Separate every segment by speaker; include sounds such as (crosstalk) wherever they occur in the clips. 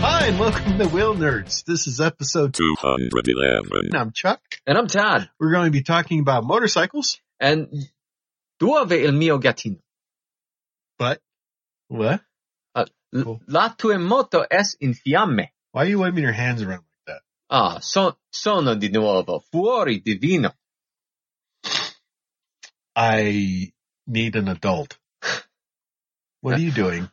Speaker 1: Welcome to Will Nerds. This is episode
Speaker 2: 211.
Speaker 1: two. I'm Chuck.
Speaker 3: And I'm Todd.
Speaker 1: We're going to be talking about motorcycles,
Speaker 3: And duove il mio gattino.
Speaker 1: but what? Cool.
Speaker 3: La tua moto è in fiamme.
Speaker 1: Why are you waving your hands around like that?
Speaker 3: Ah, son- sono di nuovo fuori di vino.
Speaker 1: I need an adult. What are you doing?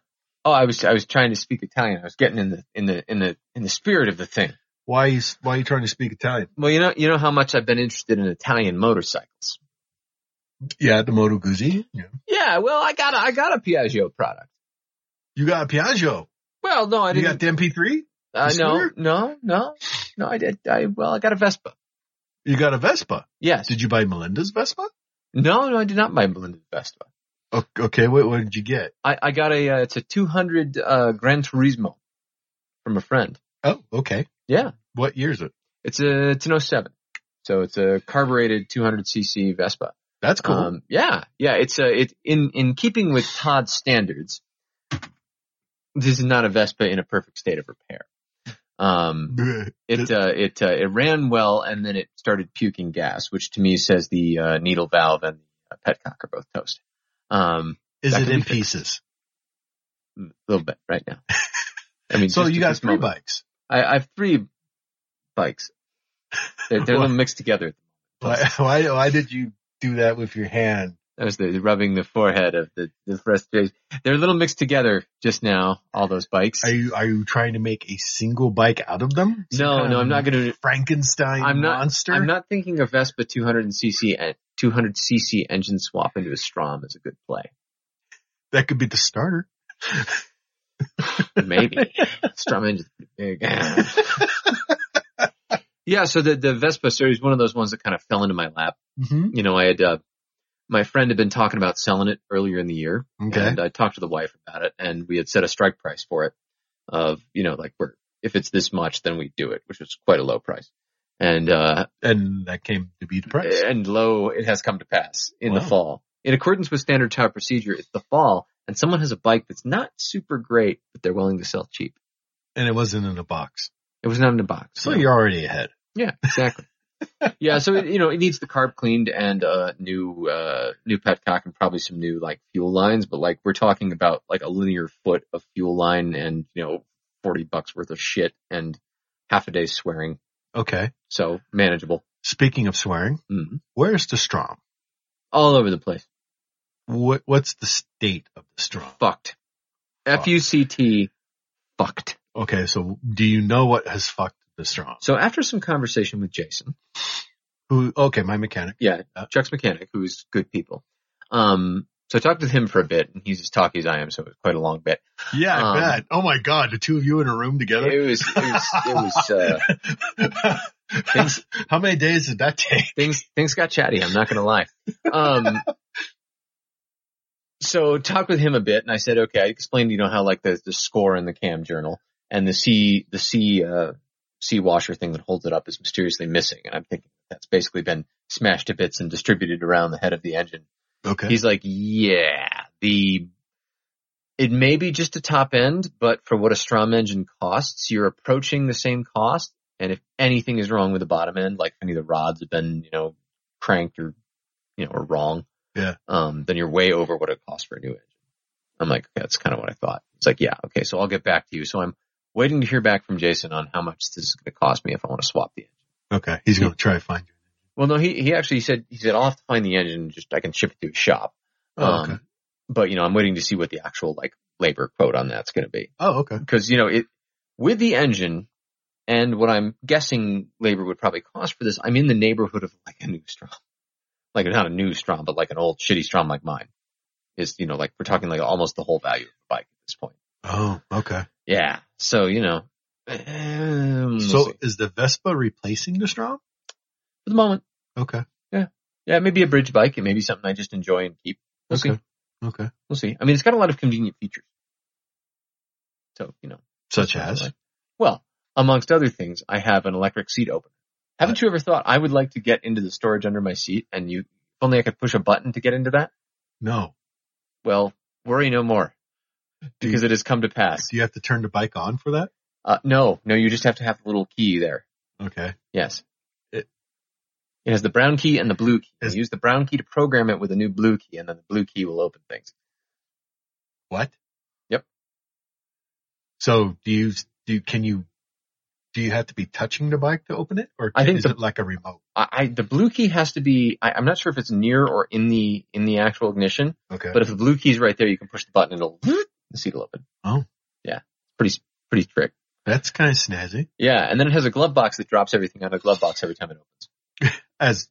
Speaker 3: Oh, I was I was trying to speak Italian. I was getting in the in the in the in the spirit of the thing.
Speaker 1: Why are you, why are you trying to speak Italian?
Speaker 3: Well, you know you know how much I've been interested in Italian motorcycles.
Speaker 1: Yeah, the Moto Guzzi. Yeah.
Speaker 3: Yeah, well, I got a, I got a Piaggio product.
Speaker 1: You got a Piaggio.
Speaker 3: Well, no, I
Speaker 1: You got
Speaker 3: didn't.
Speaker 1: the MP3. The
Speaker 3: Uh, no,
Speaker 1: scooter?
Speaker 3: no, no, no. I did. I well, I got a Vespa.
Speaker 1: You got a Vespa.
Speaker 3: Yes.
Speaker 1: Did you buy Melinda's Vespa?
Speaker 3: No, no, I did not buy Melinda's Vespa.
Speaker 1: O- Okay, wait, what did you get?
Speaker 3: I I got a. Uh, it's a 200 uh, Gran Turismo from a friend.
Speaker 1: Oh, okay.
Speaker 3: Yeah,
Speaker 1: What year is it?
Speaker 3: it's a it's an 07. So it's a carbureted 200cc Vespa.
Speaker 1: That's cool.
Speaker 3: Um, yeah, yeah. It's a it in in keeping with Todd's standards. This is not a Vespa in a perfect state of repair. Um, it uh, it uh, it ran well, and then it started puking gas, which to me says the uh, needle valve and the petcock are both toast. Um,
Speaker 1: is
Speaker 3: that
Speaker 1: it
Speaker 3: can
Speaker 1: in
Speaker 3: be fixed.
Speaker 1: pieces?
Speaker 3: a little bit right
Speaker 1: (laughs)
Speaker 3: now. I mean,
Speaker 1: So
Speaker 3: just
Speaker 1: you
Speaker 3: at
Speaker 1: got
Speaker 3: this
Speaker 1: three
Speaker 3: moment.
Speaker 1: bikes.
Speaker 3: I, I have three
Speaker 1: (laughs)
Speaker 3: bikes. They're, they're a little mixed together.
Speaker 1: Why, (laughs) why, why did you do that with your hand?
Speaker 3: That was the, the rubbing the forehead of the, the frustration. They're a little mixed together just now, all those bikes.
Speaker 1: Are you, are you trying to make a single bike out of them? Some
Speaker 3: no,
Speaker 1: kind
Speaker 3: no,
Speaker 1: of
Speaker 3: I'm not going to.
Speaker 1: Frankenstein
Speaker 3: I'm not-
Speaker 1: monster.
Speaker 3: I'm not thinking a Vespa 200 cc and 200 cc engine swap into a Strom is a good play.
Speaker 1: that could be the starter.
Speaker 3: Maybe
Speaker 1: (laughs)
Speaker 3: Strom engine's pretty big. (laughs) yeah, so the the Vespa series, one of those ones that kind of fell into my lap.
Speaker 1: Mm-hmm.
Speaker 3: You know, I had uh, my friend had been talking about selling it earlier in the year,
Speaker 1: Okay.
Speaker 3: And I talked to the wife about it and we had set a strike price for it of, you know, like we're, if it's this much, then we do it, which was quite a low price. And, uh,
Speaker 1: and that came to be the price.
Speaker 3: and lo, it has come to pass in the
Speaker 1: Wow.
Speaker 3: fall. In accordance with standard tower procedure, it's the fall and someone has a bike that's not super great, but they're willing to sell cheap.
Speaker 1: And it wasn't in a box.
Speaker 3: It was not in a box.
Speaker 1: So
Speaker 3: no.
Speaker 1: you're already ahead.
Speaker 3: Yeah, exactly. yeah, so it, you know it needs the carb cleaned and uh, new uh, new petcock and probably some new like fuel lines. But like we're talking about like a linear foot of fuel line and you know forty bucks worth of shit and half a day swearing.
Speaker 1: Okay.
Speaker 3: So manageable.
Speaker 1: Speaking of swearing,
Speaker 3: Mhm.
Speaker 1: where's the Strom?
Speaker 3: All over the place.
Speaker 1: What, what's the state of the Strom?
Speaker 3: Fucked. F U C T. Fucked.
Speaker 1: Okay. So do you know what has fucked the Strom?
Speaker 3: So after some conversation with Jason,
Speaker 1: Who, okay. My mechanic.
Speaker 3: Yeah,
Speaker 1: Uh,
Speaker 3: Chuck's mechanic, who's good people. Um, so I talked with him for a bit, and he's as talky as I am, so it was quite a long bit.
Speaker 1: Yeah. I
Speaker 3: Um,
Speaker 1: bet. Oh my God. The two of you in a room together.
Speaker 3: It was, it was, it was, uh, things,
Speaker 1: (laughs) How many days did that take?
Speaker 3: (laughs) things, things got chatty. I'm not going to lie. Um, so talked with him a bit and I said, okay, I explained, you know, how like the, the score in the cam journal and the C, the C, uh, C washer thing that holds it up is mysteriously missing. And I'm thinking that's basically been smashed to bits and distributed around the head of the engine.
Speaker 1: Okay.
Speaker 3: He's like, yeah, the, it may be just a top end, but for what a Strom engine costs, you're approaching the same cost. And if anything is wrong with the bottom end, like if any of the rods have been, you know, cranked or, you know, or wrong,
Speaker 1: Yeah.
Speaker 3: um, then you're way over what it costs for a new engine. I'm like, okay, that's kind of what I thought. It's like, yeah, okay, so I'll get back to you. So I'm waiting to hear back from Jason on how much this is going to cost me if I want to swap the engine.
Speaker 1: okay. He's going to try to find you.
Speaker 3: Well, no, he, he actually said, he said, I'll have to find the engine. Just, I can ship it to a shop.
Speaker 1: Oh, okay.
Speaker 3: Um, but you know, I'm waiting to see what the actual like labor quote on that's going to be.
Speaker 1: oh, okay.
Speaker 3: Cause you know, it, with the engine and what I'm guessing labor would probably cost for this, I'm in the neighborhood of like a new Strom. Like not a new Strom, but like an old shitty Strom like mine is, you know, like we're talking like almost the whole value of the bike at this point.
Speaker 1: Oh, okay.
Speaker 3: Yeah. So, you know, um,
Speaker 1: So
Speaker 3: for
Speaker 1: is the Vespa replacing the Strom?
Speaker 3: the moment,
Speaker 1: Okay.
Speaker 3: yeah, it may be a bridge bike. It may be something I just enjoy and keep. We'll
Speaker 1: okay.
Speaker 3: see.
Speaker 1: Okay.
Speaker 3: We'll see. I mean, it's got a lot of convenient features. So, you know.
Speaker 1: Such as?
Speaker 3: Like- Well, amongst other things, I have an electric seat opener. Haven't you ever thought I would like to get into the storage under my seat and you, if only I could push a button to get into that?
Speaker 1: No.
Speaker 3: Well, worry no more
Speaker 1: Do
Speaker 3: because it has come to pass.
Speaker 1: Do you have to turn the bike on for that?
Speaker 3: Uh, no, no, you just have to have the little key there.
Speaker 1: Okay.
Speaker 3: Yes. It,
Speaker 1: It-
Speaker 3: has the brown key and the blue key. You
Speaker 1: Is-
Speaker 3: use the brown key to program it with a new blue key, and then the blue key will open things.
Speaker 1: What?
Speaker 3: Yep.
Speaker 1: So do you do can you do you have to be touching the bike to open it, or
Speaker 3: I think
Speaker 1: is
Speaker 3: the-
Speaker 1: it like a remote?
Speaker 3: I, I the blue key has to be. I, I'm not sure if it's near or in the in the actual ignition,
Speaker 1: Okay.
Speaker 3: but if the blue key's right there, you can push the button and it'll (laughs) the seat will open.
Speaker 1: Oh.
Speaker 3: yeah, pretty pretty trick.
Speaker 1: That's kind of snazzy,
Speaker 3: Yeah, and then it has a glove box that drops everything out of the glove box every time it opens.
Speaker 1: as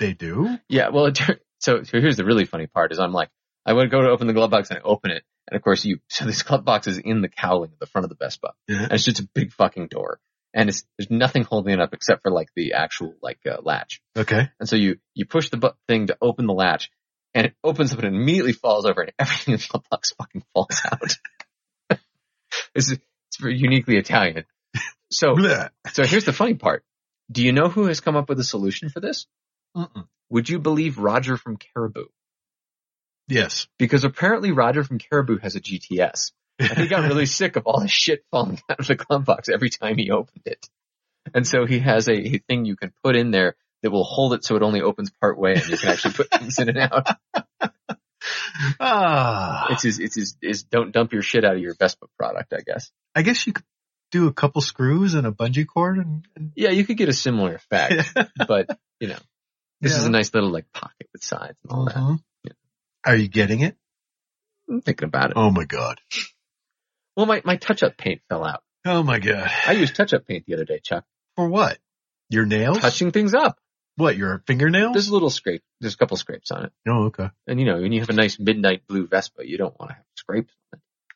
Speaker 1: they do.
Speaker 3: Yeah, well, it, tur- so so here's the really funny part is I'm like, I would go to open the glove box and I open it, and of course you, (laughs) so this glove box is in the cowling at the front of the Vespa,
Speaker 1: Yeah.
Speaker 3: and it's just a big fucking door, and it's there's nothing holding it up except for like the actual like uh, latch,
Speaker 1: Okay.
Speaker 3: and so you you push the bu- thing to open the latch, and it opens up and it immediately falls over, and everything in the glove box fucking falls out. (laughs) this is it's very uniquely Italian. So
Speaker 1: Bleh.
Speaker 3: so here's the funny part. Do you know who has come up with a solution for this?
Speaker 1: Mm-mm.
Speaker 3: Would you believe Roger from Caribou?
Speaker 1: Yes.
Speaker 3: because apparently Roger from Caribou has a GTS. And he got really sick of all the shit falling out of the glove box every time he opened it. And so he has a, a thing you can put in there that will hold it so it only opens part way and you can actually put things in and out.
Speaker 1: ah.
Speaker 3: It's his, it's his, is don't dump your shit out of your Vespa product, I guess.
Speaker 1: I guess you could do a couple screws and a bungee cord and. and
Speaker 3: Yeah, you could get a similar effect, but you know, this is a nice little like pocket with sides and all that.
Speaker 1: Mhm. Are you getting it?
Speaker 3: I'm thinking about it.
Speaker 1: Oh my god.
Speaker 3: Well, my, my touch-up paint fell out.
Speaker 1: Oh my god.
Speaker 3: I used touch-up paint the other day, Chuck.
Speaker 1: For what? Your nails?
Speaker 3: Touching things up.
Speaker 1: What? Your fingernails?
Speaker 3: There's a little scrape. There's a couple scrapes on it.
Speaker 1: oh, okay.
Speaker 3: And you know, when you have a nice midnight blue Vespa, you don't want to have scrapes on it.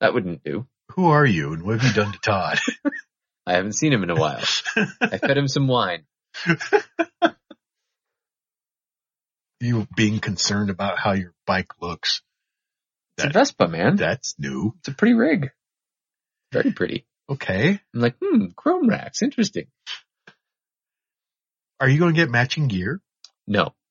Speaker 3: That wouldn't do.
Speaker 1: Who are you and what have you done to Todd? (laughs)
Speaker 3: I haven't seen him in a while. I fed him some wine.
Speaker 1: you being concerned about how your bike looks.
Speaker 3: It's a
Speaker 1: That-
Speaker 3: Vespa, man.
Speaker 1: That's new.
Speaker 3: It's a pretty rig. Very pretty.
Speaker 1: Okay.
Speaker 3: I'm like, hmm, chrome racks, interesting.
Speaker 1: Are you going to get matching gear? (laughs)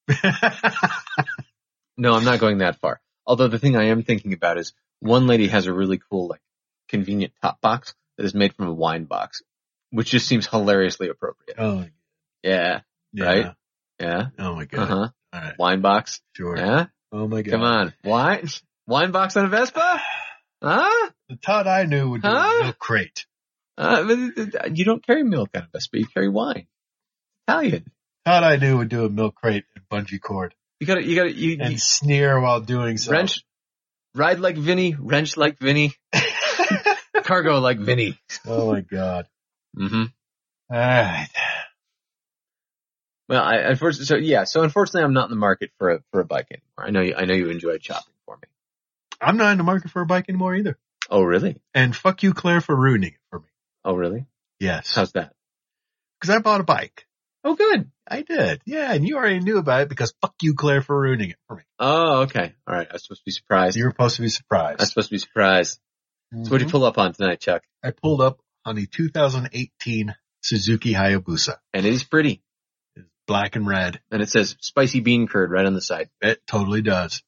Speaker 3: No, no, I'm not going that far. Although the thing I am thinking about is one lady has a really cool, like, convenient top box that is made from a wine box, which just seems hilariously appropriate.
Speaker 1: oh,
Speaker 3: Yeah,
Speaker 1: yeah.
Speaker 3: Right? yeah,
Speaker 1: Oh my god.
Speaker 3: uh huh.
Speaker 1: All right.
Speaker 3: Wine box,
Speaker 1: Sure.
Speaker 3: yeah.
Speaker 1: Oh my god.
Speaker 3: Come on, wine, wine box on a Vespa, huh?
Speaker 1: The Todd I knew would be
Speaker 3: Huh?
Speaker 1: a milk crate.
Speaker 3: Uh, but th- th- you don't carry milk on a Vespa. You carry wine. Italian.
Speaker 1: Todd I knew would do a milk crate and bungee cord
Speaker 3: You gotta, you gotta, you,
Speaker 1: and
Speaker 3: you
Speaker 1: sneer while doing so.
Speaker 3: wrench, ride like Vinny, wrench like Vinny, cargo like Vinny.
Speaker 1: (laughs) oh my god. Ah,
Speaker 3: hmm
Speaker 1: All right.
Speaker 3: Well, I, unfortunately, so yeah, so unfortunately, I'm not in the market for a for a bike anymore. I know you, I know you enjoy shopping for me.
Speaker 1: I'm not in the market for a bike anymore either.
Speaker 3: Oh really?
Speaker 1: And fuck you, Claire, for ruining it for me.
Speaker 3: Oh really?
Speaker 1: Yes.
Speaker 3: How's that?
Speaker 1: Cause I bought a bike.
Speaker 3: Oh good.
Speaker 1: I did. Yeah. And you already knew about it because fuck you, Claire, for ruining it for me.
Speaker 3: Oh okay. All right. I was supposed to be surprised.
Speaker 1: You were supposed to be
Speaker 3: I was
Speaker 1: surprised. Mm-hmm.
Speaker 3: supposed to be surprised. So what'd you pull up on tonight, Chuck?
Speaker 1: I pulled up on the 2018 Suzuki Hayabusa.
Speaker 3: And it is pretty.
Speaker 1: It's black and red.
Speaker 3: And it says spicy bean curd right on the side.
Speaker 1: It totally does.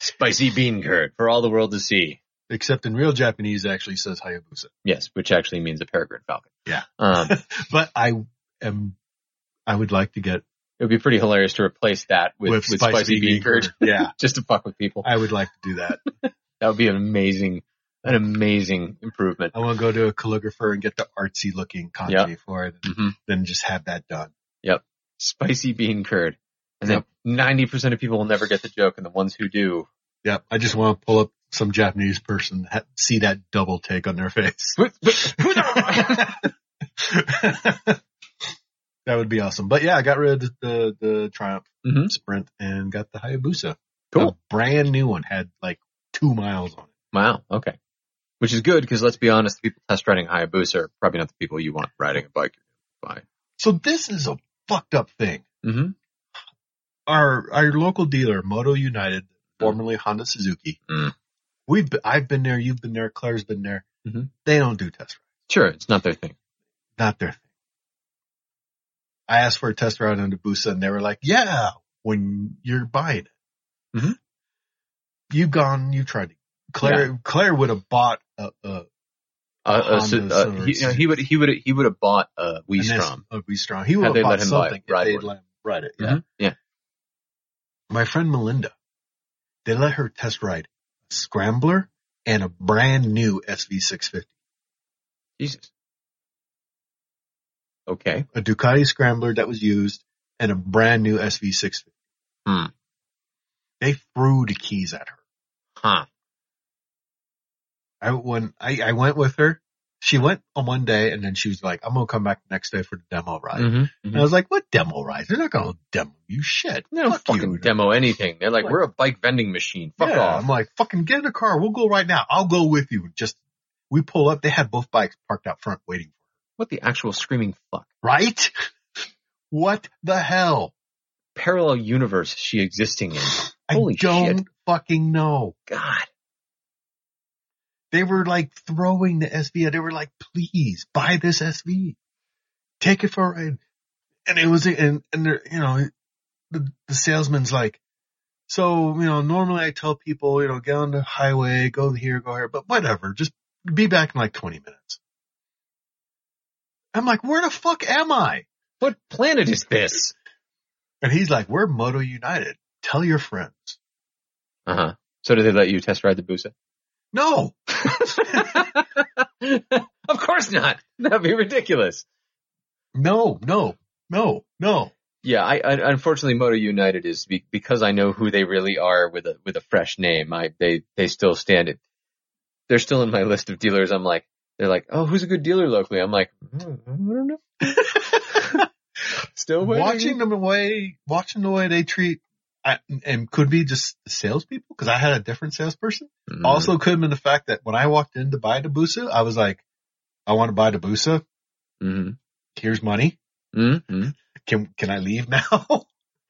Speaker 3: Spicy bean curd for all the world to see.
Speaker 1: Except in real Japanese, it actually says Hayabusa.
Speaker 3: Yes, which actually means a peregrine falcon.
Speaker 1: Yeah.
Speaker 3: Um, it
Speaker 1: But I am, I would like to get
Speaker 3: would be pretty hilarious to replace that with, with, spicy, bean, curd,
Speaker 1: Yeah,
Speaker 3: (laughs) just to fuck with people.
Speaker 1: I would like to do that.
Speaker 3: That would be an amazing, an amazing improvement.
Speaker 1: I want to go to a calligrapher and get the artsy looking kanji for it, and
Speaker 3: Mhm.
Speaker 1: then just have that done.
Speaker 3: Spicy bean curd. And then 90% of people will never get the joke and the ones who do.
Speaker 1: Yep. I just want to pull up some Japanese person, ha- see that double take on their face. (laughs) that would be awesome. But yeah, I got rid of the the Triumph
Speaker 3: Mhm.
Speaker 1: Sprint and got the Hayabusa. A
Speaker 3: cool.
Speaker 1: brand new one had like two miles on it.
Speaker 3: Wow. Okay. Which is good because let's be honest, the people test riding a Hayabusa are probably not the people you want riding a bike.
Speaker 1: So this is a fucked up thing.
Speaker 3: Mm-hmm.
Speaker 1: Our our local dealer, Moto United, formerly Honda Suzuki.
Speaker 3: Mm.
Speaker 1: We've been, I've been there, you've been there, Claire's been there.
Speaker 3: Mhm.
Speaker 1: They don't do test
Speaker 3: Sure. It's not their thing.
Speaker 1: ride. Not their thing. I asked for a test ride on the Busa and they were like, yeah, when you're buying it.
Speaker 3: Mhm.
Speaker 1: You've gone, you tried to, Claire, Claire would have bought a, a,
Speaker 3: Uh, uh, so,
Speaker 1: Hondas
Speaker 3: uh,
Speaker 1: or
Speaker 3: he, you know, he would he would he would have bought a Wii
Speaker 1: An S-
Speaker 3: Strom.
Speaker 1: A Wistrom. He
Speaker 3: Had
Speaker 1: would
Speaker 3: they
Speaker 1: have
Speaker 3: let
Speaker 1: bought
Speaker 3: him buy-
Speaker 1: something if
Speaker 3: ride
Speaker 1: they'd
Speaker 3: one.
Speaker 1: let him ride it. Yeah.
Speaker 3: Mhm. Yeah.
Speaker 1: My friend Melinda, they let her test ride a Scrambler and a brand new SV650.
Speaker 3: Jesus. Okay.
Speaker 1: a Ducati Scrambler that was used and a brand new SV650.
Speaker 3: Hmm.
Speaker 1: They threw the keys at her.
Speaker 3: Huh.
Speaker 1: I when I, I went with her, she went on one day and then she was like, "I'm gonna come back next day for the demo ride."
Speaker 3: Mm-hmm.
Speaker 1: And I was like, "What demo ride? They're not gonna demo you shit.
Speaker 3: They
Speaker 1: uh,
Speaker 3: don't
Speaker 1: Fuck
Speaker 3: fucking
Speaker 1: you."
Speaker 3: demo anything. They're like,
Speaker 1: Like-
Speaker 3: we're a bike vending machine. Fuck
Speaker 1: Yeah,
Speaker 3: off.
Speaker 1: I'm like, "Fucking get in the car. We'll go right now. I'll go with you." Just we pull up. They had both bikes parked out front waiting.
Speaker 3: What the actual screaming fuck?
Speaker 1: Right? (laughs) what the hell?
Speaker 3: Parallel universe is she existing in. Holy
Speaker 1: I don't
Speaker 3: shit.
Speaker 1: fucking know.
Speaker 3: God.
Speaker 1: They were like throwing the SV. out. They were like, please buy this SV. Take it for a ride. And it was, and, and they're, you know, the, the salesman's like, so, you know, normally I tell people, you know, get on the highway, go here, go here, but whatever. Just be back in like 20 minutes. I'm like, where the fuck am I?
Speaker 3: What planet is this?
Speaker 1: And he's like, we're Moto United. Tell your friends.
Speaker 3: Uh huh. So did they let you test ride
Speaker 1: (laughs)
Speaker 3: the Busa? (laughs)
Speaker 1: No,
Speaker 3: of course not. That'd be ridiculous.
Speaker 1: no, no, no, no.
Speaker 3: Yeah, I, I unfortunately Moto United is be, because I know who they really are with a with a fresh name. I they they still stand it. They're still in my list of dealers. I'm like they're like, oh, who's a good dealer locally? I'm like, "Hmm, I don't know. (laughs) still waiting.
Speaker 1: watching them away, watching the way they treat, I, and could be just salespeople because I had a different salesperson.
Speaker 3: Mm.
Speaker 1: Also, could have been the fact that when I walked in to buy Dabusa, I was like, "I want to buy Dabusa.
Speaker 3: Mhm.
Speaker 1: Here's money.
Speaker 3: Mhm.
Speaker 1: Can can I leave now?" (laughs)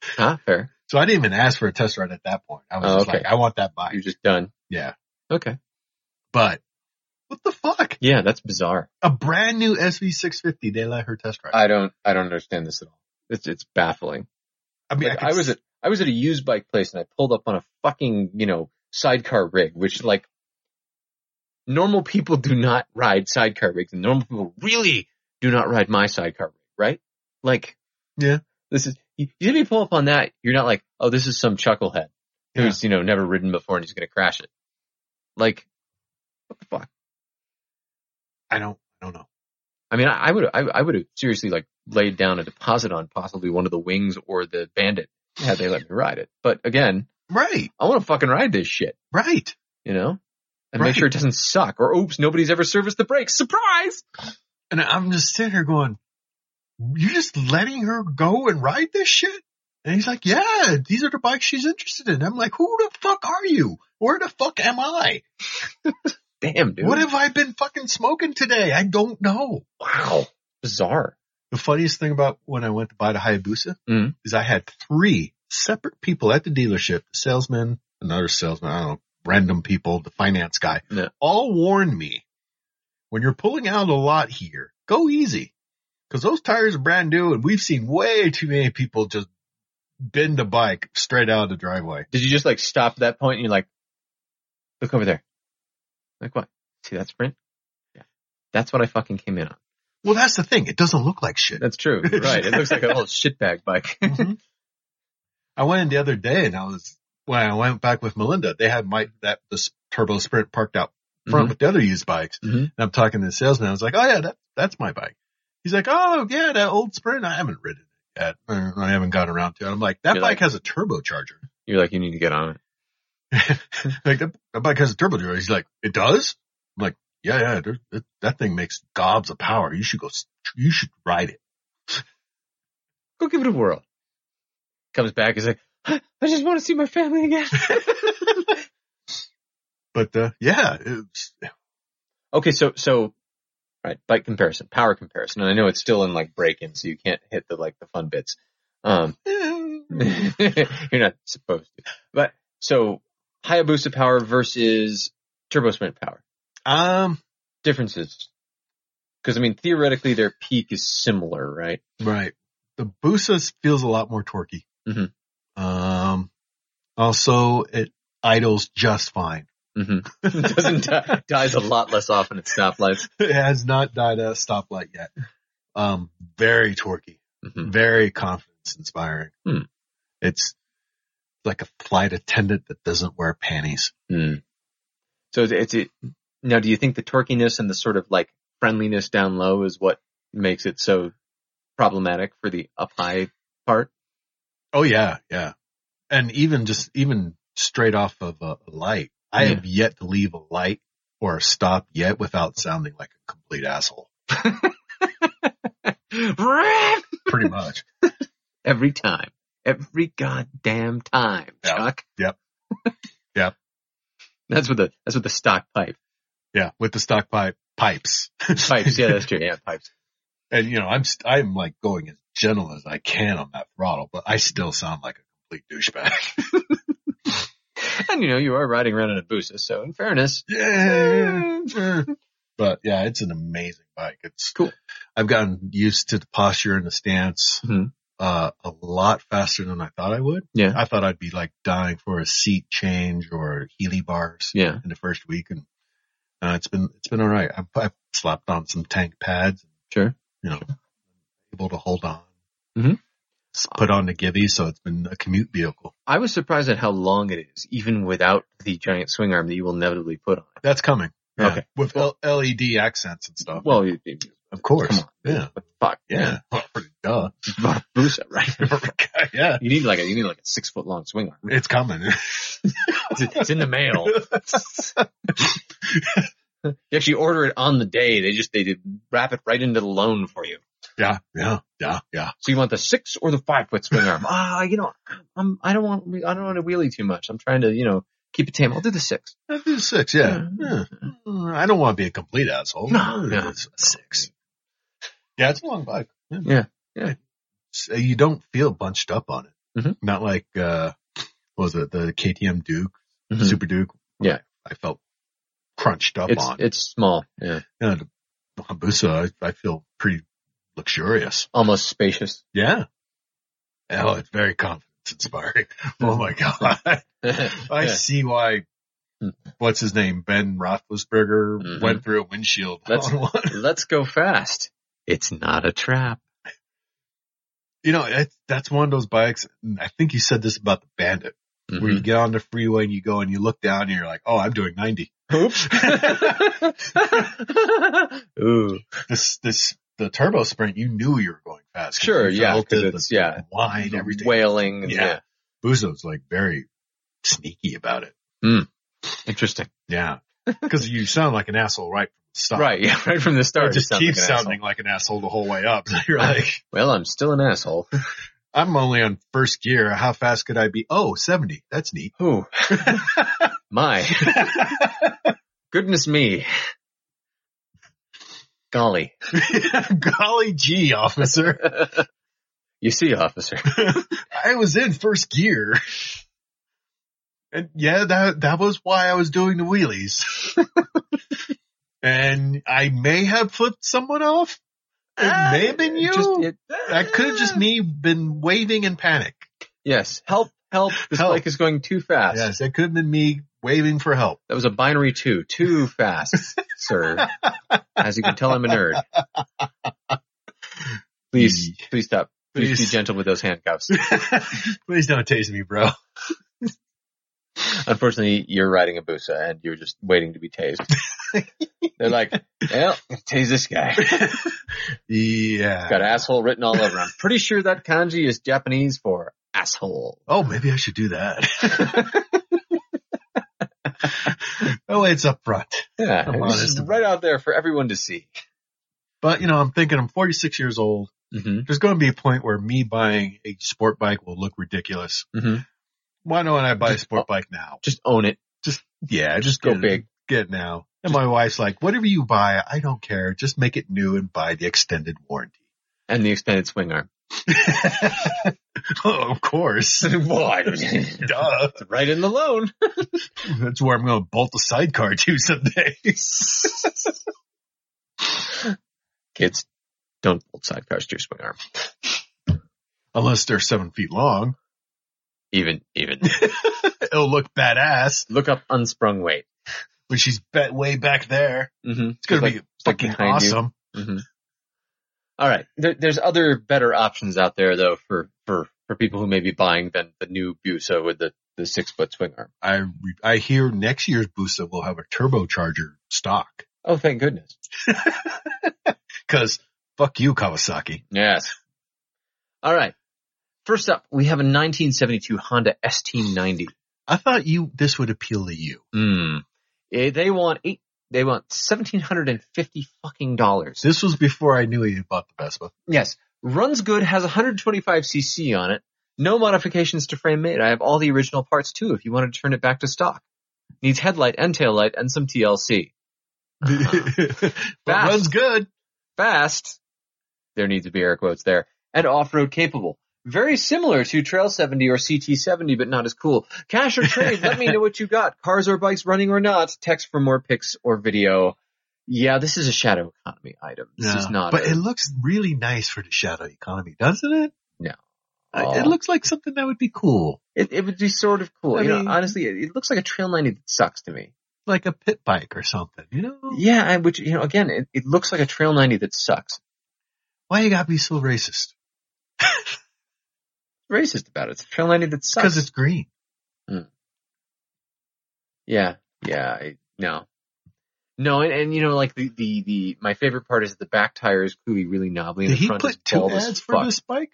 Speaker 3: Huh? Ah, Fair.
Speaker 1: so I didn't even ask for a test ride at that point. I was
Speaker 3: Oh,
Speaker 1: just
Speaker 3: okay.
Speaker 1: like, "I want that bike."
Speaker 3: You're just done.
Speaker 1: Yeah,
Speaker 3: Okay.
Speaker 1: but what the fuck?
Speaker 3: Yeah, that's bizarre.
Speaker 1: A brand new SV650. They let her test ride.
Speaker 3: I don't I don't understand this at all. It's it's baffling.
Speaker 1: I mean,
Speaker 3: Like,
Speaker 1: could
Speaker 3: I was at I was at a used bike place and I pulled up on a fucking you know sidecar rig, which like normal people do not ride sidecar rigs, and normal people really do not ride my sidecar rig, right? Like,
Speaker 1: Yeah.
Speaker 3: this is you, you didn't pull up on that. You're not like, oh, this is some chucklehead who's you know never ridden before and he's gonna crash it. Like, what the fuck?
Speaker 1: I don't. I don't know.
Speaker 3: I mean, I, I would I, I would have seriously like laid down a deposit on possibly one of the wings or the bandit had they let me ride it. But again,
Speaker 1: Right.
Speaker 3: I want to fucking ride this shit.
Speaker 1: Right.
Speaker 3: you know, and
Speaker 1: Right.
Speaker 3: make sure it doesn't suck. Or oops, nobody's ever serviced the brakes. Surprise!
Speaker 1: And I'm just sitting here going, you're just letting her go and ride this shit? And he's like, yeah, these are the bikes she's interested in. I'm like, who the fuck are you? Where the fuck am I?
Speaker 3: Damn, dude.
Speaker 1: What have I been fucking smoking today? I don't know.
Speaker 3: wow, bizarre.
Speaker 1: The funniest thing about when I went to buy the Hayabusa
Speaker 3: Mhm.
Speaker 1: is I had three separate people at the dealership, the salesman, another salesman, I don't know, random people, the finance guy,
Speaker 3: Yeah.
Speaker 1: all warned me when you're pulling out a lot here, go easy. Cause those tires are brand new and we've seen way too many people just bend the bike straight out of the driveway.
Speaker 3: Did you just like stop at that point and you're like, look over there? Like what? See that sprint? Yeah, that's what I fucking came in on.
Speaker 1: Well, that's the thing. It doesn't look like shit.
Speaker 3: That's true. You're right. It looks like an old shitbag bike.
Speaker 1: Mhm. (laughs) I went in the other day and I was, when I went back with Melinda, they had my, that, this turbo sprint parked out front
Speaker 3: Mm-hmm.
Speaker 1: with the other used bikes.
Speaker 3: Mhm.
Speaker 1: And I'm talking to the salesman. I was like, Oh yeah, that, that's my bike. He's like, Oh yeah, that old sprint. I haven't ridden it yet. or I haven't gotten around to it. I'm like, that
Speaker 3: You're
Speaker 1: bike
Speaker 3: like-
Speaker 1: has a turbocharger.
Speaker 3: (laughs) You're like, you need to get on it.
Speaker 1: (laughs) like that, that bike has a turbocharger. He's like, it does. I'm like, yeah, yeah, there, that, that thing makes gobs of power. You should go, s- you should ride it.
Speaker 3: Go give it a whirl. Comes back, he's like, I just want to see my family (laughs) again.
Speaker 1: But, uh, yeah, it's,
Speaker 3: Okay, so so right, bike comparison, power comparison, and I know it's still in like break-in, so you can't hit the like the fun bits. Um, (laughs)
Speaker 1: eh,
Speaker 3: you're not supposed to. But so Hayabusa power versus Turbo Sprint power
Speaker 1: (laughs) um,
Speaker 3: differences, because I mean theoretically their peak is similar, right?
Speaker 1: right. The Busa feels a lot more torquey.
Speaker 3: Mhm.
Speaker 1: Um, also it idles just fine. (laughs)
Speaker 3: hmm (laughs) It doesn't die, dies a lot less often at stoplights.
Speaker 1: It has not died at a stoplight yet. Um, very torquey,
Speaker 3: hmm
Speaker 1: very confidence inspiring.
Speaker 3: Hmm.
Speaker 1: It's like a flight attendant that doesn't wear panties.
Speaker 3: Mm. So it's, it's it, now. Do you think the torquiness and the sort of like friendliness down low is what makes it so problematic for the up high part?
Speaker 1: Oh yeah, yeah. And even just even straight off of a light, I
Speaker 3: Yeah.
Speaker 1: have yet to leave a light or a stop yet without sounding like a complete asshole. (laughs) Pretty much.
Speaker 3: Every time. Every goddamn time,
Speaker 1: Yeah.
Speaker 3: Chuck.
Speaker 1: Yep. Yep.
Speaker 3: (laughs) That's what the that's what the stock pipe
Speaker 1: yeah, with the stock pipe pipes.
Speaker 3: pipes. Yeah, that's true. Yeah, pipes.
Speaker 1: (laughs) and you know, I'm st- I'm like going as gentle as I can on that throttle, but I still sound like a complete douchebag. (laughs)
Speaker 3: And you know you are riding around in a Busa, so
Speaker 1: (laughs)
Speaker 3: in fairness,
Speaker 1: yeah. But yeah, it's an amazing bike. It's
Speaker 3: Cool.
Speaker 1: I've gotten used to the posture and the stance
Speaker 3: Mhm.
Speaker 1: uh, a lot faster than I thought I would.
Speaker 3: Yeah.
Speaker 1: I thought I'd be like dying for a seat change or Healy bars
Speaker 3: yeah,
Speaker 1: in the first week, and uh, it's been it's been all right. I've, I've slapped on some tank pads,
Speaker 3: sure.
Speaker 1: you know, able to hold on.
Speaker 3: Mhm.
Speaker 1: S- Put on the givey, so it's been a commute vehicle.
Speaker 3: I was surprised at how long it is, even without the giant swing arm that you will inevitably put on it.
Speaker 1: That's coming.
Speaker 3: Okay.
Speaker 1: With L- LED accents and stuff.
Speaker 3: Well, you, you,
Speaker 1: of course.
Speaker 3: come on.
Speaker 1: Yeah.
Speaker 3: Fuck.
Speaker 1: (laughs)
Speaker 3: (laughs)
Speaker 1: Yeah. Well, Duh. (laughs)
Speaker 3: Busa, right?
Speaker 1: yeah.
Speaker 3: you need like a you need like a six foot long swing arm.
Speaker 1: It's coming.
Speaker 3: It's, it's in the mail. You actually order it on the day. They just they did wrap it right into the loan for you.
Speaker 1: (laughs) yeah. Yeah. Yeah. Yeah.
Speaker 3: So you want the six or the five foot
Speaker 1: (laughs)
Speaker 3: swing arm? Ah, you know, I'm I don't want I don't want to wheelie too much. I'm trying to you know keep it tame. I'll do the six.
Speaker 1: I do six. Yeah.
Speaker 3: Yeah.
Speaker 1: Yeah. Mm, I don't want to be a complete asshole.
Speaker 3: No, no.
Speaker 1: It's Six. Yeah. It's a long bike.
Speaker 3: Yeah. Yeah.
Speaker 1: So you don't feel bunched up on it.
Speaker 3: Mhm.
Speaker 1: Not like, uh, what was it? The KTM Duke,
Speaker 3: Mhm.
Speaker 1: Super Duke.
Speaker 3: Yeah.
Speaker 1: I felt crunched up
Speaker 3: It's
Speaker 1: on.
Speaker 3: it's small. Yeah,
Speaker 1: Yeah, the the Habusa, I, I feel pretty luxurious.
Speaker 3: almost spacious.
Speaker 1: Yeah. Oh, it's very confidence inspiring. (laughs) Oh my God. (laughs) (laughs) I
Speaker 3: Mm-hmm. (laughs) Yeah.
Speaker 1: see why,
Speaker 3: Hmm.
Speaker 1: what's his name? Ben Roethlisberger
Speaker 3: Mhm.
Speaker 1: went through a windshield.
Speaker 3: That's-
Speaker 1: on one. (laughs)
Speaker 3: Let's go fast. It's not a trap.
Speaker 1: You know, it, that's one of those bikes. and I think you said this about the Bandit where you
Speaker 3: Mhm.
Speaker 1: get on the freeway and you go and you look down and you're like, Oh, I'm doing 90.
Speaker 3: Oops. (laughs) Ooh.
Speaker 1: This, this, the turbo sprint, you knew you were going fast. 'cause
Speaker 3: Sure,
Speaker 1: you
Speaker 3: yeah,
Speaker 1: felt
Speaker 3: 'cause
Speaker 1: it,
Speaker 3: it's-
Speaker 1: the
Speaker 3: yeah.
Speaker 1: Wine, everything.
Speaker 3: Wailing.
Speaker 1: Yeah.
Speaker 3: Yeah.
Speaker 1: Buzo's like very sneaky about it.
Speaker 3: Interesting.
Speaker 1: Yeah.
Speaker 3: (laughs)
Speaker 1: Cause you sound like an asshole right from the start.
Speaker 3: Right. Yeah. Right from the
Speaker 1: It
Speaker 3: start.
Speaker 1: just
Speaker 3: you sound
Speaker 1: keeps
Speaker 3: like an asshole.
Speaker 1: sounding like an asshole the whole way up. (laughs) So you're like,
Speaker 3: (laughs) Well, I'm still an asshole.
Speaker 1: I'm only on first gear. How fast could I be? Oh, 70. That's
Speaker 3: (laughs)
Speaker 1: neat. (laughs)
Speaker 3: Ooh. My goodness me. Golly.
Speaker 1: Golly gee, officer.
Speaker 3: you see, officer.
Speaker 1: I was in first gear. And yeah, that, that was why I was doing the wheelies.
Speaker 3: (laughs)
Speaker 1: and I may have flipped someone off. It may have been you.
Speaker 3: It Ah, just- it- ah.
Speaker 1: that could have just me been waving in panic.
Speaker 3: Yes. Help. Help. This
Speaker 1: Help.
Speaker 3: bike is going too fast.
Speaker 1: Yes, that could have been me waving for help.
Speaker 3: That was a binary two. Too fast,
Speaker 1: (laughs)
Speaker 3: sir. As you can tell, I'm a nerd. Please, please stop. Please, be
Speaker 1: Please.
Speaker 3: gentle with those handcuffs.
Speaker 1: (laughs) Please don't tase me, bro. (laughs)
Speaker 3: (laughs) Unfortunately, you're riding a Busa and you're just waiting to be (laughs) tased. They're like, well, tase this guy. Got
Speaker 1: yeah.
Speaker 3: asshole written all over. him. I'm pretty sure that kanji is Japanese for asshole. (laughs)
Speaker 1: Oh, maybe I should do that. (laughs) oh, it's up front.
Speaker 3: Yeah,
Speaker 1: Come on,
Speaker 3: it's just
Speaker 1: it's-
Speaker 3: right out there for everyone to see.
Speaker 1: But you know, I'm thinking I'm 46 years old.
Speaker 3: Mm-hmm.
Speaker 1: There's going to be a point where me buying a sport bike will look ridiculous.
Speaker 3: Mm-hmm.
Speaker 1: Why don't I buy a sport bike now?
Speaker 3: Just own it.
Speaker 1: Yeah, just
Speaker 3: Go
Speaker 1: get it-
Speaker 3: big.
Speaker 1: Get it now. And my wife's like, whatever you buy, I don't care. Just make it new and buy the extended warranty. (laughs)
Speaker 3: And the extended swing arm.
Speaker 1: oh, of course.
Speaker 3: (laughs) Why? (laughs)
Speaker 1: Duh.
Speaker 3: right in the loan.
Speaker 1: That's where I'm going to bolt the sidecar to someday.
Speaker 3: Kids, don't bolt sidecars to your swing arm.
Speaker 1: (laughs) Unless they're seven feet long.
Speaker 3: Even, even.
Speaker 1: It'll look badass.
Speaker 3: Look up unsprung weight.
Speaker 1: when she's bet way back there.
Speaker 3: Mm-hmm.
Speaker 1: It's gonna
Speaker 3: Like-
Speaker 1: be
Speaker 3: like
Speaker 1: fucking
Speaker 3: behind you.
Speaker 1: awesome.
Speaker 3: Mm-hmm. All right. There, there's other better options out there though for, for, for people who may be buying than the new Busa with the, the six foot swing arm.
Speaker 1: I re- I hear next year's Busa will have a turbocharger stock
Speaker 3: Oh, thank goodness.
Speaker 1: because fuck you Kawasaki.
Speaker 3: Yes. All right. First up, we have a 1972 Honda ST90.
Speaker 1: I thought you this would appeal to you.
Speaker 3: Hmm. Eh, They want eight, they want 1750 fucking dollars.
Speaker 1: This was before I knew you bought the Vespa.
Speaker 3: Yes. Runs good, has 125cc on it. No modifications to frame made. I have all the original parts too if you want to turn it back to stock. Needs headlight and taillight and some TLC.
Speaker 1: (laughs) but
Speaker 3: Uh-huh. Fast.
Speaker 1: runs good.
Speaker 3: Fast. There needs to be air quotes there. And off-road capable. Very similar to Trail 70 or CT70, but not as cool. Cash or trade, let me know what
Speaker 1: (laughs)
Speaker 3: you got. Cars or bikes running or not. Text for more pics or video. Yeah, this is a shadow economy item. This is
Speaker 1: Yeah.
Speaker 3: not.
Speaker 1: But
Speaker 3: a-
Speaker 1: it looks really nice for the shadow economy, doesn't it?
Speaker 3: No.
Speaker 1: I- it looks like something that would be cool,
Speaker 3: It, it would be sort of cool.
Speaker 1: I
Speaker 3: you
Speaker 1: mean-
Speaker 3: know, honestly, it, it looks like a trail 90 that sucks to me.
Speaker 1: like a pit bike or something. You know?
Speaker 3: Yeah, I, which, you know, again, it, it looks like a trail 90 that sucks.
Speaker 1: Why you gotta be so racist?
Speaker 3: Racist about it. It's a trail 90 that
Speaker 1: Because
Speaker 3: sucks.
Speaker 1: it's green.
Speaker 3: yeah, yeah, I, no. No, and, and you know, like the, the, the, my favorite part is the back tire is clearly really knobbly and
Speaker 1: Did
Speaker 3: the
Speaker 1: he
Speaker 3: front is
Speaker 1: put two
Speaker 3: bald as
Speaker 1: ads for
Speaker 3: fuck.
Speaker 1: this bike?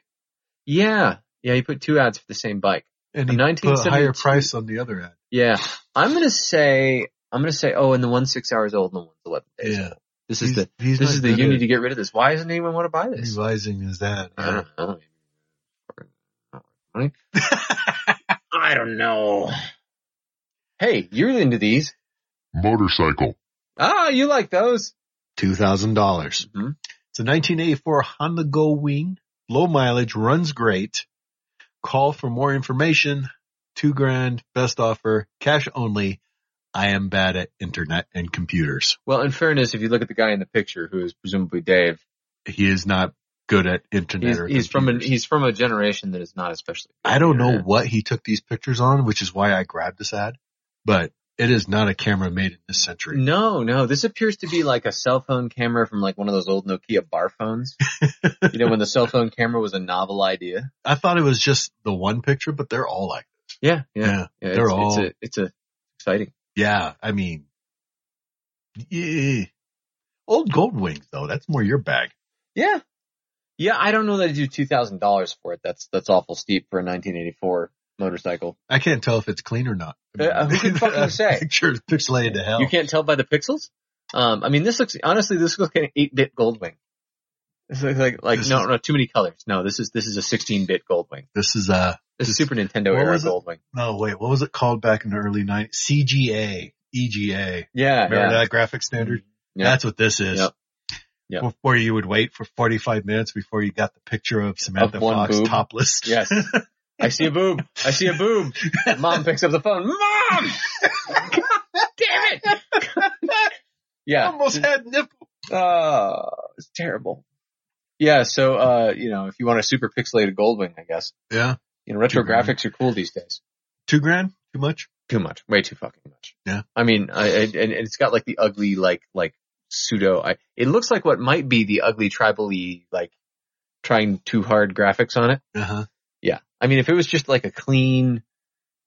Speaker 3: Yeah, yeah, he put two ads for the same bike.
Speaker 1: And
Speaker 3: A
Speaker 1: he put a higher
Speaker 3: 1972
Speaker 1: price on the other ad.
Speaker 3: Yeah. I'm gonna say, I'm gonna say, oh, and the one's six hours old and the one's 11 days
Speaker 1: Yeah.
Speaker 3: old. This is
Speaker 1: He's-
Speaker 3: the,
Speaker 1: he's
Speaker 3: this
Speaker 1: not
Speaker 3: is the,
Speaker 1: good
Speaker 3: you
Speaker 1: at
Speaker 3: need to get rid of this. Why doesn't anyone want to buy this?
Speaker 1: Revising his ad.
Speaker 3: I don't know. Money? I don't know. Hey, you're into these.
Speaker 2: motorcycle,
Speaker 3: Ah, you like those.
Speaker 1: (laughs) Two thousand dollars.
Speaker 3: Mhm.
Speaker 1: It's a 1984 Honda Go Wing. Low mileage, runs great. Call for more information. Two grand, best offer, cash only. I am bad at internet and computers.
Speaker 3: Well, in fairness, if you look at the guy in the picture, who is presumably Dave,
Speaker 1: He is not good at internet
Speaker 3: he's,
Speaker 1: or
Speaker 3: he's from an,
Speaker 1: computers.
Speaker 3: he's from a generation that is not especially. good
Speaker 1: I don't
Speaker 3: at
Speaker 1: know
Speaker 3: internet.
Speaker 1: what he took these pictures on, which is why I grabbed this ad, but it is not a camera made in this century.
Speaker 3: No, no, this appears to be like a cell phone camera from like one of those old Nokia bar phones. you know, when the cell phone camera was a novel idea.
Speaker 1: I thought it was just the one picture, but they're all like,
Speaker 3: Yeah, yeah,
Speaker 1: yeah,
Speaker 3: yeah,
Speaker 1: they're
Speaker 3: it's,
Speaker 1: all-
Speaker 3: it's a, it's a exciting.
Speaker 1: yeah. I mean, yeah. old gold wings though. That's more your bag.
Speaker 3: Yeah. Yeah, I don't know that I do two thousand dollars for it. That's that's awful steep for a nineteen eighty four motorcycle.
Speaker 1: I can't tell if it's clean or not. (laughs) I mean,
Speaker 3: Uh, who can fucking say?
Speaker 1: Picture is pixelated to hell.
Speaker 3: You can't tell by the pixels. Um, I mean, this looks honestly, this looks like an eight bit Goldwing. This looks like like
Speaker 1: This
Speaker 3: no
Speaker 1: is-
Speaker 3: no too many colors. No, this is this is a sixteen bit Goldwing.
Speaker 1: This is uh
Speaker 3: This is
Speaker 1: This-
Speaker 3: Super Nintendo
Speaker 1: what
Speaker 3: era
Speaker 1: was it?
Speaker 3: Goldwing.
Speaker 1: no wait, what was it called back in the early nineties? CGA, EGA.
Speaker 3: Yeah,
Speaker 1: E Remember
Speaker 3: yeah.
Speaker 1: that graphic standard?
Speaker 3: Yeah.
Speaker 1: That's what this is.
Speaker 3: Yep. Yep.
Speaker 1: Before you would wait for 45 minutes before you got the picture of Samantha
Speaker 3: Of one
Speaker 1: Fox
Speaker 3: boob.
Speaker 1: topless.
Speaker 3: Yes. I see a boob. I see a boob. Mom picks up the phone. Mom! God damn it!
Speaker 1: (laughs)
Speaker 3: yeah.
Speaker 1: Almost had nipple.
Speaker 3: Oh, it's terrible. Yeah, so uh, you know, if you want a super pixelated Goldwing, I guess
Speaker 1: Yeah.
Speaker 3: you know retro
Speaker 1: Too bad.
Speaker 3: graphics are cool these days.
Speaker 1: Two grand? Too much?
Speaker 3: Too much, way too fucking much.
Speaker 1: Yeah.
Speaker 3: I mean, I, I, and, and it's got like the ugly, like like pseudo. I it looks like what might be the ugly tribally, like trying too hard graphics on it.
Speaker 1: Uh huh.
Speaker 3: Yeah, I mean, if it was just like a clean,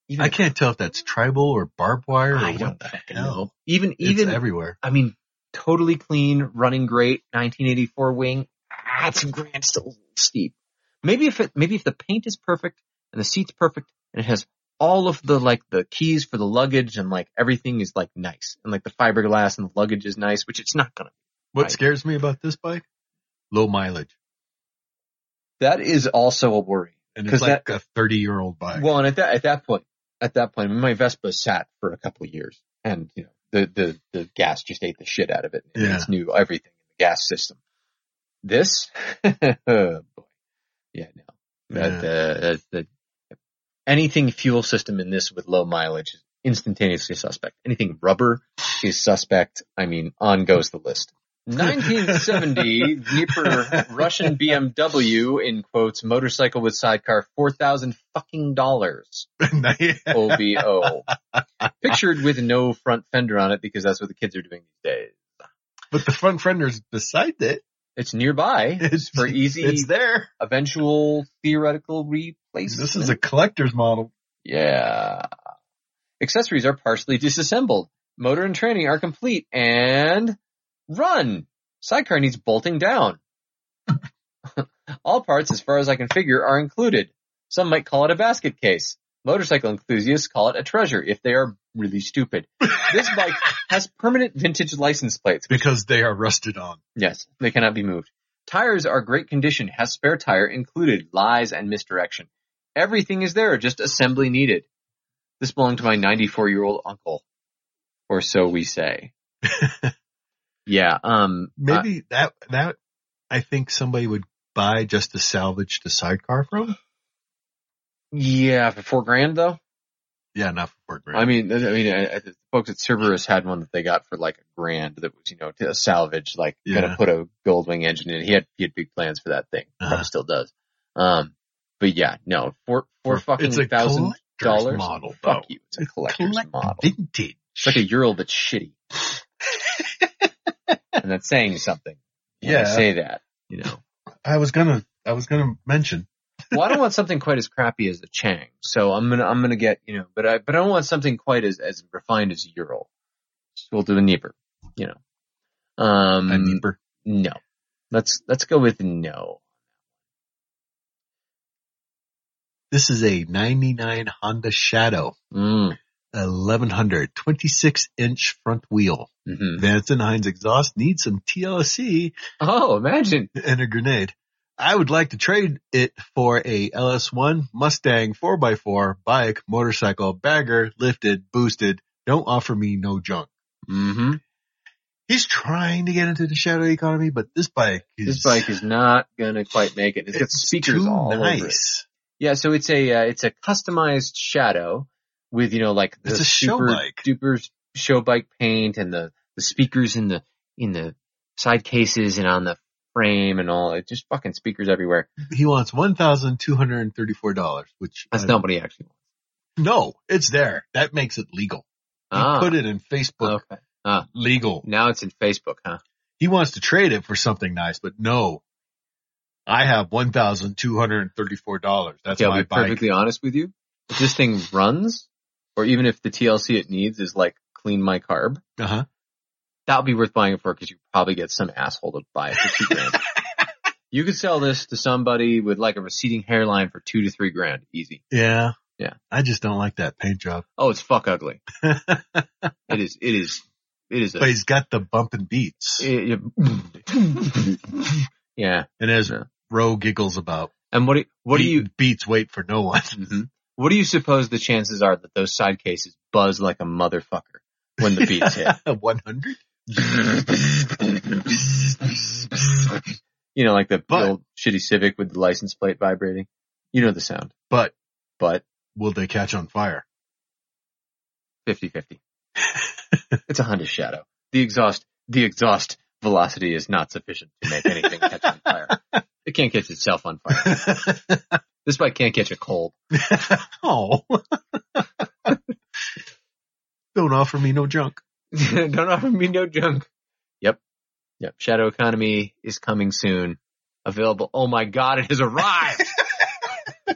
Speaker 3: even
Speaker 1: I can't tell if that's tribal or barbed wire or
Speaker 3: I
Speaker 1: what
Speaker 3: don't
Speaker 1: the
Speaker 3: fucking
Speaker 1: hell.
Speaker 3: know. Even
Speaker 1: It's
Speaker 3: even
Speaker 1: everywhere.
Speaker 3: I mean, totally clean, running great, 1984 wing. Ah, two grand still a little steep. Maybe if it, maybe if the paint is perfect and the seat's perfect and it has all of the like the keys for the luggage and like everything is like nice and like the fiberglass and the luggage is nice, which it's not gonna.
Speaker 1: What
Speaker 3: Right.
Speaker 1: scares me about this bike? Low mileage.
Speaker 3: That is also a worry.
Speaker 1: And it's
Speaker 3: 'Cause
Speaker 1: like a 30 year old bike. (laughs)
Speaker 3: Well, and at that at that point, at that point, my Vespa sat for a couple of years, and you know the the the gas just ate the shit out of it. And
Speaker 1: Yeah.
Speaker 3: It's new everything in the gas system. This, (laughs) oh boy, yeah, no, that,
Speaker 1: Yeah.
Speaker 3: uh, that, that anything fuel system in this with low mileage is
Speaker 1: (laughs)
Speaker 3: instantaneously suspect. Anything rubber is suspect. I mean, on goes the list. 1970 Dnieper Russian BMW in quotes motorcycle with sidecar four thousand fucking dollars OBO pictured with no front fender on it because that's what the kids are doing these days.
Speaker 1: but the front fender's beside it.
Speaker 3: It's nearby
Speaker 1: It's
Speaker 3: for easy
Speaker 1: It's there.
Speaker 3: eventual theoretical replacement.
Speaker 1: This is a collector's model.
Speaker 3: Yeah. Accessories are partially disassembled. Motor and training are complete and run. Sidecar needs bolting down. (laughs) All parts, as far as I can figure, are included. Some might call it a basket case. Motorcycle enthusiasts call it a treasure if they are really stupid. This bike has permanent vintage license plates.
Speaker 1: Because they are rusted on.
Speaker 3: Yes, they cannot be moved. Tires are great condition, has spare tire included, lies and misdirection. Everything is there, just assembly needed. This belonged to my 94 year old uncle. Or so
Speaker 1: (laughs)
Speaker 3: we say. yeah, um, uh,
Speaker 1: Maybe that, that, I think somebody would buy just to salvage the sidecar from.
Speaker 3: yeah, for four grand though.
Speaker 1: Yeah, not for four grand.
Speaker 3: I mean, I mean, I, I, the folks at Cerberus had one that they got for like a grand that was, you know, to salvage, like
Speaker 1: Yeah.
Speaker 3: gonna put a Goldwing engine in. it. He had, he had big plans for that thing.
Speaker 1: Uh-huh.
Speaker 3: Probably still does. Um, but yeah, no, four, four fucking
Speaker 1: it's a
Speaker 3: thousand
Speaker 1: collector's
Speaker 3: dollars.
Speaker 1: model.
Speaker 3: Fuck
Speaker 1: though.
Speaker 3: you. It's a collector's
Speaker 1: Collect-
Speaker 3: model.
Speaker 1: Vintage.
Speaker 3: It's like a Ural
Speaker 1: (laughs)
Speaker 3: but shitty. and that's saying something. when I
Speaker 1: Yeah.
Speaker 3: say that, you know.
Speaker 1: I was gonna, I was gonna mention.
Speaker 3: Well, I don't want something quite as crappy as the Chang. So I'm gonna, I'm gonna get, you know, but I, but I don't want something quite as, as refined as Ural. So we'll do a Nieper, you know. Um,
Speaker 1: a Nieper.
Speaker 3: no. Let's, let's go with no.
Speaker 1: This is a 99 Honda Shadow
Speaker 3: Mm.
Speaker 1: 1100, 26 inch front wheel.
Speaker 3: hmm
Speaker 1: Vance and Hines exhaust needs some TLC
Speaker 3: Oh, imagine.
Speaker 1: and a grenade. I would like to trade it for a LS1 Mustang 4x4 bike, motorcycle, bagger, lifted, boosted. Don't offer me no junk.
Speaker 3: hmm
Speaker 1: He's trying to get into the shadow economy, but this bike is
Speaker 3: This bike is not gonna quite make it. It's got speakers
Speaker 1: too
Speaker 3: all over it.
Speaker 1: nice.
Speaker 3: Yeah, so it's a uh, it's a customized shadow with you know like the
Speaker 1: It's a show
Speaker 3: super
Speaker 1: bike.
Speaker 3: duper show bike paint and the the speakers in the in the side cases and on the frame and all. It just fucking speakers everywhere.
Speaker 1: He wants one thousand two hundred and thirty-four dollars, which
Speaker 3: That's
Speaker 1: I-
Speaker 3: not what he actually wants.
Speaker 1: No, it's there. That makes it legal. He
Speaker 3: Ah, Oh.
Speaker 1: put it in Facebook
Speaker 3: okay.
Speaker 1: legal.
Speaker 3: Now it's in Facebook, huh?
Speaker 1: He wants to trade it for something nice, but no. I have one thousand two hundred and thirty-four dollars. That's
Speaker 3: Okay, I'll
Speaker 1: my
Speaker 3: be
Speaker 1: bike.
Speaker 3: perfectly honest with you. If this thing runs, or even if the TLC it needs is like clean my carb,
Speaker 1: uh-huh.
Speaker 3: that would be worth buying it for because you could probably get some asshole to buy it for two grand. you could sell this to somebody with like a receding hairline for two to three grand, easy.
Speaker 1: Yeah.
Speaker 3: Yeah.
Speaker 1: I just don't like that paint job.
Speaker 3: Oh, it's fuck ugly.
Speaker 1: but
Speaker 3: It is. It is. It is. A,
Speaker 1: he's got the bumping beats,
Speaker 3: it- it- yeah.
Speaker 1: and as
Speaker 3: Yeah.
Speaker 1: Roe giggles about,
Speaker 3: And what do what do
Speaker 1: "Beat-
Speaker 3: you
Speaker 1: beats wait for no one?
Speaker 3: mhm. what do you suppose the chances are that those side cases buzz like a motherfucker when the
Speaker 1: (laughs)
Speaker 3: beats hit?
Speaker 1: One
Speaker 3: (laughs)
Speaker 1: hundred.
Speaker 3: you know, like the
Speaker 1: But-
Speaker 3: old shitty Civic with the license plate vibrating. You know the sound,
Speaker 1: But
Speaker 3: but
Speaker 1: will they catch on fire? (laughs)
Speaker 3: 50-50. (laughs) it's a Honda Shadow. The exhaust, the exhaust velocity is not sufficient to make anything catch on fire. It can't catch itself on fire. This bike can't catch a cold.
Speaker 1: oh. (laughs) Don't offer me no junk.
Speaker 3: (laughs) Don't offer me no junk. Yep. Yep. Shadow Economy is coming soon. Available. Oh my God, it has (laughs) arrived.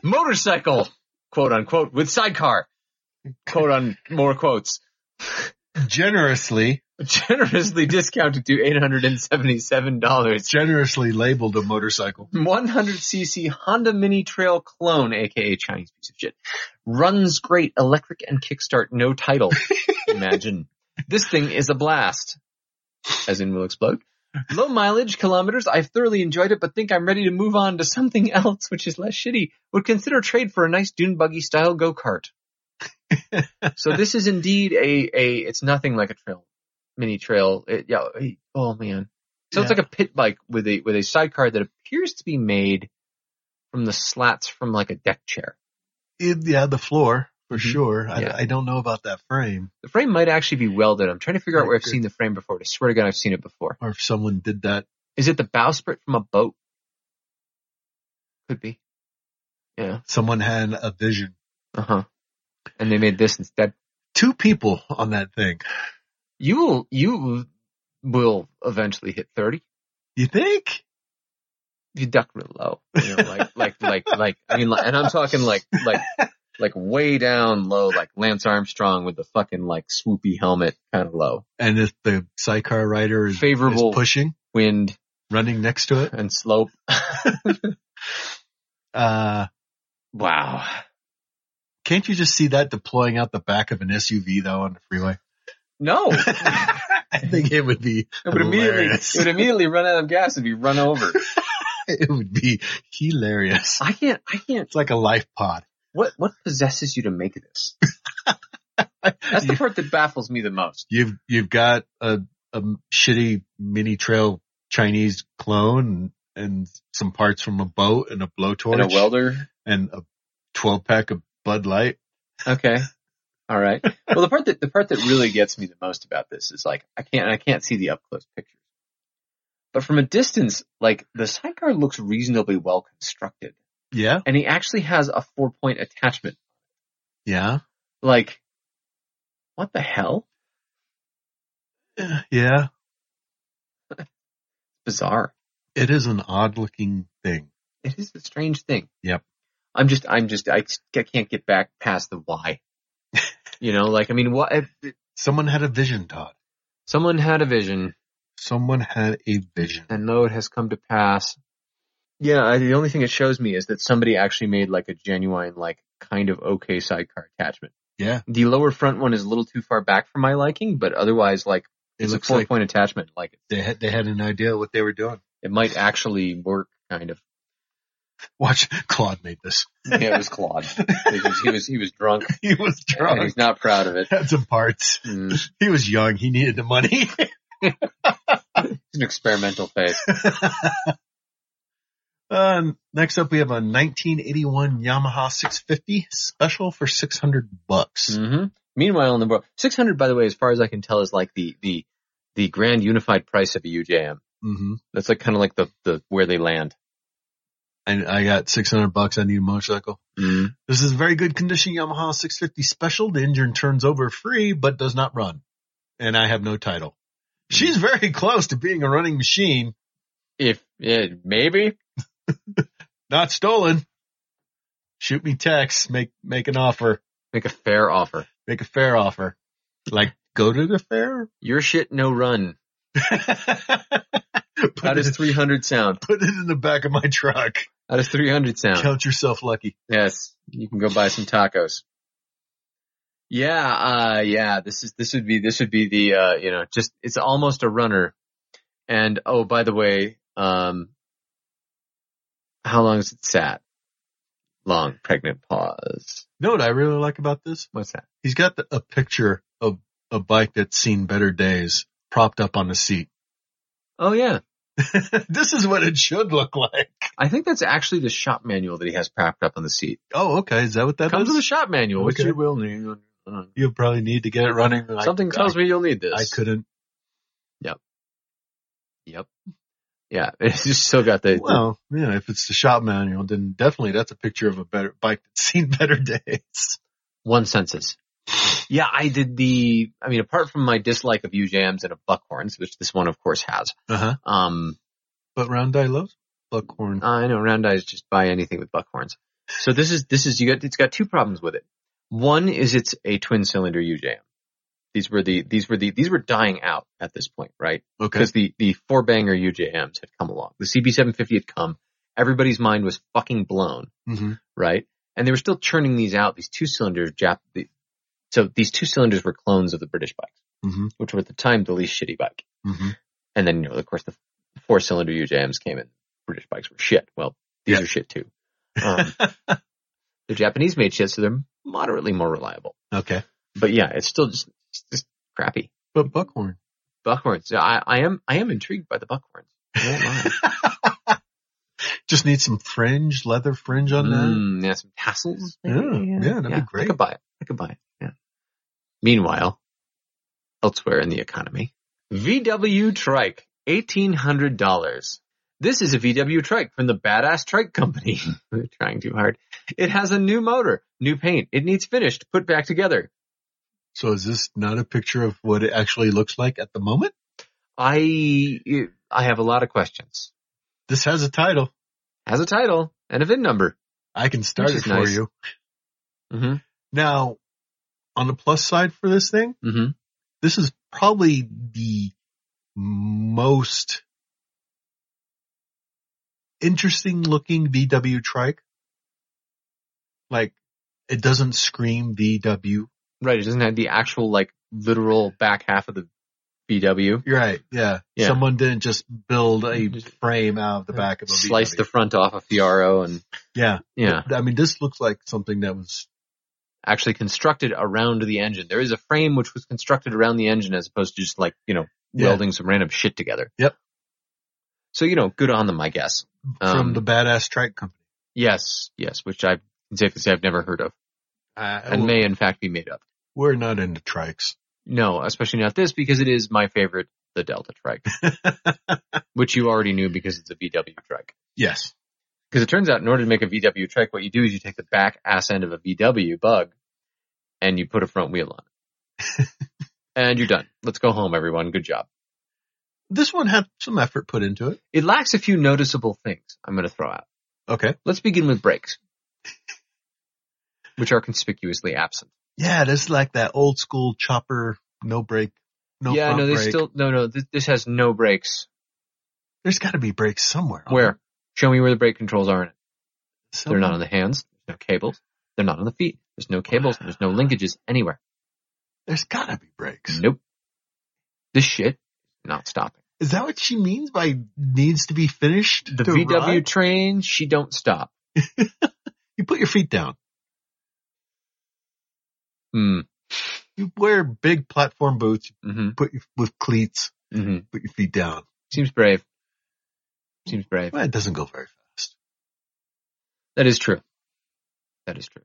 Speaker 3: Motorcycle, quote unquote, with sidecar, quote on more quotes,
Speaker 1: Generously,
Speaker 3: generously discounted to $877.
Speaker 1: generously labeled a motorcycle.
Speaker 3: 100cc Honda Mini Trail clone, aka Chinese piece of shit. Runs great, electric and kickstart, no title. Imagine. This thing is a blast. As in will explode. Low mileage, kilometers, I've thoroughly enjoyed it, but think I'm ready to move on to something (laughs) else which is less shitty. Would consider trade for a nice dune buggy style go-kart. so this is indeed a, a, it's nothing like a trail, mini trail. It, yeah, it- oh man. So it's
Speaker 1: Yeah.
Speaker 3: like a pit bike with a, with a sidecar that appears to be made from the slats from like a deck chair.
Speaker 1: It- yeah, the floor for sure. I,
Speaker 3: Mm-hmm. Yeah.
Speaker 1: I don't know about that frame
Speaker 3: The frame might actually be welded. I'm trying to figure out
Speaker 1: Oh,
Speaker 3: where I've
Speaker 1: good.
Speaker 3: seen the frame before. I swear to God, I've seen it before.
Speaker 1: or if someone did that.
Speaker 3: Is it the bowsprit from a boat? Could be. Yeah.
Speaker 1: Someone had a vision.
Speaker 3: Uh huh. And they made this instead.
Speaker 1: Two people on that thing.
Speaker 3: You will, you will eventually hit 30.
Speaker 1: You think?
Speaker 3: You duck real low. You know, like, (laughs) like, like, like, I mean, like, and I'm talking like, like, like way down low, like Lance Armstrong with the fucking like swoopy helmet kind of low.
Speaker 1: And if the sidecar rider is, is
Speaker 3: Favorable
Speaker 1: pushing,
Speaker 3: wind
Speaker 1: running next to
Speaker 3: (laughs)
Speaker 1: it,
Speaker 3: and slope.
Speaker 1: uh,
Speaker 3: wow.
Speaker 1: can't you just see that deploying out the back of an SUV though on the freeway? (laughs)
Speaker 3: No.
Speaker 1: I think it would be,
Speaker 3: It would immediately, it
Speaker 1: Hilarious.
Speaker 3: would immediately run out of gas and be run over.
Speaker 1: (laughs) it would be hilarious.
Speaker 3: I can't, I can't.
Speaker 1: It's like a life pod.
Speaker 3: What, what possesses you to make this? That's the
Speaker 1: You-
Speaker 3: part that baffles me the most.
Speaker 1: You've, you've got a, a shitty mini trail Chinese clone and, and some parts from a boat and a blowtorch
Speaker 3: And a welder.
Speaker 1: and a 12 pack of Bud Light.
Speaker 3: Okay. All right. Well, the part that, the part that really gets me the most about this is like, I can't, I can't see the up close pictures. But from a distance, like the sidecar looks reasonably well constructed
Speaker 1: Yeah.
Speaker 3: and he actually has a four point attachment.
Speaker 1: Yeah.
Speaker 3: Like, what the hell?
Speaker 1: Yeah.
Speaker 3: Bizarre.
Speaker 1: It is an odd looking thing.
Speaker 3: It is a strange thing.
Speaker 1: Yep.
Speaker 3: I'm just, I'm just, I just- I can't get back past the why. you know, like, I mean, what if
Speaker 1: Someone had a vision, Todd.
Speaker 3: someone had a vision
Speaker 1: Someone had a vision.
Speaker 3: and lo, it has come to pass. Yeah, I, the only thing it shows me is that somebody actually made like a genuine, like, kind of okay sidecar attachment.
Speaker 1: Yeah.
Speaker 3: The lower front one is a little too far back for my liking, but otherwise, like,
Speaker 1: It
Speaker 3: it's
Speaker 1: looks
Speaker 3: a four
Speaker 1: like
Speaker 3: point attachment. Like,
Speaker 1: they had, they had an idea what they were doing. (laughs)
Speaker 3: it might actually work, kind of.
Speaker 1: Watch, Claude made this.
Speaker 3: (laughs)
Speaker 1: (laughs)
Speaker 3: Yeah, it was Claude. he, was, he was, he was (laughs) drunk
Speaker 1: He was
Speaker 3: and
Speaker 1: drunk.
Speaker 3: he's not proud of it.
Speaker 1: Had some parts.
Speaker 3: Mm.
Speaker 1: He was young. He needed the money. (laughs)
Speaker 3: It's an experimental phase. (laughs)
Speaker 1: (laughs) Um, next up, we have a 1981 Yamaha 650 special for 600 bucks.
Speaker 3: hmm Meanwhile, in the world, 600, by the way, as far as I can tell, is like the, the, the grand unified price of a UJM.
Speaker 1: Mm-hmm.
Speaker 3: That's like kind of like the, the, where they land.
Speaker 1: And I got 600 bucks. I need a motorcycle.
Speaker 3: Mm.
Speaker 1: This is a very good condition Yamaha 650 special. The engine turns over free, but does not run. And I have no title.
Speaker 3: Mm.
Speaker 1: She's very close to being a running machine.
Speaker 3: If, yeah, maybe.
Speaker 1: Not stolen. Shoot me text. Make, make an offer.
Speaker 3: Make a fair offer.
Speaker 1: Make a fair offer. Like, go to the fair? (laughs)
Speaker 3: Your shit, no run.
Speaker 1: put,
Speaker 3: How does
Speaker 1: it,
Speaker 3: 300 sound?
Speaker 1: put it in the back of my truck.
Speaker 3: How does 300 sound?
Speaker 1: Count yourself lucky.
Speaker 3: Yes. You can go buy some tacos. Yeah, uh, yeah, this is, this would be, this would be the, uh, you know, just, it's almost a runner. And, oh, by the way, um, how long is it sat? Long pregnant pause.
Speaker 1: You know what I really like about this?
Speaker 3: What's that?
Speaker 1: He's got the, a picture of a bike that's seen better days propped up on the seat. (laughs)
Speaker 3: Oh yeah.
Speaker 1: this is what it should look like.
Speaker 3: I think that's actually the shop manual that he has propped up on the seat.
Speaker 1: Oh, okay. Is that what that
Speaker 3: Comes
Speaker 1: is?
Speaker 3: with a shop manual, which
Speaker 1: Okay.
Speaker 3: you will need. Uh,
Speaker 1: You'll probably need to get it running. I-
Speaker 3: Something tells
Speaker 1: I,
Speaker 3: me you'll need this.
Speaker 1: I couldn't.
Speaker 3: Yep. Yeah. (laughs) It's just still got the,
Speaker 1: Well, yeah, if it's the shop manual, then definitely that's a picture of a better bike that's seen (laughs) better days.
Speaker 3: one census. Yeah, I did the, I mean, apart from my dislike of UJMs and of buckhorns, which this one of course has,
Speaker 1: Uh huh.
Speaker 3: um,
Speaker 1: But round eye loves buckhorn.
Speaker 3: I know round eyes just buy anything with buckhorns. So this is, this is, you got, it's got two problems with it. One is it's a twin cylinder UJM. These were the, these were the, these were dying out at this point, right?
Speaker 1: okay.
Speaker 3: Because the, the four banger UJMs had come along. The CB750 had come. Everybody's mind was fucking blown.
Speaker 1: Mm-hmm.
Speaker 3: right? And they were still churning these out, these two cylinder Jap. The, so these two cylinders were clones of the British bikes,
Speaker 1: Mhm.
Speaker 3: which were at the time the least shitty bike.
Speaker 1: Mm-hmm.
Speaker 3: And then, you know, of course, the four cylinder UJMs came in. British bikes were shit. Well, these
Speaker 1: Yeah.
Speaker 3: are shit too. Um, they're Japanese made shit, so they're moderately more reliable.
Speaker 1: Okay.
Speaker 3: But yeah, it's still just, it's just crappy.
Speaker 1: But buckhorn.
Speaker 3: Buckhorns. I, I am I am intrigued by the buckhorns. I won't lie.
Speaker 1: (laughs) Just need some fringe, leather fringe on that. Oh,
Speaker 3: Mm, yeah, some tassels. maybe?
Speaker 1: Yeah, yeah, that'd be
Speaker 3: I
Speaker 1: great.
Speaker 3: could buy it. I could buy it. Yeah. Meanwhile, elsewhere in the economy, VW trike, $1,800. This is a VW trike from the badass trike company. (laughs) They're trying too hard. It has a new motor, new paint. It needs finished, put back together.
Speaker 1: So is this not a picture of what it actually looks like at the moment?
Speaker 3: I, I have a lot of questions.
Speaker 1: This has a title.
Speaker 3: Has a title and a VIN number.
Speaker 1: I can start
Speaker 3: Which
Speaker 1: it
Speaker 3: is
Speaker 1: for
Speaker 3: nice.
Speaker 1: you.
Speaker 3: hmm
Speaker 1: Now, on the plus side for this thing,
Speaker 3: hmm
Speaker 1: this is probably the most interesting looking VW trike. Like, it doesn't scream VW.
Speaker 3: Right. It doesn't have the actual, like, literal back half of the VW.
Speaker 1: You're right. Yeah.
Speaker 3: Yeah.
Speaker 1: Someone didn't just build a
Speaker 3: Just-
Speaker 1: frame out of the back of a
Speaker 3: Slice
Speaker 1: VW.
Speaker 3: the front off a Fiaro and,
Speaker 1: yeah.
Speaker 3: yeah.
Speaker 1: I mean, this looks like something that was,
Speaker 3: actually constructed around the engine. There is a frame which was constructed around the engine as opposed to just like, you know,
Speaker 1: Yeah.
Speaker 3: welding some random shit together.
Speaker 1: Yep.
Speaker 3: So, you know, good on them, I guess.
Speaker 1: from
Speaker 3: Um,
Speaker 1: the badass trike company.
Speaker 3: Yes, yes, which I can safely say I've never heard of
Speaker 1: Uh,
Speaker 3: and may in fact be made up.
Speaker 1: we're not into trikes. (laughs)
Speaker 3: No, especially not this because it is my favorite, the Delta
Speaker 1: (laughs)
Speaker 3: trike, which you already knew because it's a VW trike.
Speaker 1: yes.
Speaker 3: Because it turns out in order to make a VW trike, what you do is you take the back ass end of a VW bug and you put a front wheel on it. (laughs) and you're done. Let's go home, everyone. Good job.
Speaker 1: This one had some effort put into it.
Speaker 3: It lacks a few noticeable things I'm going to throw out.
Speaker 1: Okay.
Speaker 3: Let's begin with brakes, which are conspicuously absent.
Speaker 1: Yeah, this is like that old school chopper, no brake, no
Speaker 3: yeah,
Speaker 1: front
Speaker 3: no, there's
Speaker 1: brake.
Speaker 3: still, no, no, this, this has no brakes.
Speaker 1: There's got to be brakes somewhere.
Speaker 3: Where? Show me where the brake controls are in it. They're
Speaker 1: Somewhere.
Speaker 3: not on the hands. There's no cables. They're not on the feet. There's no cables. There's no linkages anywhere.
Speaker 1: There's got to be brakes.
Speaker 3: Nope. This shit not stopping.
Speaker 1: Is that what she means by needs to be finished?
Speaker 3: The
Speaker 1: to
Speaker 3: VW
Speaker 1: ride?
Speaker 3: train, she don't stop.
Speaker 1: You put your feet down.
Speaker 3: Mm,
Speaker 1: You wear big platform boots. You
Speaker 3: hmm
Speaker 1: put your, with cleats.
Speaker 3: hmm
Speaker 1: Put your feet down.
Speaker 3: Seems brave. Seems brave.
Speaker 1: Well, it doesn't go very fast.
Speaker 3: That is true. That is true.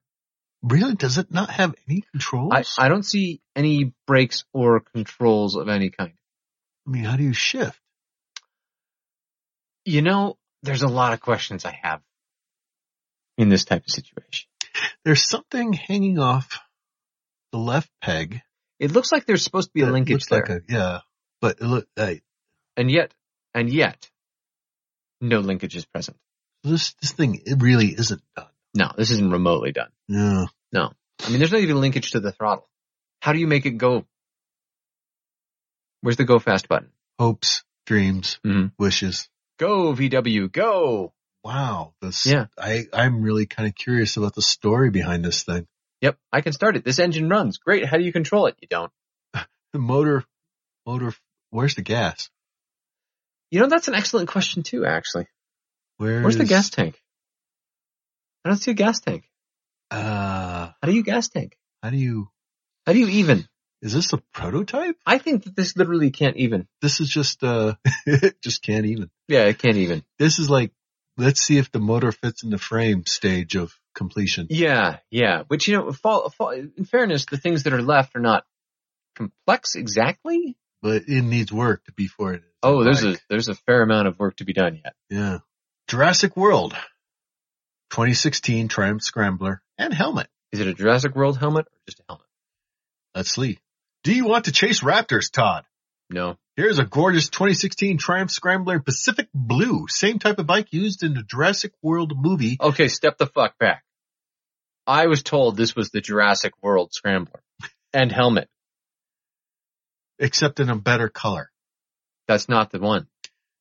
Speaker 1: Really? Does it not have any controls?
Speaker 3: I, I don't see any brakes or controls of any kind.
Speaker 1: I mean, how do you shift?
Speaker 3: You know, there's a lot of questions I have in this type of situation.
Speaker 1: There's something hanging off the left peg.
Speaker 3: It looks like there's supposed to be a
Speaker 1: that looks
Speaker 3: linkage there.
Speaker 1: Like a, yeah, but it look, uh,
Speaker 3: and yet, and yet, no linkage is present.
Speaker 1: this this thing it really isn't done.
Speaker 3: No, this isn't remotely done.
Speaker 1: Yeah.
Speaker 3: I mean, there's not even a linkage to the throttle. How do you make it go? Where's the go fast button?
Speaker 1: Hopes, dreams,
Speaker 3: Mhm.
Speaker 1: wishes.
Speaker 3: Go VW, go!
Speaker 1: Wow. This,
Speaker 3: Yeah.
Speaker 1: I I'm really kind of curious about the story behind this thing.
Speaker 3: Yep, I can start it. This engine runs. Great. How do you control it? You don't.
Speaker 1: The motor, motor. Where's the gas?
Speaker 3: You know, that's an excellent question too, actually.
Speaker 1: Where
Speaker 3: Where's the
Speaker 1: is-
Speaker 3: gas tank? I don't see a gas tank.
Speaker 1: Uh,
Speaker 3: How do you gas tank?
Speaker 1: how do you?
Speaker 3: How do you even?
Speaker 1: Is this a prototype?
Speaker 3: I think that this literally can't even.
Speaker 1: This is just uh, (laughs) just can't even.
Speaker 3: Yeah, it can't even.
Speaker 1: This is like, let's see if the motor fits in the frame stage of completion.
Speaker 3: Yeah, yeah. Which you know, fall, fall, in fairness, the things that are left are not complex exactly.
Speaker 1: But it needs work before it. Is
Speaker 3: Oh, there's
Speaker 1: like-
Speaker 3: a there's a fair amount of work to be done yet.
Speaker 1: Yeah. Jurassic World. 2016 Triumph Scrambler and helmet.
Speaker 3: Is it a Jurassic World helmet or just a helmet?
Speaker 1: Let's see. Do you want to chase raptors, Todd?
Speaker 3: No.
Speaker 1: Here's a gorgeous 2016 Triumph Scrambler in Pacific Blue, same type of bike used in the Jurassic World movie.
Speaker 3: Okay, step the fuck back. I was told this was the Jurassic World Scrambler and helmet.
Speaker 1: Except in a better color.
Speaker 3: That's not the one.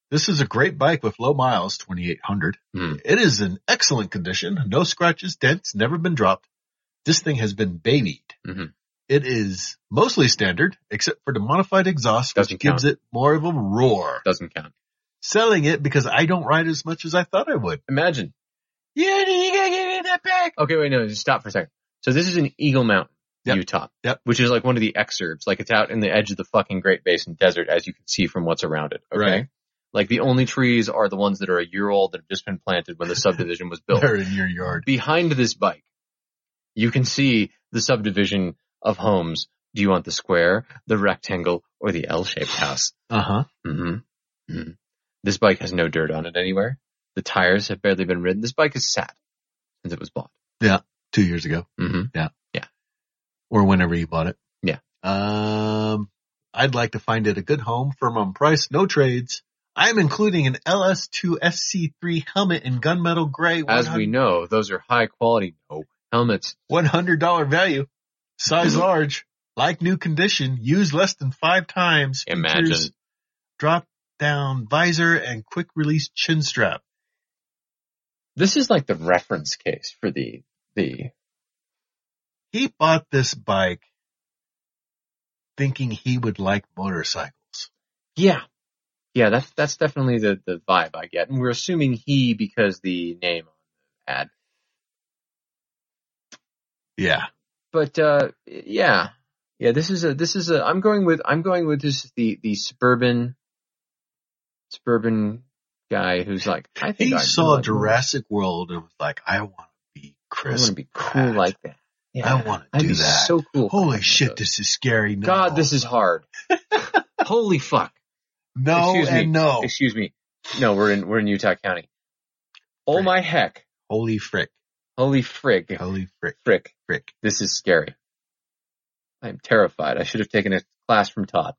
Speaker 1: This is a great bike with low miles, 2800.
Speaker 3: Hmm.
Speaker 1: It is in excellent condition. No scratches, dents, never been dropped. This thing has been babied.
Speaker 3: Mhm.
Speaker 1: It is mostly standard, except for the modified exhaust,
Speaker 3: Doesn't
Speaker 1: which gives it more of a roar.
Speaker 3: Doesn't count.
Speaker 1: Selling it because I don't ride as much as I thought I would.
Speaker 3: Imagine.
Speaker 1: Yeah, you gotta give me that back.
Speaker 3: Okay, wait, no, just stop for a second. So this is in Eagle Mountain,
Speaker 1: Yep.
Speaker 3: Utah.
Speaker 1: Yep.
Speaker 3: Which is like one of the exurbs. Like it's out in the edge of the fucking Great Basin Desert as you can see from what's around it. Okay.
Speaker 1: Right.
Speaker 3: Like the only trees are the ones that are a year old that have
Speaker 1: (laughs)
Speaker 3: just been planted when the subdivision was built.
Speaker 1: They're in your yard.
Speaker 3: Behind this bike, you can see the subdivision of homes. Do you want the square, the rectangle, or the L-shaped house?
Speaker 1: Uh huh.
Speaker 3: Mm-hmm. hmm This bike has no dirt on it anywhere. The tires have barely been ridden. This bike is sat since it was bought.
Speaker 1: Two years ago
Speaker 3: Mm-hmm.
Speaker 1: or whenever you bought it.
Speaker 3: Yeah.
Speaker 1: Um, I'd like to find it a good home, firm on price, no trades. I'm including an LS2 SC3 helmet in gunmetal gray,
Speaker 3: As we know, those are high quality no helmets.
Speaker 1: $100 value, size
Speaker 3: (laughs)
Speaker 1: large, like new condition, used less than five times.
Speaker 3: Imagine.
Speaker 1: Drop down visor and quick release chin strap.
Speaker 3: This is like the reference case for the the
Speaker 1: He bought this bike thinking he would like motorcycles.
Speaker 3: Yeah. Yeah, that's that's definitely the, the vibe I get. And we're assuming he because the name on the ad.
Speaker 1: Yeah.
Speaker 3: But uh yeah. Yeah, this is a this is a I'm going with I'm going with this the the suburban suburban guy who's like I think
Speaker 1: He
Speaker 3: I
Speaker 1: saw
Speaker 3: like,
Speaker 1: Jurassic World and was like, I want to be
Speaker 3: I want
Speaker 1: Chris.
Speaker 3: to be cool
Speaker 1: Pratt.
Speaker 3: like that. Yeah.
Speaker 1: I want to
Speaker 3: I'd
Speaker 1: do
Speaker 3: be
Speaker 1: that.
Speaker 3: so cool.
Speaker 1: Holy shit, this is scary. No.
Speaker 3: God, this
Speaker 1: (laughs)
Speaker 3: is hard. Holy fuck.
Speaker 1: no
Speaker 3: excuse me.
Speaker 1: and no.
Speaker 3: Excuse me. No, we're in we're in Utah County. Oh
Speaker 1: Frick.
Speaker 3: my heck.
Speaker 1: Holy frick.
Speaker 3: Holy frig.
Speaker 1: Holy frick.
Speaker 3: Frick.
Speaker 1: Frick.
Speaker 3: This is scary. I'm terrified. I should have taken a class from Todd.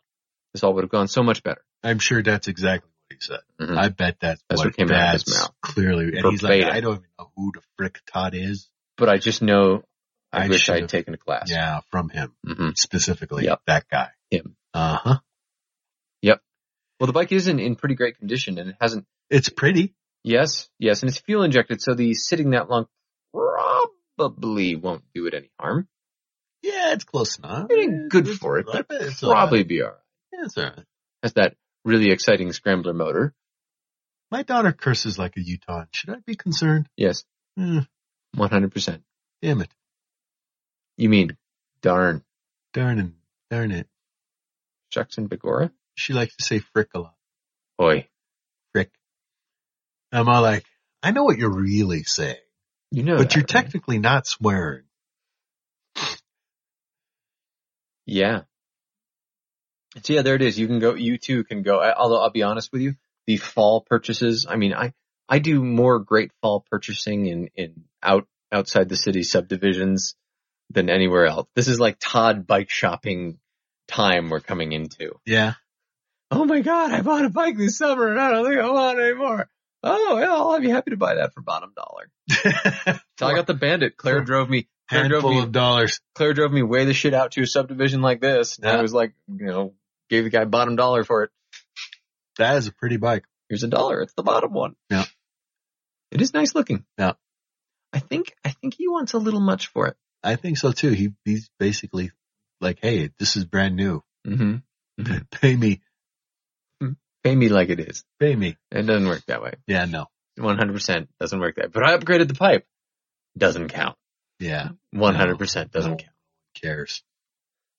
Speaker 3: This all would have gone so much better.
Speaker 1: I'm sure that's exactly what he said.
Speaker 3: Mhm.
Speaker 1: I bet that's,
Speaker 3: That's
Speaker 1: what,
Speaker 3: what came out of his
Speaker 1: that's
Speaker 3: mouth.
Speaker 1: Clearly. And he's like,
Speaker 3: Verbatim.
Speaker 1: I don't even know who the frick Todd is.
Speaker 3: but I just know I,
Speaker 1: I
Speaker 3: wish
Speaker 1: should
Speaker 3: I had
Speaker 1: have-
Speaker 3: taken a class.
Speaker 1: Yeah, from him
Speaker 3: hmm
Speaker 1: specifically.
Speaker 3: Yep.
Speaker 1: That guy.
Speaker 3: Him.
Speaker 1: Uh huh.
Speaker 3: Well, the bike is in, in pretty great condition and it hasn't.
Speaker 1: It's pretty.
Speaker 3: Yes, yes, and it's fuel injected, so the sitting that long probably won't do it any harm.
Speaker 1: Yeah, it's close enough.
Speaker 3: It ain't good
Speaker 1: It's-
Speaker 3: for it,
Speaker 1: I
Speaker 3: but
Speaker 1: bet it's
Speaker 3: probably be alright.
Speaker 1: alright. Yeah, it's alright.
Speaker 3: Has that really exciting scrambler motor.
Speaker 1: My daughter curses like a Utah. Should I be concerned?
Speaker 3: Yes,
Speaker 1: Hmm,
Speaker 3: 100%.
Speaker 1: damn it.
Speaker 3: You mean, darn,
Speaker 1: Darn it. Darn it.
Speaker 3: shucks and begorra?
Speaker 1: She likes to say frick a lot.
Speaker 3: Boy,
Speaker 1: Frick. I'm all like, I know what you're really saying,
Speaker 3: you know
Speaker 1: but
Speaker 3: that,
Speaker 1: you're
Speaker 3: right?
Speaker 1: technically not swearing.
Speaker 3: Yeah. So yeah, there it is. You can go, you too can go. I- Although I'll be honest with you, the fall purchases, I mean, I, I do more great fall purchasing in, in out, outside the city subdivisions than anywhere else. This is like Todd bike shopping time we're coming into.
Speaker 1: (laughs) Yeah.
Speaker 3: Oh my God, I bought a bike this summer and I don't think I want it anymore. Oh, well, I'll be happy to buy that for bottom dollar. So I got the bandit. Claire
Speaker 1: Sure.
Speaker 3: drove me, Claire drove
Speaker 1: Handful
Speaker 3: me
Speaker 1: of dollars.
Speaker 3: Claire drove me way the shit out to a subdivision like this. And I
Speaker 1: Yeah.
Speaker 3: was like, you know, gave the guy bottom dollar for it.
Speaker 1: That is a pretty bike.
Speaker 3: Here's a dollar. It's the bottom one.
Speaker 1: Yeah.
Speaker 3: It is nice looking.
Speaker 1: Yeah.
Speaker 3: I think, I think he wants a little much for it.
Speaker 1: I think so too. He, he's basically like, Hey, this is brand new. (laughs)
Speaker 3: Mm-hmm.
Speaker 1: Pay me.
Speaker 3: Pay me like it is.
Speaker 1: Pay me.
Speaker 3: It doesn't work that way.
Speaker 1: Yeah. No.
Speaker 3: 100% doesn't work that But I upgraded the pipe. Doesn't count.
Speaker 1: Yeah.
Speaker 3: 100% doesn't
Speaker 1: No.
Speaker 3: count.
Speaker 1: Cares.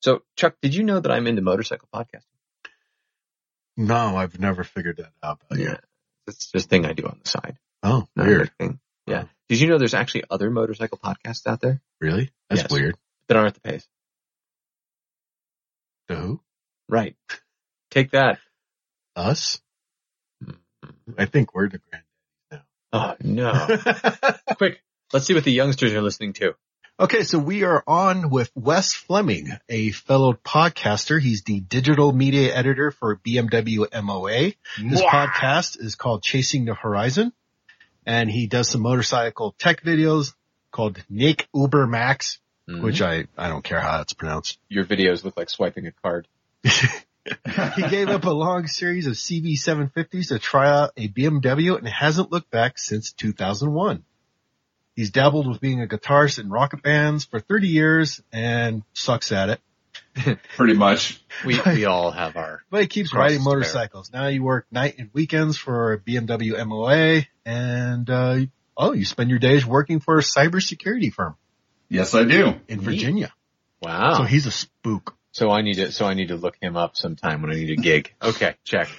Speaker 3: So Chuck, did you know that I'm into motorcycle podcasting?
Speaker 1: No, I've never figured that out. about you.
Speaker 3: It's just a thing I do on the side.
Speaker 1: Oh,
Speaker 3: Not a
Speaker 1: weird.
Speaker 3: big thing. Yeah.
Speaker 1: Wow.
Speaker 3: Did you know there's actually other motorcycle podcasts out there
Speaker 1: Really? That's
Speaker 3: Yes.
Speaker 1: weird.
Speaker 3: that aren't the pace?
Speaker 1: To who?
Speaker 3: Right. Take that.
Speaker 1: Us? I think we're the
Speaker 3: Oh
Speaker 1: (laughs)
Speaker 3: (laughs) no.
Speaker 1: grand.
Speaker 3: Quick. Let's see what the youngsters are listening to.
Speaker 1: Okay, so we are on with Wes Fleming, a fellow podcaster. He's the digital media editor for BMW MOA. His podcast is called Chasing the Horizon, and he does some motorcycle tech videos called Nick Uber Max,
Speaker 3: Mhm.
Speaker 1: which I, I don't care how it's pronounced.
Speaker 3: your videos look like swiping a card.
Speaker 1: He gave up a long series of CV750s to try out a BMW and hasn't looked back since 2001. He's dabbled with being a guitarist in rock bands for 30 years and sucks at it.
Speaker 2: pretty much.
Speaker 1: (laughs)
Speaker 3: We we all have our
Speaker 1: But he keeps
Speaker 3: Crosses
Speaker 1: riding
Speaker 3: the bear.
Speaker 1: motorcycles. Now you work night and weekends for BMW MOA and, uh, oh, you spend your days working for a cybersecurity firm
Speaker 2: Yes, I do.
Speaker 1: in
Speaker 3: Neat.
Speaker 1: Virginia.
Speaker 3: wow.
Speaker 1: So
Speaker 3: So,
Speaker 1: he's a spook.
Speaker 3: I need to so I need to look him up sometime when I need a gig. (laughs) Okay, check.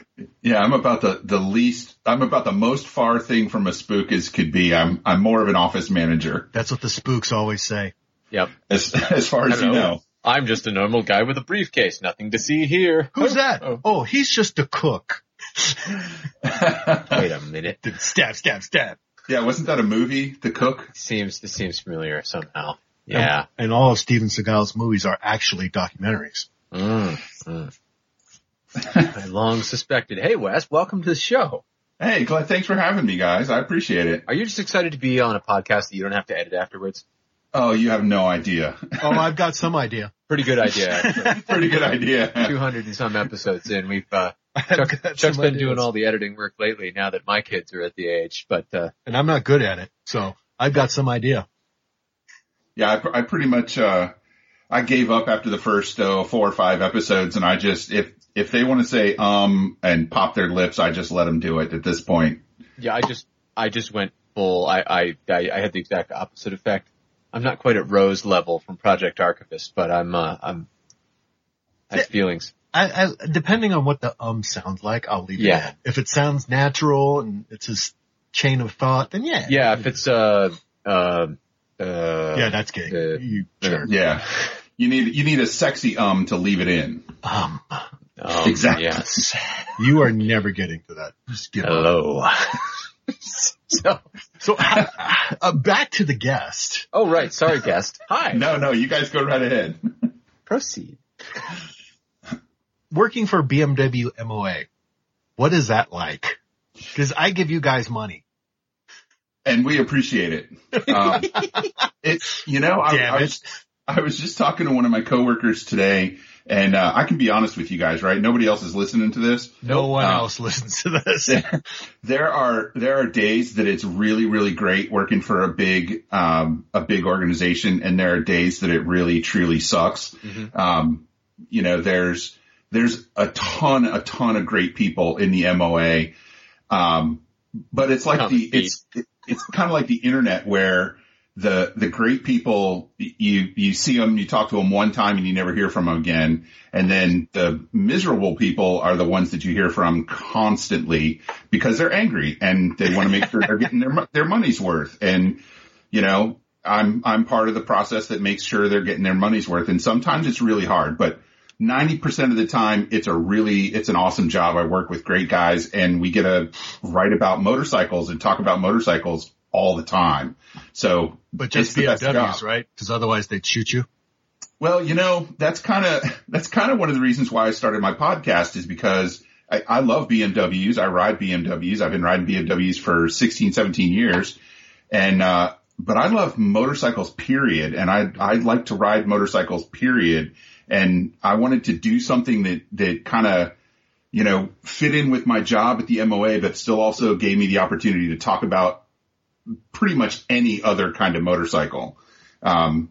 Speaker 2: Yeah, I'm about the, the least, I'm about the most far thing from a spook as could be. I'm, I'm more of an office manager.
Speaker 1: That's what the spooks always say.
Speaker 3: Yep.
Speaker 2: As (laughs) as far as you
Speaker 3: Hello.
Speaker 2: know.
Speaker 3: I'm just a normal guy with a briefcase. Nothing to see here.
Speaker 1: Who's that?
Speaker 3: Oh.
Speaker 1: Oh, he's just a cook.
Speaker 3: (laughs) Wait a minute.
Speaker 1: Stab, stab, stab.
Speaker 2: (laughs) yeah, wasn't that a movie? The Cook.
Speaker 3: Seems this seems familiar somehow.
Speaker 1: Yeah.
Speaker 3: Yeah.
Speaker 1: And all of Steven Seagal's movies are actually
Speaker 3: (laughs)
Speaker 1: documentaries.
Speaker 3: (laughs) Mm, mm. I long suspected. Hey Wes, welcome to the show.
Speaker 2: Hey, glad, thanks for having me, guys. I appreciate it.
Speaker 3: Are you just excited to be on a podcast that you don't have to edit afterwards?
Speaker 2: Oh, you have no idea. (laughs)
Speaker 1: Oh, I've got some idea.
Speaker 3: (laughs) Pretty good idea.
Speaker 2: Pretty
Speaker 3: (laughs)
Speaker 2: good idea.
Speaker 3: 200 and some episodes in, we've,
Speaker 2: (laughs)
Speaker 3: uh, Chuck,
Speaker 1: I've got
Speaker 3: Chuck's
Speaker 1: some
Speaker 3: been
Speaker 1: ideas.
Speaker 3: doing all the editing work lately now that my kids are at the age, but, uh,
Speaker 1: and I'm not good at it. So I've got some idea.
Speaker 2: Yeah, I, pr- I pretty much uh, I gave up after the first uh, four or five episodes, and I just if if they want to say um and pop their lips, I just let them do it at this point.
Speaker 3: yeah, I just, I just went full, I, I, I, I had the exact opposite effect. I'm not quite at Rose level from Project Archivist, but I'm, uh, I'm, I have feelings.
Speaker 1: I, I, depending on what the um sounds like, I'll leave it.
Speaker 3: Yeah.
Speaker 1: alone. If it sounds natural and it's his chain of thought, then yeah.
Speaker 3: Yeah, if it's, uh, uh, uh,
Speaker 1: Yeah, that's gay.
Speaker 3: Uh,
Speaker 1: you jerk.
Speaker 2: Yeah, you need you need a sexy um to leave it in.
Speaker 1: Um,
Speaker 3: um,
Speaker 2: Exactly.
Speaker 3: Yes.
Speaker 1: you are never getting to that. Just give up.
Speaker 3: Hello. (laughs) so,
Speaker 1: So (laughs) uh, back to the guest.
Speaker 3: oh right, sorry guest. Hi.
Speaker 2: No, no, you guys go right ahead.
Speaker 3: Proceed.
Speaker 1: Working for BMW MOA. What is that like? Cause I give you guys money.
Speaker 2: and we appreciate it. Um, it's you know, I,
Speaker 1: Damn
Speaker 2: I
Speaker 1: it.
Speaker 2: was I was just talking to one of my coworkers today, and uh, I can be honest with you guys, right? Nobody else is listening to this.
Speaker 1: (laughs) No one
Speaker 2: Uh,
Speaker 1: else listens to this.
Speaker 2: There, there are there are days that it's really really great working for a big um, a big organization, and there are days that it really truly sucks.
Speaker 3: Mhm.
Speaker 2: Um, you know, there's there's a ton a ton of great people in the MOA, um, but it's like
Speaker 3: Common
Speaker 2: the it's it- it's kind of like the internet where the the great people y- you you see them you talk to them one time and you never hear from them again and then the miserable people are the ones that you hear from constantly because they're angry and they want to make sure they're getting their mo- their money's worth and you know I'm I'm part of the process that makes sure they're getting their money's worth and sometimes it's really hard but 90% of the time it's a really it's an awesome job. I work with great guys and we get to write about motorcycles and talk about motorcycles all the time. So
Speaker 1: But just
Speaker 2: it's the best
Speaker 1: BMWs,
Speaker 2: job.
Speaker 1: right? Cause otherwise they'd shoot
Speaker 2: (laughs)
Speaker 1: you.
Speaker 2: Well, you know, that's kind of that's kind of one of the reasons why I started my podcast is because I, I love BMWs. I ride BMWs. I've been riding BMWs for 16, 17 years, and uh, but I love motorcycles. Period. And I I like to ride motorcycles. Period. And I wanted to do something that that kind of you know fit in with my job at the MOA, but still also gave me the opportunity to talk about pretty much any other kind of motorcycle. Um,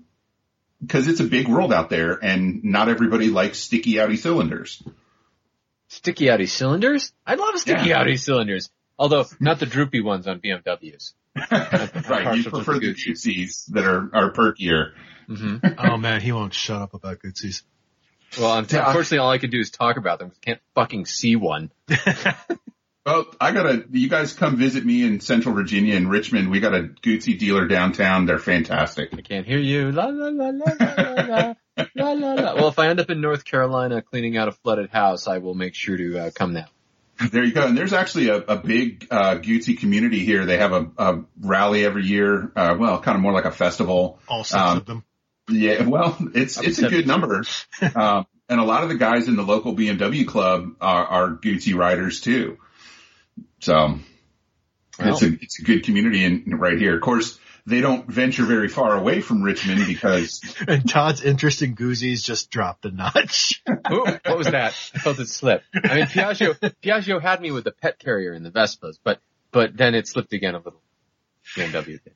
Speaker 2: because it's a big world out there and not everybody likes sticky outy cylinders.
Speaker 3: Sticky outy cylinders? I love sticky
Speaker 2: Yeah.
Speaker 3: outy cylinders. Although not the droopy ones on BMWs.
Speaker 2: (laughs) right. You
Speaker 3: partial to
Speaker 2: prefer the
Speaker 3: good.
Speaker 2: QCs that are, are perkier.
Speaker 3: hmm
Speaker 1: Oh man, he won't shut up about good season.
Speaker 3: Well, un-
Speaker 2: Yeah.
Speaker 3: unfortunately, all I can do is talk about them. 'cause I Can't fucking see one.
Speaker 2: Well, I gotta, you guys come visit me in central Virginia in Richmond. We got a Gucci dealer downtown. They're fantastic.
Speaker 3: I can't hear you. La la la la la la la, la la
Speaker 2: (laughs)
Speaker 3: la. Well, if I end up in North Carolina cleaning out a flooded house, I will make sure to uh, come now.
Speaker 2: There you go. And there's actually a, a big uh, Gucci community here. They have a, a rally every year. Uh, well, kind of more like a festival.
Speaker 1: All six
Speaker 2: Um,
Speaker 1: of them.
Speaker 2: Yeah, well, it's
Speaker 3: That'd be
Speaker 2: it's a good number, (laughs) um, and a lot of the guys in the local BMW club are, are Gucci riders too. So it's a it's a good community in right here. Of course, they don't venture very far away from Richmond because (laughs)
Speaker 1: And Todd's interest in Goozies just dropped a notch.
Speaker 3: (laughs) Ooh, what was that? I felt it slip. I mean, Piaggio, Piaggio had me with the pet carrier and the Vespas, but, but then it slipped again a little. BMW thing.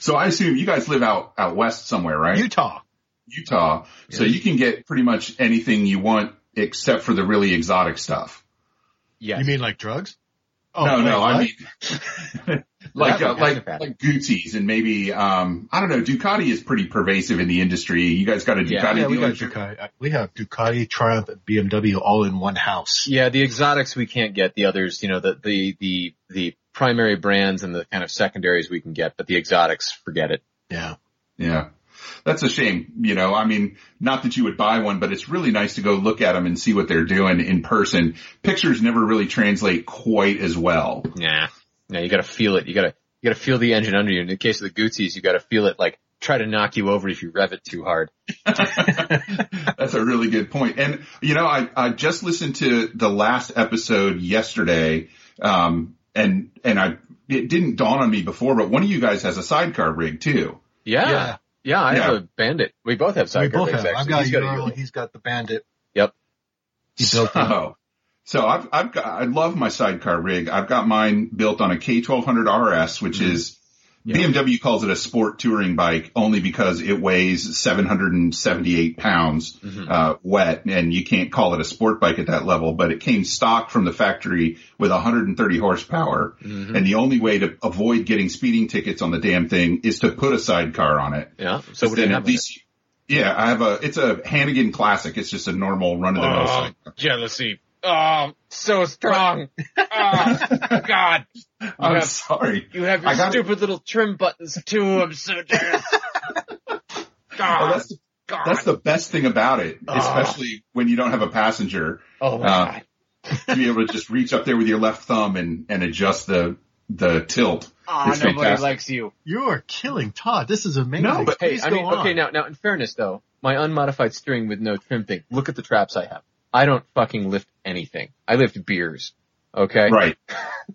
Speaker 2: so I assume you guys live out out west somewhere, right?
Speaker 1: Utah.
Speaker 2: Utah. So you can get pretty much anything you want except for the really exotic stuff.
Speaker 3: Yes.
Speaker 1: You mean like drugs? Oh,
Speaker 2: no, no,
Speaker 1: wait,
Speaker 2: I
Speaker 1: what?
Speaker 2: mean, (laughs) like,
Speaker 3: Yeah,
Speaker 2: uh, like,
Speaker 3: Japan.
Speaker 2: like Gucci's and maybe, um, I don't know, Ducati is pretty pervasive in the industry. You guys got a Ducati
Speaker 3: Yeah.
Speaker 1: yeah, we got
Speaker 2: dealership?
Speaker 1: Ducati. uh, We have Ducati, Triumph, and BMW all in one house.
Speaker 3: Yeah, the exotics we can't get. The others, you know, the the the the primary brands and the kind of secondaries we can get, but the exotics, forget it.
Speaker 1: Yeah.
Speaker 2: Yeah. That's a shame. You know, I mean, not that you would buy one, but it's really nice to go look at them and see what they're doing in person. Pictures never really translate quite as well. (laughs)
Speaker 3: Nah. Nah, you gotta feel it. You gotta, you gotta feel the engine under you. In the case of the Gootsies, you gotta feel it like try to knock you over if you rev it too hard.
Speaker 2: That's a really good point. And you know, I, I just listened to the last episode yesterday. Um, and, and I, it didn't dawn on me before, but one of you guys has a sidecar rig too.
Speaker 3: Yeah.
Speaker 1: Yeah.
Speaker 3: Yeah. I have
Speaker 2: Yeah.
Speaker 3: a bandit. We both have
Speaker 1: we
Speaker 3: sidecar
Speaker 1: both
Speaker 3: rigs,
Speaker 1: have. I've
Speaker 3: actually.
Speaker 1: got
Speaker 3: He's
Speaker 1: you
Speaker 3: got a
Speaker 1: know,
Speaker 3: Yuli.
Speaker 1: he's got the bandit.
Speaker 3: Yep.
Speaker 1: He built it.
Speaker 2: So, Oh. so I've, I've got, I love my sidecar rig. I've got mine built on a K1200 RS, which is
Speaker 3: Mm-hmm. Yeah.
Speaker 2: BMW calls it a sport touring bike only because it weighs 778 pounds,
Speaker 3: Mhm.
Speaker 2: uh, wet and you can't call it a sport bike at that level, but it came stock from the factory with 130 horsepower.
Speaker 1: Mm-hmm.
Speaker 3: Mhm.
Speaker 2: And the only way to avoid getting speeding tickets on the damn thing is to put a sidecar on it.
Speaker 3: Yeah. So what do
Speaker 2: Then
Speaker 3: you
Speaker 2: at
Speaker 3: have? with
Speaker 2: least- yeah, I have a, it's a Hannigan classic. It's just a normal run of the mill
Speaker 3: Oh,
Speaker 2: sidecar.
Speaker 3: it? Jealousy. Oh, so (laughs) strong. Oh, God.
Speaker 2: I'm
Speaker 3: Yeah.
Speaker 2: sorry.
Speaker 3: You have your
Speaker 2: I got-
Speaker 3: stupid little trim buttons too. I'm so jealous.
Speaker 2: Oh,
Speaker 3: God,
Speaker 2: that's
Speaker 3: God.
Speaker 2: that's the best thing about it,
Speaker 3: Ah.
Speaker 2: especially when you don't have a passenger,
Speaker 3: oh my
Speaker 2: uh,
Speaker 3: God.
Speaker 2: to be able to just reach up there with your left thumb and and adjust the the tilt.
Speaker 3: Oh,
Speaker 2: it's
Speaker 3: nobody
Speaker 2: fantastic.
Speaker 3: likes you.
Speaker 1: You are killing Todd. This is amazing.
Speaker 2: No, but-
Speaker 3: Hey,
Speaker 1: Please
Speaker 3: I
Speaker 1: go
Speaker 3: mean,
Speaker 1: on.
Speaker 3: okay, now, now in fairness though, my unmodified steering with no trim thing, look at the traps I have. I don't fucking lift anything. I lift beers. Okay?
Speaker 2: Right.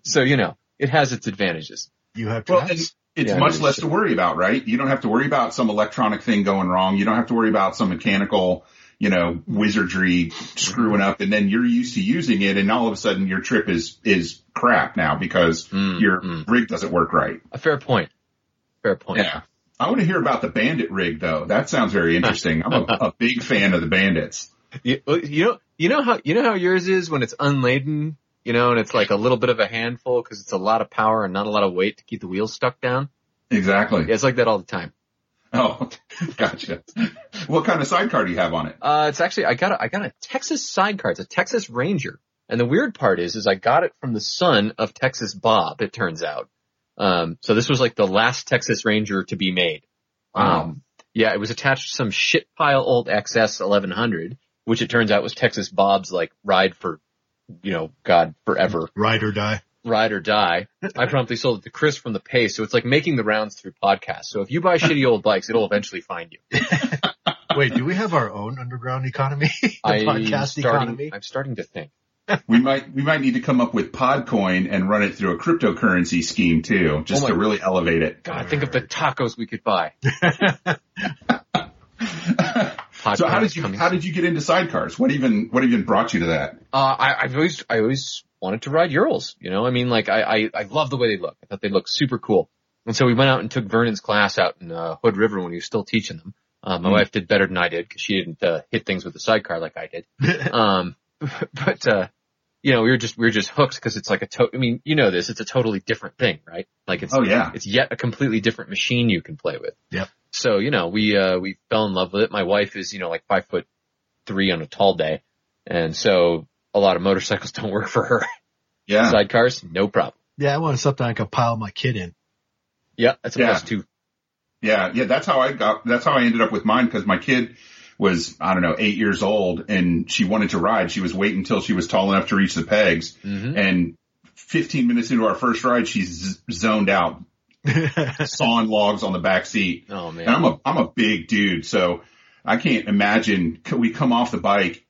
Speaker 3: So, you know, it has its advantages.
Speaker 1: you have
Speaker 2: Well,
Speaker 1: traps.
Speaker 2: It's
Speaker 3: Yeah,
Speaker 2: much
Speaker 3: it's
Speaker 2: less
Speaker 3: true.
Speaker 2: to worry about, right? You don't have to worry about some electronic thing going wrong. You don't have to worry about some mechanical, you know, wizardry screwing up and then you're used to using it and all of a sudden your trip is is crap now because
Speaker 3: Mm,
Speaker 2: your
Speaker 3: mm.
Speaker 2: rig doesn't work right.
Speaker 3: A fair point. Fair point.
Speaker 2: Oh, Yeah. I want to hear about the bandit rig though. That sounds very interesting. I'm a, a big fan of the bandits.
Speaker 3: You, you know, you know how, you know how yours is when it's unladen, you know, and it's like a little bit of a handful because it's a lot of power and not a lot of weight to keep the wheels stuck down.
Speaker 2: Exactly.
Speaker 3: Yeah, it's like that all the time.
Speaker 2: Oh, (laughs) gotcha. what kind of sidecar do you have on it?
Speaker 3: Uh, it's actually, I got a, I got a Texas sidecar. It's a Texas Ranger. And the weird part is, is I got it from the son of Texas Bob, it turns out. Um, so this was like the last Texas Ranger to be made. Um, yeah, it was attached to some shit pile old XS 1100, which it turns out was Texas Bob's like ride for, you know, God forever.
Speaker 1: Ride or die.
Speaker 3: ride or die. I promptly sold it to Chris from the Pace, so it's like making the rounds through podcasts. So if you buy shitty old bikes, it'll eventually find you.
Speaker 1: Wait, do we have our own underground economy? (laughs) the
Speaker 3: I'm
Speaker 1: podcast
Speaker 3: starting,
Speaker 1: economy?
Speaker 3: I'm starting to think.
Speaker 2: we might we might need to come up with Podcoin and run it through a cryptocurrency scheme too, just
Speaker 3: Oh my-
Speaker 2: to really
Speaker 3: (laughs)
Speaker 2: elevate it.
Speaker 3: God, think of the tacos we could buy. Podcast
Speaker 2: so how did you
Speaker 3: coming
Speaker 2: how
Speaker 3: soon.
Speaker 2: did you get into sidecars? What even what even brought you to that?
Speaker 3: Uh, I, I've always, I always wanted to ride Urals. You know, I mean, like I, I, I love the way they look. I thought they looked super cool. And so we went out and took Vernon's class out in uh, Hood River when he was still teaching them. Uh, my
Speaker 2: Mm.
Speaker 3: wife did better than I did because she didn't uh, hit things with a sidecar like I did.
Speaker 2: (laughs)
Speaker 3: um, but uh, you know, we were just we were just hooked because it's like a to- I mean, you know this. It's a totally different thing, right? Like it's
Speaker 2: Oh yeah.
Speaker 3: it's yet a completely different machine you can play with.
Speaker 1: Yep.
Speaker 3: So, you know, we, uh, we fell in love with it. My wife is, you know, like five foot three on a tall day. And so a lot of motorcycles (laughs) don't work for her.
Speaker 2: Yeah.
Speaker 3: Sidecars, no problem.
Speaker 1: yeah, I want something I can pile my kid in.
Speaker 3: Yeah. That's a
Speaker 2: Yeah.
Speaker 3: plus two.
Speaker 2: Yeah, yeah, that's how I got, that's how I ended up with mine because my kid was, I don't know, eight years old and she wanted to ride. She was waiting until she was tall enough to reach the pegs
Speaker 3: Mm-hmm.
Speaker 2: and 15 minutes into our first ride, she's z- zoned out, sawing logs on the back seat.
Speaker 3: Oh man.
Speaker 2: And I'm a, I'm a big dude. So I can't imagine could we come off the bike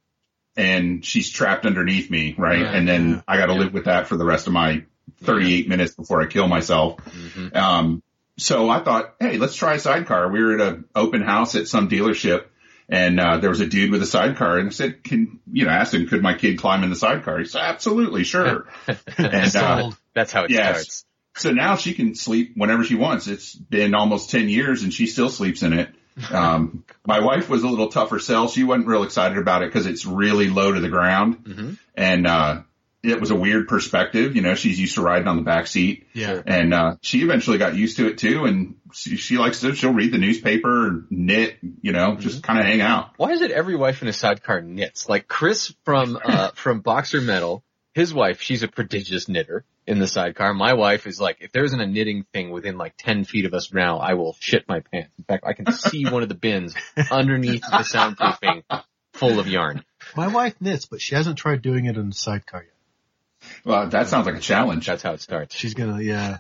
Speaker 2: and she's trapped underneath me. Right.
Speaker 3: Yeah.
Speaker 2: and then
Speaker 1: Yeah.
Speaker 2: I got to
Speaker 3: Yeah.
Speaker 2: live with that for the rest of my 38 minutes before I kill myself.
Speaker 3: hmm
Speaker 2: Um, so I thought, hey, let's try a sidecar. We were at an open house at some dealership and, uh, there was a dude with a sidecar and I said, can, you know, asked him, could my kid climb in the sidecar? He said, absolutely, sure. (laughs)
Speaker 3: (laughs)
Speaker 2: and, uh,
Speaker 1: Sold.
Speaker 3: That's how it
Speaker 2: Yes.
Speaker 3: starts.
Speaker 2: so now she can sleep whenever she wants. It's been almost 10 years and she still sleeps in it. Um, my wife was a little tougher sell. She wasn't real excited about it because it's really low to the ground
Speaker 3: hmm
Speaker 2: and, uh, it was a weird perspective. You know, she's used to riding on the back seat
Speaker 1: (laughs) yeah.
Speaker 2: and uh, she eventually got used to it too. And she, she likes to, she'll read the newspaper, knit, you know, just kind of hang out.
Speaker 3: Why is it every wife in a sidecar knits? Like Chris from, uh, from Boxer Metal, his wife, she's a prodigious knitter. in the sidecar. My wife is like, if there isn't a knitting thing within like 10 feet of us now, I will shit my pants. In fact, I can see one of the bins underneath the soundproofing full of yarn.
Speaker 1: My wife knits, but she hasn't tried doing it in the sidecar yet.
Speaker 2: Well, that sounds like a challenge.
Speaker 3: That's how it starts.
Speaker 1: She's gonna, yeah.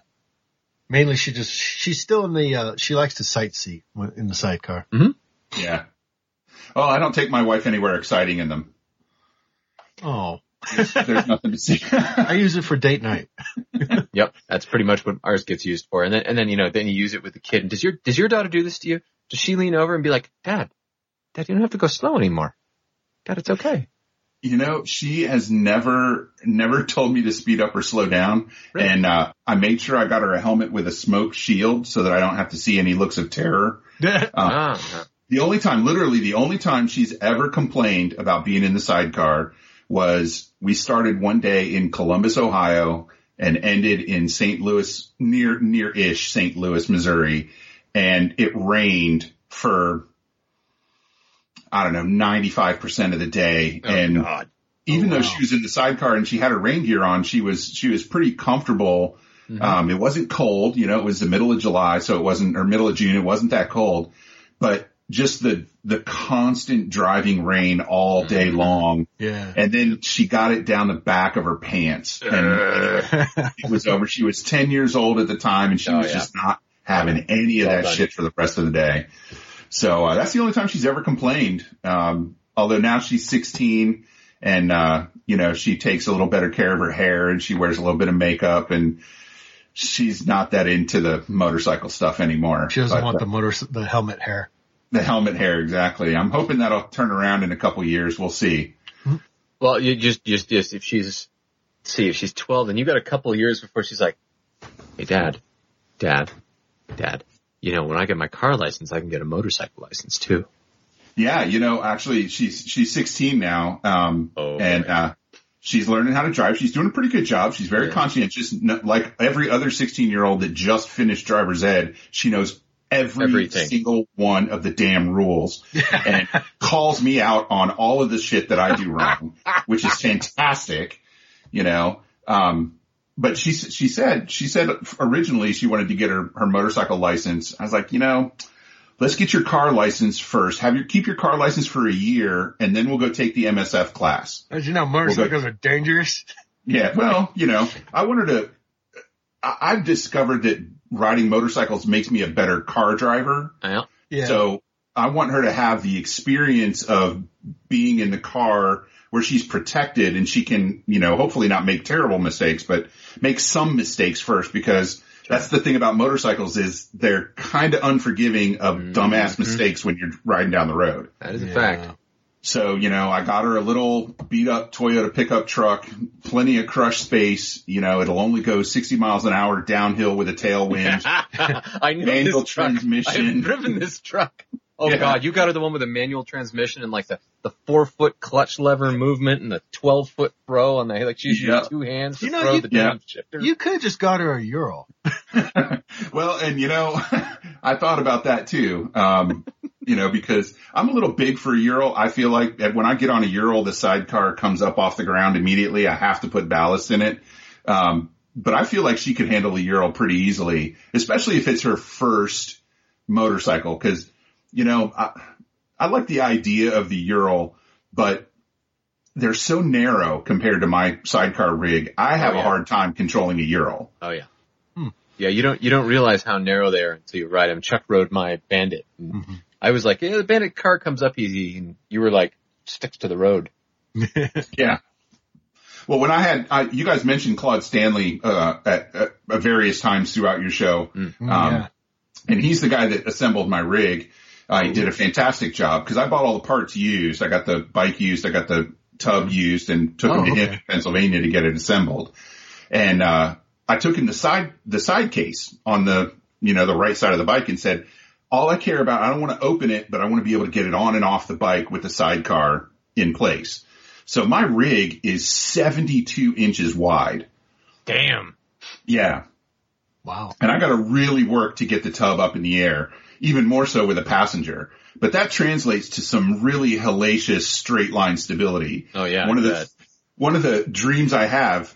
Speaker 1: Mainly, she just she's still in the uh, she likes to sightsee when- in the sidecar.
Speaker 2: Yeah. Well, I don't take my wife anywhere exciting in them.
Speaker 1: Oh,
Speaker 2: There's nothing to see. (laughs)
Speaker 1: I use it for date night.
Speaker 3: Yep. That's pretty much what ours gets used for. And then, and then, you know, then you use it with the kid. And does your, does your daughter do this to you? Does she lean over and be like, dad, dad, you don't have to go slow anymore. Dad, it's okay.
Speaker 2: You know, she has never, never told me to speed up or slow down.
Speaker 3: Really?
Speaker 2: And, uh, I made sure I got her a helmet with a smoke shield so that I don't have to see any looks of terror.
Speaker 3: Ah, yeah.
Speaker 2: The only time, literally the only time she's ever complained about being in the sidecar was we started one day in Columbus, Ohio and ended in St. Louis, near, near-ish St. Louis, Missouri. And it rained for, I don't know, 95% of the day. and
Speaker 3: God.
Speaker 2: even
Speaker 1: Oh,
Speaker 2: though
Speaker 1: wow.
Speaker 2: she was in the sidecar and she had her rain gear on, she was, she was pretty comfortable.
Speaker 3: Mm-hmm.
Speaker 2: Um, it wasn't cold, you know, it was the middle of July, so it wasn't, or middle of June, it wasn't that cold, but just the, the constant driving rain all day long.
Speaker 1: Yeah.
Speaker 2: And then she got it down the back of her pants
Speaker 1: Uh,
Speaker 2: and, and it was over. She was 10 years old at the time and she
Speaker 3: Oh,
Speaker 2: was
Speaker 3: yeah.
Speaker 2: just not having any of
Speaker 3: Well
Speaker 2: that
Speaker 3: done.
Speaker 2: shit for the rest of the day. So uh, that's the only time she's ever complained. Um, although now she's 16 and, uh, you know, she takes a little better care of her hair and she wears a little bit of makeup and she's not that into the motorcycle stuff anymore.
Speaker 1: (laughs) She doesn't
Speaker 2: But,
Speaker 1: want
Speaker 2: uh,
Speaker 1: the motor the helmet hair.
Speaker 2: the helmet hair. Exactly. I'm hoping that'll turn around in a couple years. We'll see.
Speaker 3: Well, you just, just, just, if she's, see, if she's 12, then you got a couple of years before she's like, hey, dad, dad, dad, you know, when I get my car license, I can get a motorcycle license too.
Speaker 2: Yeah, you know, actually, she's she's 16 now, um,
Speaker 3: Oh,
Speaker 2: and
Speaker 3: boy.
Speaker 2: uh, she's learning how to drive. She's doing a pretty good job. She's very
Speaker 3: Yeah.
Speaker 2: conscientious, N- like every other 16 year old that just finished driver's ed. She knows every
Speaker 3: Everything.
Speaker 2: single one of the
Speaker 3: (laughs)
Speaker 2: damn rules, and calls me out on all of the shit that I do wrong, which is fantastic. You know, um, but she s- she said she said originally she wanted to get her her motorcycle license. I was like, you know, let's get your car license first. Have your keep your car license for a year, and then we'll go take the MSF class.
Speaker 1: As you know, motorcycles are dangerous.
Speaker 2: Yeah, well, you know, I wanted to. I, I've discovered that riding motorcycles makes me a better car driver.
Speaker 3: Yeah.
Speaker 1: Yeah.
Speaker 2: So I want her to have the experience of being in the car where she's protected and she can, you know, hopefully not make terrible mistakes, but make some mistakes first because that's the thing about motorcycles is they're kind of unforgiving of dumbass mistakes when you're riding down the road.
Speaker 3: That is a fact.
Speaker 2: So, you know, I got her a little beat up Toyota pickup truck, plenty of crush space. You know, it'll only go 60 miles an hour downhill with a tailwind.
Speaker 3: (laughs) I know
Speaker 2: Manual
Speaker 3: this truck.
Speaker 2: transmission.
Speaker 3: I've driven this truck. Oh
Speaker 2: Yeah.
Speaker 3: god, you got her the one with the manual transmission and like the, the four foot clutch lever movement and the 12 foot throw on the, like she's using
Speaker 2: Yeah.
Speaker 3: two hands to
Speaker 1: You know,
Speaker 3: throw
Speaker 1: you-
Speaker 3: the
Speaker 2: Yeah.
Speaker 3: damn shifter.
Speaker 1: You could have just got her a Ural.
Speaker 2: well, and you know, (laughs) I thought about that too. Um, you know, because I'm a little big for a Ural. I feel like that when I get on a Ural, the sidecar comes up off the ground immediately. I have to put ballast in it. Um, but I feel like she could handle a Ural pretty easily, especially if it's her first motorcycle. Cause you know, I, I like the idea of the Ural, but they're so narrow compared to my sidecar rig. I have
Speaker 3: Oh, yeah.
Speaker 2: a hard time controlling a Ural.
Speaker 3: Oh yeah.
Speaker 2: Hmm.
Speaker 3: Yeah, you don't you don't realize how narrow they are until you ride them. Chuck rode my Bandit. and
Speaker 2: Mm-hmm.
Speaker 3: I was like, yeah, the Bandit car comes up easy, and you were like, sticks to the road.
Speaker 2: Yeah. Well, when I had, I, you guys mentioned Claude Stanley, uh, at, at, at various times throughout your show. Um,
Speaker 1: yeah.
Speaker 2: and he's the guy that assembled my rig. Uh, he did a fantastic job because I bought all the parts used. I got the bike used. I got the tub used and took
Speaker 1: Oh,
Speaker 2: him to
Speaker 1: okay.
Speaker 2: him, Pennsylvania to get it assembled. And, uh, I took him the side, the side case on the, you know, the right side of the bike and said, all I care about, I don't want to open it, but I want to be able to get it on and off the bike with the sidecar in place. So my rig is 72 inches wide.
Speaker 3: Damn.
Speaker 2: Yeah.
Speaker 1: Wow.
Speaker 2: And I got to really work to get the tub up in the air, even more so with a passenger. But that translates to some really hellacious straight line stability.
Speaker 3: Oh yeah.
Speaker 2: one of the
Speaker 3: that-
Speaker 2: one of the dreams I have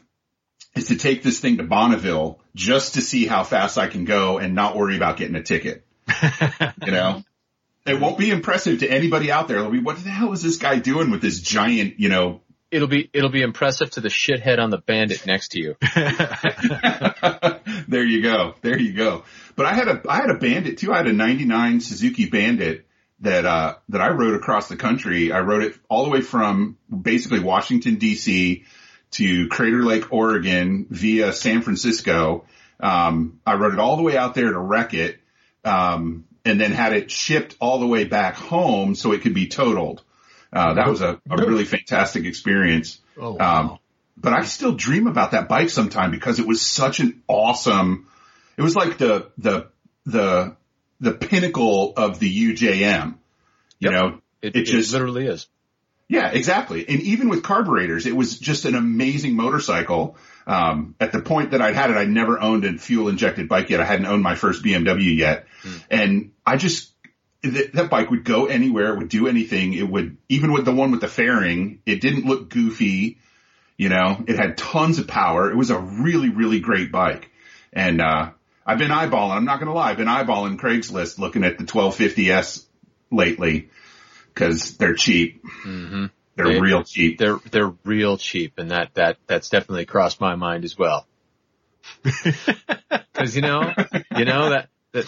Speaker 2: is to take this thing to Bonneville just to see how fast I can go and not worry about getting a ticket. You know, it won't be impressive to anybody out there. They'll be, what the hell is this guy doing with this giant, you know?
Speaker 3: It'll be it'll be impressive to the shithead on the bandit next to
Speaker 2: (laughs)
Speaker 3: you.
Speaker 2: there you go. There you go. But I had a, I had a bandit too. I had a 99 Suzuki bandit that, uh, that I rode across the country. I rode it all the way from basically Washington DC to Crater Lake, Oregon via San Francisco. Um, I rode it all the way out there to wreck it. Um, and then had it shipped all the way back home so it could be totaled. Uh, that was a, a really fantastic experience.
Speaker 1: Oh,
Speaker 2: Um, but I still dream about that bike sometime because it was such an awesome, it was like the, the, the, the pinnacle of the UJM, you
Speaker 3: Yep.
Speaker 2: know,
Speaker 3: It,
Speaker 2: It
Speaker 3: it,
Speaker 2: just-
Speaker 3: literally is.
Speaker 2: yeah, exactly. And even with carburetors, it was just an amazing motorcycle. Um, at the point that I'd had it, I never owned a fuel injected bike yet. I hadn't owned my first BMW yet. And I just, th- that bike would go anywhere. It would do anything. It would, even with the one with the fairing, it didn't look goofy. You know, it had tons of power. It was a really, really great bike. And, uh, I've been eyeballing, I'm not going to lie, I've been eyeballing Craigslist looking at the 1250S lately because they're cheap.
Speaker 3: hmm
Speaker 2: They're
Speaker 3: They-
Speaker 2: real cheap.
Speaker 3: They're they're real cheap, and that that that's definitely crossed my mind as
Speaker 2: (laughs)
Speaker 3: well. Because you know, you know that. The,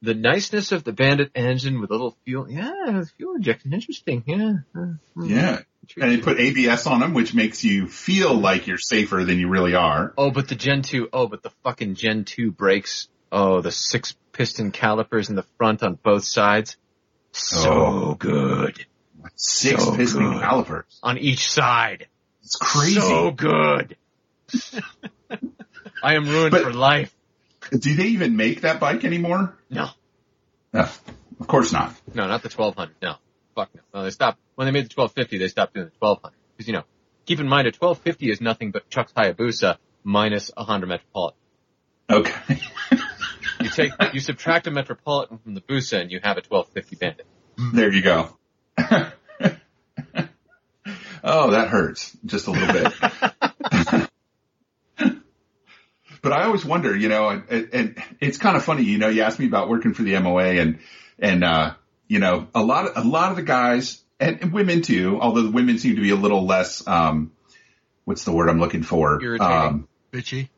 Speaker 3: the the niceness of the Bandit engine with a little fuel, yeah, fuel injection, interesting, yeah. Hmm.
Speaker 2: Yeah. And they put ABS on them, which makes you feel like you're safer than you really are.
Speaker 3: Oh, but the Gen 2, oh, but the fucking Gen 2 brakes. Oh, the six piston calipers in the front on both sides. So
Speaker 2: Oh.
Speaker 3: good.
Speaker 2: Six
Speaker 3: So
Speaker 2: piston
Speaker 3: good.
Speaker 2: calipers.
Speaker 3: On each side.
Speaker 2: It's crazy.
Speaker 3: So
Speaker 2: (laughs)
Speaker 3: good. I am ruined
Speaker 2: But-
Speaker 3: for life.
Speaker 2: Do they even make that bike anymore?
Speaker 3: No,
Speaker 2: No, of course not.
Speaker 3: no, not the 1200. No. Fuck no. No, they stopped, when they made the 1250, they stopped doing the 1200. Cause you know, keep in mind a 1250 is nothing but Chuck's Hayabusa minus a Honda Metropolitan.
Speaker 2: Okay.
Speaker 3: You take, (laughs) you subtract a Metropolitan from the Busa and you have a 1250 Bandit.
Speaker 2: there you go. (laughs) oh, that hurts just a little bit. (laughs) but I always wonder, you know, and, and- and it's kind of funny, you know, you asked me about working for the MOA and, and, uh, you know, a lot of, a lot of the guys and, and women too, although the women seem to be a little less, um, what's the word I'm looking for?
Speaker 3: Irritating.
Speaker 2: Um,
Speaker 1: bitchy.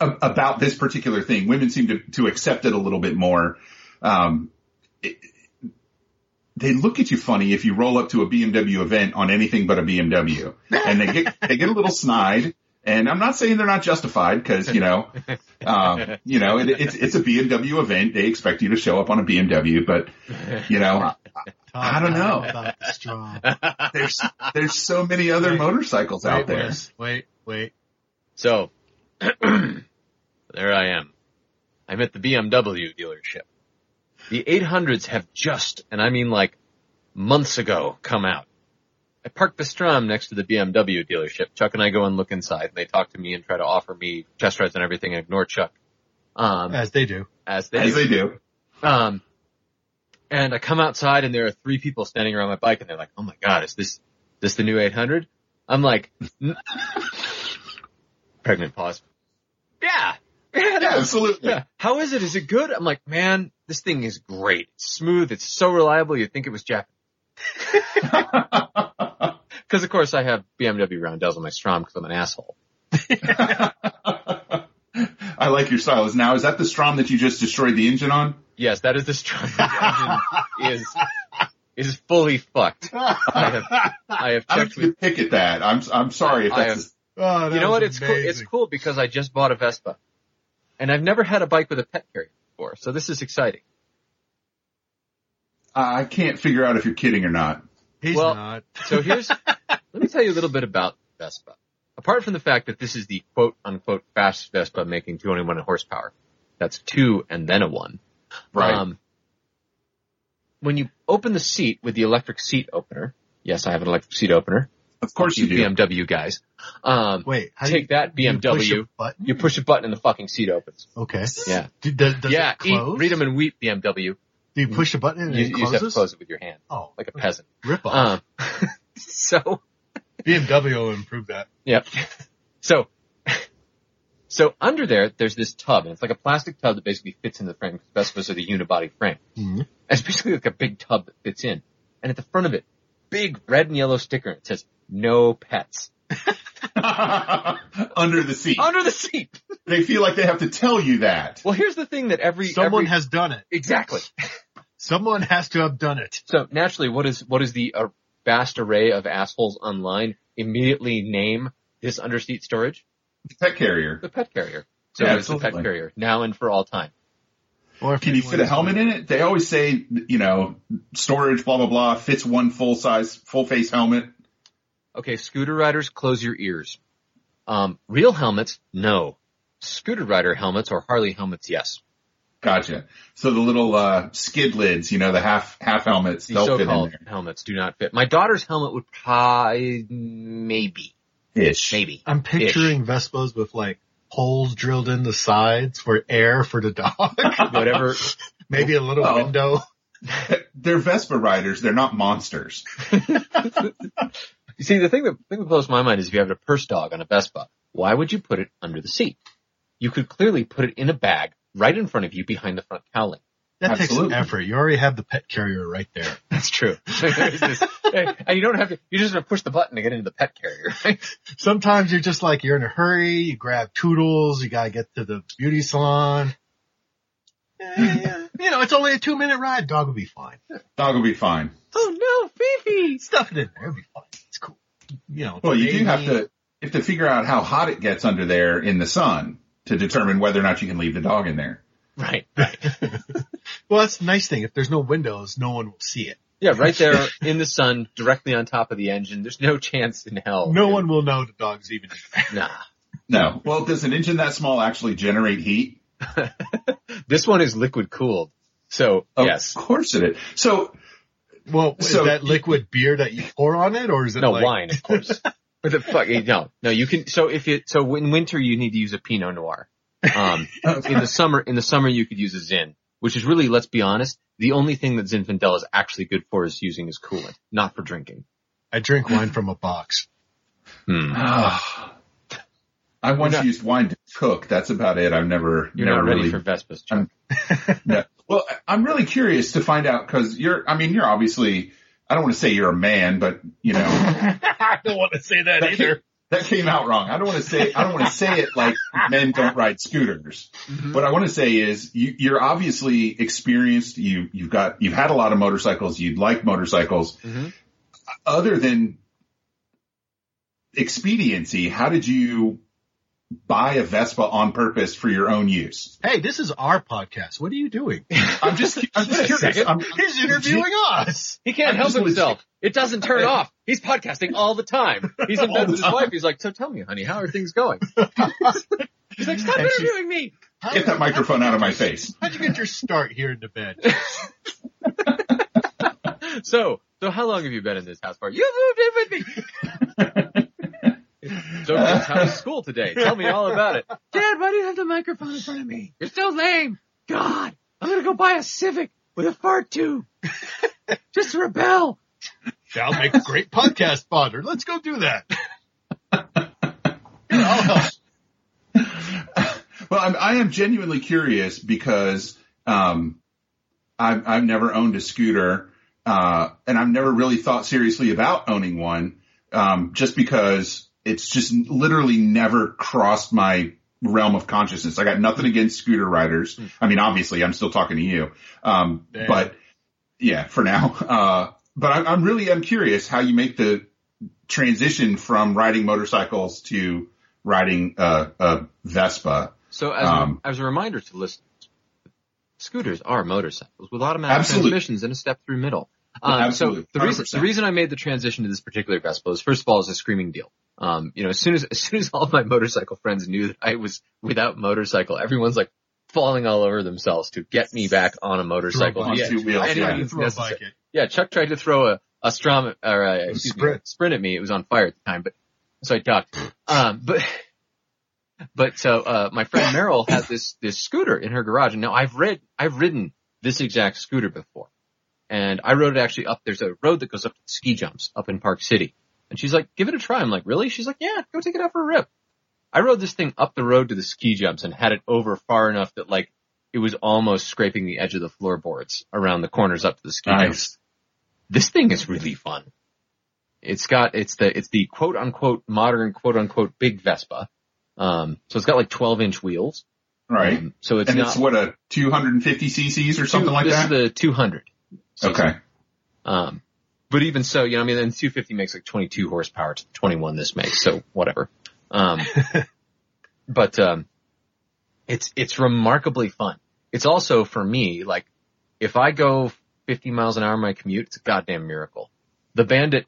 Speaker 2: a- about this particular thing. Women seem to, to accept it a little bit more. Um, it- they look at you funny if you roll up to a BMW event on anything but a BMW and they get, they get a little snide. And I'm not saying they're not justified because, you know, um, you know, it, it's, it's a BMW event. They expect you to show up on a BMW, but you know, I don't know.
Speaker 1: About the straw.
Speaker 2: there's, there's so many other
Speaker 1: Right.
Speaker 2: motorcycles (laughs) out
Speaker 1: Wait,
Speaker 2: there.
Speaker 1: Wes, Wait, wait.
Speaker 3: So, (clears throat) there I am. I'm at the BMW dealership. The 800s have just, and I mean like months ago, come out. I park the Strom next to the BMW dealership. Chuck and I go and look inside and they talk to me and try to offer me test rides and everything. I ignore Chuck. Um,
Speaker 1: As they do.
Speaker 3: as they,
Speaker 2: As they do.
Speaker 3: um, and I come outside and there are three people standing around my bike and they're like, "Oh my god, is this this the new 800?" I'm like, "N- (laughs) pregnant pause. Yeah, yeah,
Speaker 2: Yeah,
Speaker 3: that was- (laughs)
Speaker 2: absolutely. (laughs)
Speaker 3: yeah. How is it? Is it good? I'm like, man, this thing is great. It's smooth. It's so reliable. You'd think it was Japanese. Because of course I have BMW roundels on my Strom because I'm an asshole.
Speaker 2: I like your stylus. Now, is that the Strom that you just destroyed the engine on?
Speaker 3: Yes, that is the Strom (laughs) engine is is fully fucked. I
Speaker 2: (laughs)
Speaker 3: have I have
Speaker 2: I
Speaker 3: checked
Speaker 2: don't
Speaker 3: with
Speaker 2: even pick at that. I'm I'm sorry if
Speaker 3: I-
Speaker 2: that's
Speaker 1: Oh, that
Speaker 3: you know
Speaker 1: was
Speaker 3: what? It's cool. It's
Speaker 1: amazing.
Speaker 3: cool because I just bought a Vespa, and I've never had a bike with a pet carrier before, so this is exciting.
Speaker 2: I can't figure out if you're kidding or not.
Speaker 1: He's
Speaker 3: Well-
Speaker 1: not. (laughs)
Speaker 3: So here's let me tell you a little bit about Vespa. Apart from the fact that this is the quote unquote fast Vespa making 201 horsepower, that's two and then a one.
Speaker 2: Right.
Speaker 3: Um, when you open the seat with the electric seat opener, yes, I have an electric seat opener.
Speaker 2: of course you do.
Speaker 3: BMW guys. Um,
Speaker 1: Wait, how do
Speaker 3: take
Speaker 1: you,
Speaker 3: that
Speaker 1: you push a
Speaker 3: BMW.
Speaker 1: button?
Speaker 3: You push a button and the fucking seat opens.
Speaker 1: Okay.
Speaker 3: Yeah.
Speaker 1: Do, does, does
Speaker 3: yeah.
Speaker 1: it close?
Speaker 3: Eat, read them and weep, BMW.
Speaker 1: Do you push a button and
Speaker 3: You,
Speaker 1: it
Speaker 3: you just
Speaker 1: closes?
Speaker 3: have to close it with your hand,
Speaker 1: Oh,
Speaker 3: like a peasant.
Speaker 1: rip off.
Speaker 3: Um, (laughs) so,
Speaker 1: BMW will improve that.
Speaker 3: yep. So, So under there, there's this tub, and it's like a plastic tub that basically fits in the frame. 'cause Vespas are the unibody frame.
Speaker 1: Mhm.
Speaker 3: It's basically like a big tub that fits in, and at the front of it, big red and yellow sticker. It says "No pets"
Speaker 2: (laughs) Under the seat.
Speaker 3: under the seat.
Speaker 2: They feel like they have to tell you that.
Speaker 3: Well, here's the thing that every
Speaker 1: Someone
Speaker 3: every-
Speaker 1: has done it.
Speaker 3: exactly.
Speaker 1: Someone has to have done it.
Speaker 3: So naturally, what is what is the uh, vast array of assholes online immediately name this underseat storage?
Speaker 2: Pet carrier.
Speaker 3: The pet carrier. So
Speaker 2: Yeah,
Speaker 3: it's the pet
Speaker 2: absolutely.
Speaker 3: carrier now and for all time.
Speaker 1: Or if
Speaker 2: Can you
Speaker 1: anyone
Speaker 2: fit a
Speaker 1: is-
Speaker 2: helmet in it? They always say, you know, storage, blah, blah, blah, fits one full size, full face helmet.
Speaker 3: Okay, scooter riders, close your ears. Um, real helmets, no. Scooter rider helmets or Harley helmets, yes.
Speaker 2: Gotcha. So the little, uh, skid lids, you know, the half, half helmets,
Speaker 3: The
Speaker 2: they'll fit in
Speaker 3: so-called
Speaker 2: there.
Speaker 3: helmets do not fit. My daughter's helmet would probably, maybe, (laughs)
Speaker 2: Ish.
Speaker 3: maybe.
Speaker 1: I'm picturing Vespas with like holes drilled in the sides for air for the dog. (laughs)
Speaker 3: Whatever,
Speaker 1: Maybe a little
Speaker 2: Well,
Speaker 1: window.
Speaker 2: They're Vespa riders. They're not monsters.
Speaker 3: You see, the thing that thing that blows my mind is if you have a purse dog on a Vespa, why would you put it under the seat? You could clearly put it in a bag right in front of you behind the front cowling.
Speaker 1: That
Speaker 2: Absolutely.
Speaker 1: takes effort. You already have the pet carrier right there.
Speaker 3: That's (laughs) true. and you don't have to. You just have to push the button to get into the pet carrier. Right?
Speaker 1: Sometimes you're just like, you're in a hurry, you grab toodles, you gotta get to the beauty salon. Yeah, yeah, yeah. (laughs) you know, it's only a two minute ride. Dog will be fine.
Speaker 2: Dog will be fine.
Speaker 3: Oh no, Fifi!
Speaker 1: Stuff it in there. It'll be fine. It's cool. You know, it's
Speaker 2: Well,
Speaker 1: a
Speaker 2: you do
Speaker 1: baby.
Speaker 2: have to, you have to figure out how hot it gets under there in the sun to determine whether or not you can leave the dog in there.
Speaker 3: Right.
Speaker 1: (laughs) Well, that's the nice thing. If there's no windows, no one will see it.
Speaker 3: Yeah, right there in the sun, directly on top of the engine. There's no chance in hell.
Speaker 1: No one will know the dog's even in
Speaker 3: Nah.
Speaker 2: No. Well, does an engine that small actually generate heat?
Speaker 3: This one is liquid cooled. So
Speaker 2: Of
Speaker 3: yes.
Speaker 2: course it is. So
Speaker 1: there. Well, is
Speaker 2: So-
Speaker 1: that liquid beer that you pour on it or is it
Speaker 3: No
Speaker 1: like,
Speaker 3: wine, of course. but the fuck, eh, no, no, you can. So if you, so in winter you need to use a Pinot Noir. Um, in the summer, in the summer you could use a Zin, which is really, let's be honest, the only thing that Zinfandel is actually good for is using as coolant, not for drinking.
Speaker 1: I drink wine from a box.
Speaker 3: Hmm.
Speaker 2: Ah. (sighs) I once
Speaker 3: You're not-
Speaker 2: used wine to cook. That's about it. I've never,
Speaker 3: You're
Speaker 2: never
Speaker 3: not ready
Speaker 2: really.
Speaker 3: for Vespas.
Speaker 2: I'm- no. Well, I- I'm really curious to find out because you're. I mean, you're obviously. I don't want to say you're a man, but you
Speaker 1: (laughs)
Speaker 2: know
Speaker 1: I don't want to say that
Speaker 2: that came, that came out wrong. I don't want to say. I don't want to say it like men don't ride scooters.
Speaker 3: Mhm.
Speaker 2: What I want to say is you, you're obviously experienced. You you've got you've had a lot of motorcycles. You like motorcycles.
Speaker 3: Mhm.
Speaker 2: Other than expediency, how did you buy a Vespa on purpose for your own use?
Speaker 1: Hey, this is our podcast. What are you (laughs) doing?
Speaker 2: I'm just
Speaker 3: Wait
Speaker 2: I'm
Speaker 3: a
Speaker 2: just curious.
Speaker 3: second.
Speaker 2: (laughs) I'm,
Speaker 1: He's interviewing us.
Speaker 3: He can't
Speaker 2: I'm
Speaker 3: help
Speaker 2: just legit-
Speaker 3: himself. It doesn't turn off. He's podcasting all the time. He's in
Speaker 2: All
Speaker 3: bed
Speaker 2: the
Speaker 3: with his
Speaker 2: time.
Speaker 3: wife. He's like, so tell me, honey, how are things (laughs) going? He's like, stop
Speaker 2: And she's-
Speaker 3: interviewing me.
Speaker 1: How-
Speaker 2: get that microphone out of my face.
Speaker 1: How'd you get your start here in the bed?
Speaker 3: So, so how long have you been in this house for? You moved (laughs) in with me. so kids, how was school today? Tell me all about it. Dad, why do you have the microphone in front of me? You're so lame. God, I'm gonna go buy a Civic with a fart (laughs) tube. Just rebel.
Speaker 1: That'll make great podcast fodder. Let's go do
Speaker 2: (laughs)
Speaker 1: that. Here, I'll help.
Speaker 2: Well, I'm, I am genuinely curious because um, I've, I've never owned a scooter, uh, and I've never really thought seriously about owning one, um, just because it's just literally never crossed my realm of consciousness. I got nothing against scooter riders. I mean, obviously, I'm still talking to you, um,
Speaker 1: Damn.
Speaker 2: but yeah, for now. (laughs) Uh, but I'm, I'm really I'm curious how you make the transition from riding motorcycles to riding uh, a Vespa.
Speaker 3: So as,
Speaker 2: Um,
Speaker 3: a, as a reminder to listeners, scooters are motorcycles with automatic
Speaker 2: Absolutely.
Speaker 3: transmissions and a step through middle.
Speaker 2: Yeah,
Speaker 3: Um,
Speaker 2: absolutely.
Speaker 3: So the reason,
Speaker 2: 100%.
Speaker 3: the reason I made the transition to this particular Vespa is first of all, it's a screaming deal. Um, you know, as soon as, as soon as all of my motorcycle friends knew that I was without motorcycle, everyone's like falling all over themselves to get me back on a motorcycle.
Speaker 1: Throw a
Speaker 2: on
Speaker 1: Yeah,
Speaker 2: two wheels.
Speaker 1: I'll
Speaker 3: and
Speaker 1: try
Speaker 2: Yeah.
Speaker 1: to throw a
Speaker 3: necessary.
Speaker 1: bike at-
Speaker 3: Yeah, Chuck tried to throw a, a strum or a, excuse me,
Speaker 1: sprint.
Speaker 3: sprint at me. It was on fire at the time, but so I ducked. Um, but (laughs) but so uh, my friend Meryl had this this scooter in her garage, and now I've rid I've ridden this exact scooter before, and I rode it actually up. There's a road that goes up to the ski jumps up in Park City, and she's like, "Give it a try." I'm like, "Really?" She's like, "Yeah, go take it out for a rip." I rode this thing up the road to the ski jumps and had it over far enough that like it was almost scraping the edge of the floorboards around the corners up to the ski jumps.
Speaker 2: Nice.
Speaker 3: This thing is really fun. It's got it's the it's the quote unquote modern quote unquote big Vespa. Um, so it's got like 12 inch wheels.
Speaker 2: Right.
Speaker 3: Um, so it's
Speaker 2: and
Speaker 3: not
Speaker 2: it's what a 250 cc's or something
Speaker 3: two-
Speaker 2: like
Speaker 3: this
Speaker 2: that.
Speaker 3: is the 200.
Speaker 2: okay.
Speaker 3: Um, but even so, you know, I mean, then 250 makes like 22 horsepower to 21 this makes, so whatever. Um, (laughs) but, um, it's, it's remarkably fun. It's also for me, like, if I go 50 miles an hour on my commute, it's a goddamn miracle. The bandit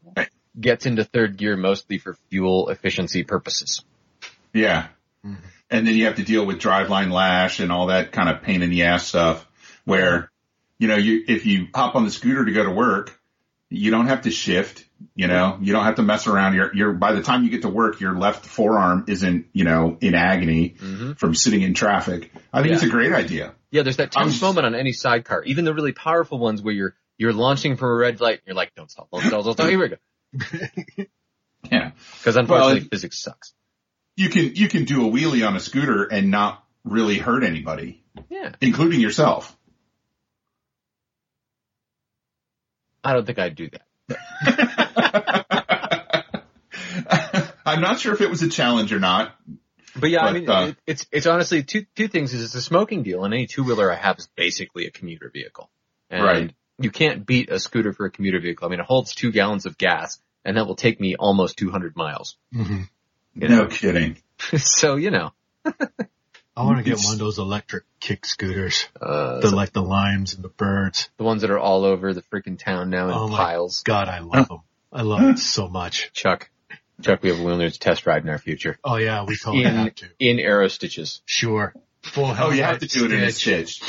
Speaker 3: gets into third gear mostly for fuel efficiency purposes.
Speaker 2: Yeah.
Speaker 3: Mm-hmm.
Speaker 1: Mhm.
Speaker 2: And then you have to deal with driveline lash and all that kind of pain in the ass stuff where, you know, you, if you hop on the scooter to go to work, you don't have to shift, you know, you don't have to mess around. You're, you're, by the time you get to work, your left forearm isn't, you know, in agony
Speaker 3: Mm-hmm.
Speaker 2: from sitting in traffic. I think
Speaker 3: Yeah.
Speaker 2: it's a great idea.
Speaker 3: Yeah, there's that
Speaker 2: I
Speaker 3: tense
Speaker 2: was-
Speaker 3: moment on any sidecar, even the really powerful ones where you're, you're launching from a red light, and you're like, don't stop, don't stop, don't stop, here we go.
Speaker 2: Yeah.
Speaker 3: Cause unfortunately
Speaker 2: and-
Speaker 3: physics sucks.
Speaker 2: You can, you can do a wheelie on a scooter and not really hurt anybody,
Speaker 3: Yeah.
Speaker 2: including yourself. (laughs)
Speaker 3: I don't think I'd do that.
Speaker 2: I'm not sure if it was a challenge or not.
Speaker 3: But yeah, I
Speaker 2: But,
Speaker 3: mean,
Speaker 2: uh,
Speaker 3: it, it's it's honestly two two things. Is it's a smoking deal, and any two wheeler I have is basically a commuter vehicle. And
Speaker 2: Right.
Speaker 3: You can't beat a scooter for a commuter vehicle. I mean, it holds two gallons of gas, and that will take me almost 200 miles. (laughs)
Speaker 1: Mhm.
Speaker 3: You
Speaker 2: No kidding.
Speaker 3: so you know,
Speaker 1: I want to get
Speaker 2: It's-
Speaker 1: one of those electric kick scooters,
Speaker 3: uh,
Speaker 1: the
Speaker 3: the,
Speaker 1: like the limes and the birds.
Speaker 3: ones that are all over the freaking town now in
Speaker 1: Oh my-
Speaker 3: piles.
Speaker 1: God, I love them. I love it so much.
Speaker 3: Chuck, Chuck, we have a wheel nerds test ride in our future
Speaker 1: Oh yeah, we totally
Speaker 3: in
Speaker 1: have to.
Speaker 3: in arrow stitches.
Speaker 1: Sure. Full
Speaker 2: Oh,
Speaker 1: helmet.
Speaker 2: you have to do it in a stitch.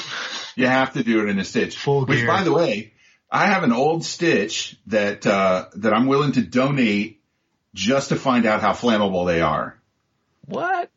Speaker 2: You have to do it in a stitch.
Speaker 1: Full
Speaker 2: Which,
Speaker 1: gear.
Speaker 2: by the way, I have an old stitch that uh, that I'm willing to donate just to find out how flammable they are.
Speaker 3: What?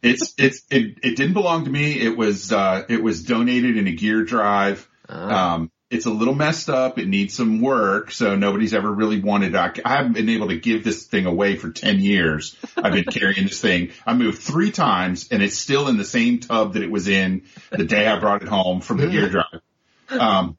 Speaker 2: It's it's it, it didn't belong to me. It was uh, it was donated in a gear drive.
Speaker 3: Uh,
Speaker 2: Um, it's a little messed up. It needs some work. So nobody's ever really wanted. I, I haven't been able to give this thing away for 10 years. I've been carrying this thing. I moved three times and it's still in the same tub that it was in the day I brought it home from the gear drive. Um,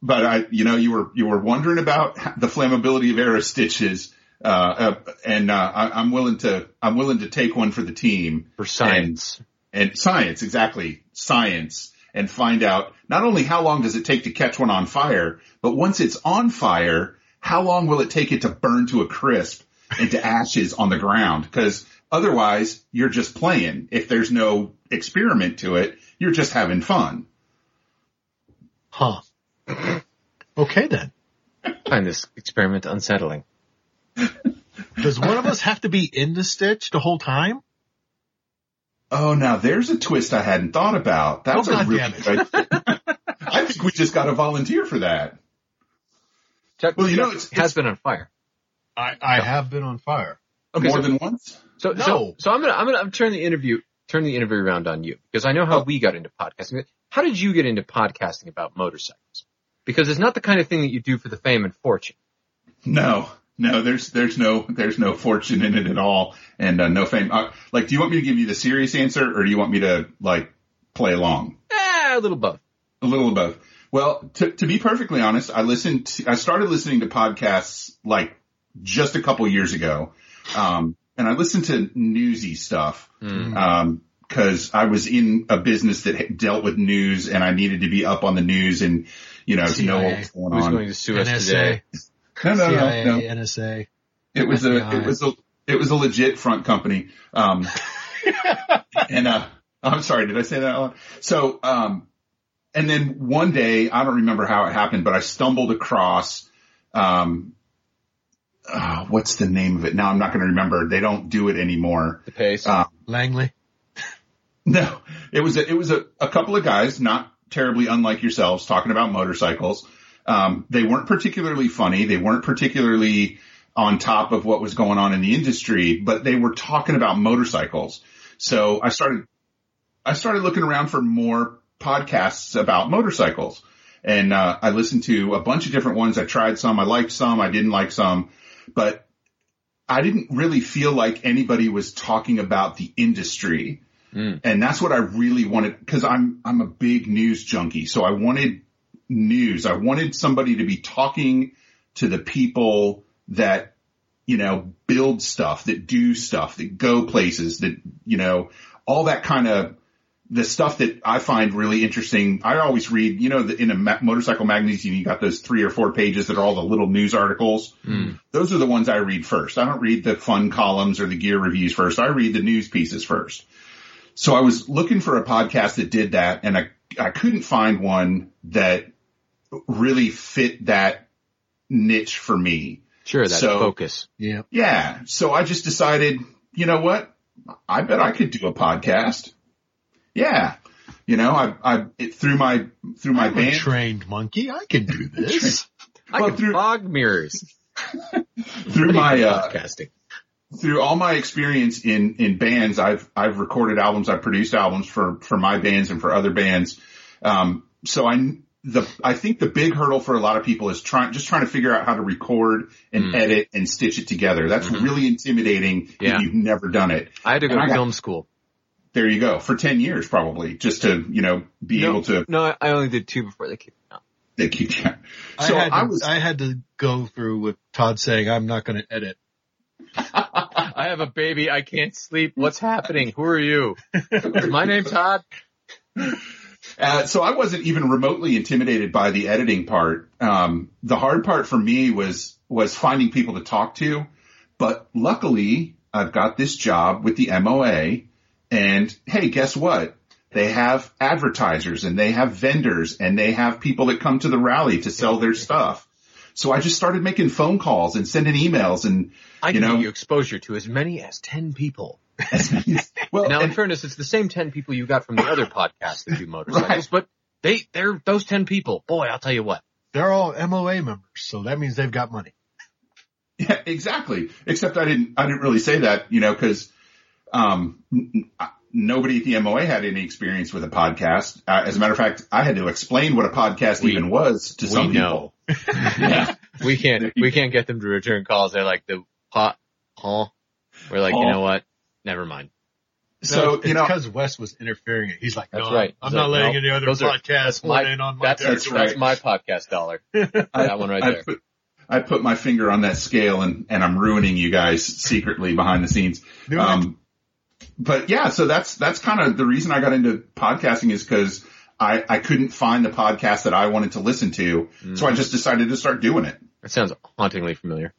Speaker 2: but I, you know, you were, you were wondering about the flammability of arrow stitches. Uh, uh, and, uh, I, I'm willing to, I'm willing to take one for the team
Speaker 3: for science.
Speaker 2: and science, exactly, science, and find out not only how long does it take to catch one on fire, but once it's on fire, how long will it take it to burn to a crisp
Speaker 1: (laughs)
Speaker 2: and to ashes on the ground? Because otherwise, you're just playing. If there's no experiment to it, you're just having fun.
Speaker 1: Huh. Okay then.
Speaker 3: I find this experiment unsettling.
Speaker 1: Does one of us have to be in the stitch the whole time?
Speaker 2: Oh, now there's a twist I hadn't thought about. That's
Speaker 1: Oh,
Speaker 2: a
Speaker 1: God
Speaker 2: really
Speaker 1: damn it.
Speaker 2: good (laughs) idea. I think we just got to volunteer for that.
Speaker 3: Chuck,
Speaker 2: Well, you know,
Speaker 3: Chuck
Speaker 2: it's-
Speaker 3: has been on fire.
Speaker 1: I, I have been on fire.
Speaker 3: Okay,
Speaker 2: More
Speaker 3: so
Speaker 2: than once?
Speaker 3: So, so,
Speaker 1: No.
Speaker 3: so I'm gonna, I'm gonna turn the interview, turn the interview around on you because I know
Speaker 2: Oh.
Speaker 3: how we got into podcasting. How did you get into podcasting about motorcycles? Because it's not the kind of thing that you do for the fame and fortune.
Speaker 2: No, no, there's there's no there's no fortune in it at all, and uh, no fame. Uh, like, do you want me to give you the serious answer, or do you want me to like play along?
Speaker 3: Eh, a little both.
Speaker 2: A little of both. Well, to to be perfectly honest, I listened. To, I started listening to podcasts like just a couple years ago, um, and I listened to newsy stuff
Speaker 3: Hmm.
Speaker 2: um, because I was in a business that ha- dealt with news, and I needed to be up on the news and you know to know what was going
Speaker 3: Who's
Speaker 2: on.
Speaker 3: going to sue us
Speaker 1: NSA,
Speaker 3: today?
Speaker 2: no, no,
Speaker 1: CIA,
Speaker 2: no, no.
Speaker 1: NSA.
Speaker 2: It was a
Speaker 1: FBI.
Speaker 2: it was a it was a legit front company. Um, and uh, I'm sorry, did I say that? Out loud? So um, and then one day I don't remember how it happened, but I stumbled across um, uh, what's the name of it? Now I'm not going to remember. They don't do it anymore.
Speaker 3: The pace.
Speaker 2: Uh,
Speaker 1: Langley.
Speaker 2: No, it was a, it was a, a couple of guys, not terribly unlike yourselves, talking about motorcycles. Um, they weren't particularly funny. They weren't particularly on top of what was going on in the industry, but they were talking about motorcycles. So I started, I started looking around for more podcasts about motorcycles and, uh, I listened to a bunch of different ones. I tried some, I liked some, I didn't like some, but I didn't really feel like anybody was talking about the industry.
Speaker 3: Mm.
Speaker 2: And that's what I really wanted because I'm, I'm a big news junkie. So I wanted news. I wanted somebody to be talking to the people that, you know, build stuff, that do stuff, that go places, that, you know, all that kind of the stuff that I find really interesting, I always read, you know, the, in a ma- motorcycle magazine, you got those three or four pages that are all the little news articles.
Speaker 3: Mm.
Speaker 2: Those are the ones I read first. I don't read the fun columns or the gear reviews first. I read the news pieces first. So I was looking for a podcast that did that and I, I couldn't find one that really fit that niche for me.
Speaker 3: Sure, that
Speaker 2: So-
Speaker 3: focus.
Speaker 1: Yeah.
Speaker 2: Yeah. So I just decided, you know what? I bet I could do a podcast. Yeah. You know, I, I, it, through my, through my
Speaker 1: I'm a
Speaker 2: band,
Speaker 1: trained monkey. I can
Speaker 2: (laughs)
Speaker 1: do this.
Speaker 3: I
Speaker 2: Well,
Speaker 3: can
Speaker 2: through-
Speaker 3: fog mirrors.
Speaker 2: through my, uh,
Speaker 3: podcasting.
Speaker 2: through all my experience in, in bands, I've, I've recorded albums, I've produced albums for, for my bands and for other bands. Um, so I, the, I think the big hurdle for a lot of people is trying, just trying to figure out how to record and
Speaker 3: Mm.
Speaker 2: edit and stitch it together. That's
Speaker 3: Mhm.
Speaker 2: really intimidating
Speaker 3: Yeah.
Speaker 2: if you've never done it.
Speaker 3: I had to go
Speaker 2: And
Speaker 3: to
Speaker 2: I got-
Speaker 3: film school.
Speaker 2: there you go for 10 years probably just to you know be able to
Speaker 3: No, I- I only did two before they came
Speaker 2: (laughs)
Speaker 3: out.
Speaker 2: they keep so
Speaker 1: I had to,
Speaker 2: i was
Speaker 1: I had to go through with Todd saying I'm not going to edit.
Speaker 3: I have a baby. I can't sleep. What's happening? Who are
Speaker 2: (laughs)
Speaker 3: you? Is my name Todd?
Speaker 2: uh, so i wasn't even remotely intimidated by the editing part um the hard part for me was was finding people to talk to but luckily i've got this job with the moa and hey guess what they have advertisers and they have vendors and they have people that come to the rally to sell their stuff so i just started making phone calls and sending emails and (laughs)
Speaker 3: I
Speaker 2: You
Speaker 3: can
Speaker 2: know-
Speaker 3: give you exposure to as many as 10 people.
Speaker 2: well
Speaker 3: Now, in
Speaker 2: and-
Speaker 3: fairness, it's the same 10 people you got from the (laughs) other podcast that do motorcycles,
Speaker 2: Right.
Speaker 3: but they, they're those 10 people. Boy, I'll tell you (laughs) what.
Speaker 1: They're all MOA members, so that means they've got money.
Speaker 2: Yeah, exactly. Except I didn't, I didn't really say that, you know, cause, um, n- n- I- nobody at the MOA had any experience with a podcast. Uh, as a matter of fact, I had to explain what a podcast
Speaker 3: We-
Speaker 2: even was to
Speaker 3: we
Speaker 2: some
Speaker 3: know.
Speaker 2: people. yeah.
Speaker 3: We can't, we can't get them to return calls. They're like the pot, huh? We're like, you
Speaker 2: Huh?
Speaker 3: know what? Never mind.
Speaker 1: No,
Speaker 2: So,
Speaker 1: it's
Speaker 2: you know,
Speaker 1: because Wes was interfering. He's like,
Speaker 3: That's
Speaker 1: no,
Speaker 3: right.
Speaker 1: I'm
Speaker 3: He's
Speaker 1: not
Speaker 3: like,
Speaker 1: letting
Speaker 3: no,
Speaker 1: any other
Speaker 3: those are-
Speaker 1: podcast
Speaker 3: my-
Speaker 1: one in on my
Speaker 3: That's,
Speaker 1: territory.
Speaker 3: that's,
Speaker 2: right.
Speaker 3: my podcast (laughs) dollar.
Speaker 2: I-
Speaker 3: that one (laughs) right
Speaker 2: I
Speaker 3: there.
Speaker 2: put, I put my finger on that scale and, and I'm ruining you guys secretly behind the scenes.
Speaker 1: Do it.
Speaker 2: Um, but yeah, so that's, that's kind of the reason I got into podcasting is cause I, I couldn't find the podcast that I wanted to listen to.
Speaker 3: Mm.
Speaker 2: So I just decided to start doing it.
Speaker 3: That sounds hauntingly familiar.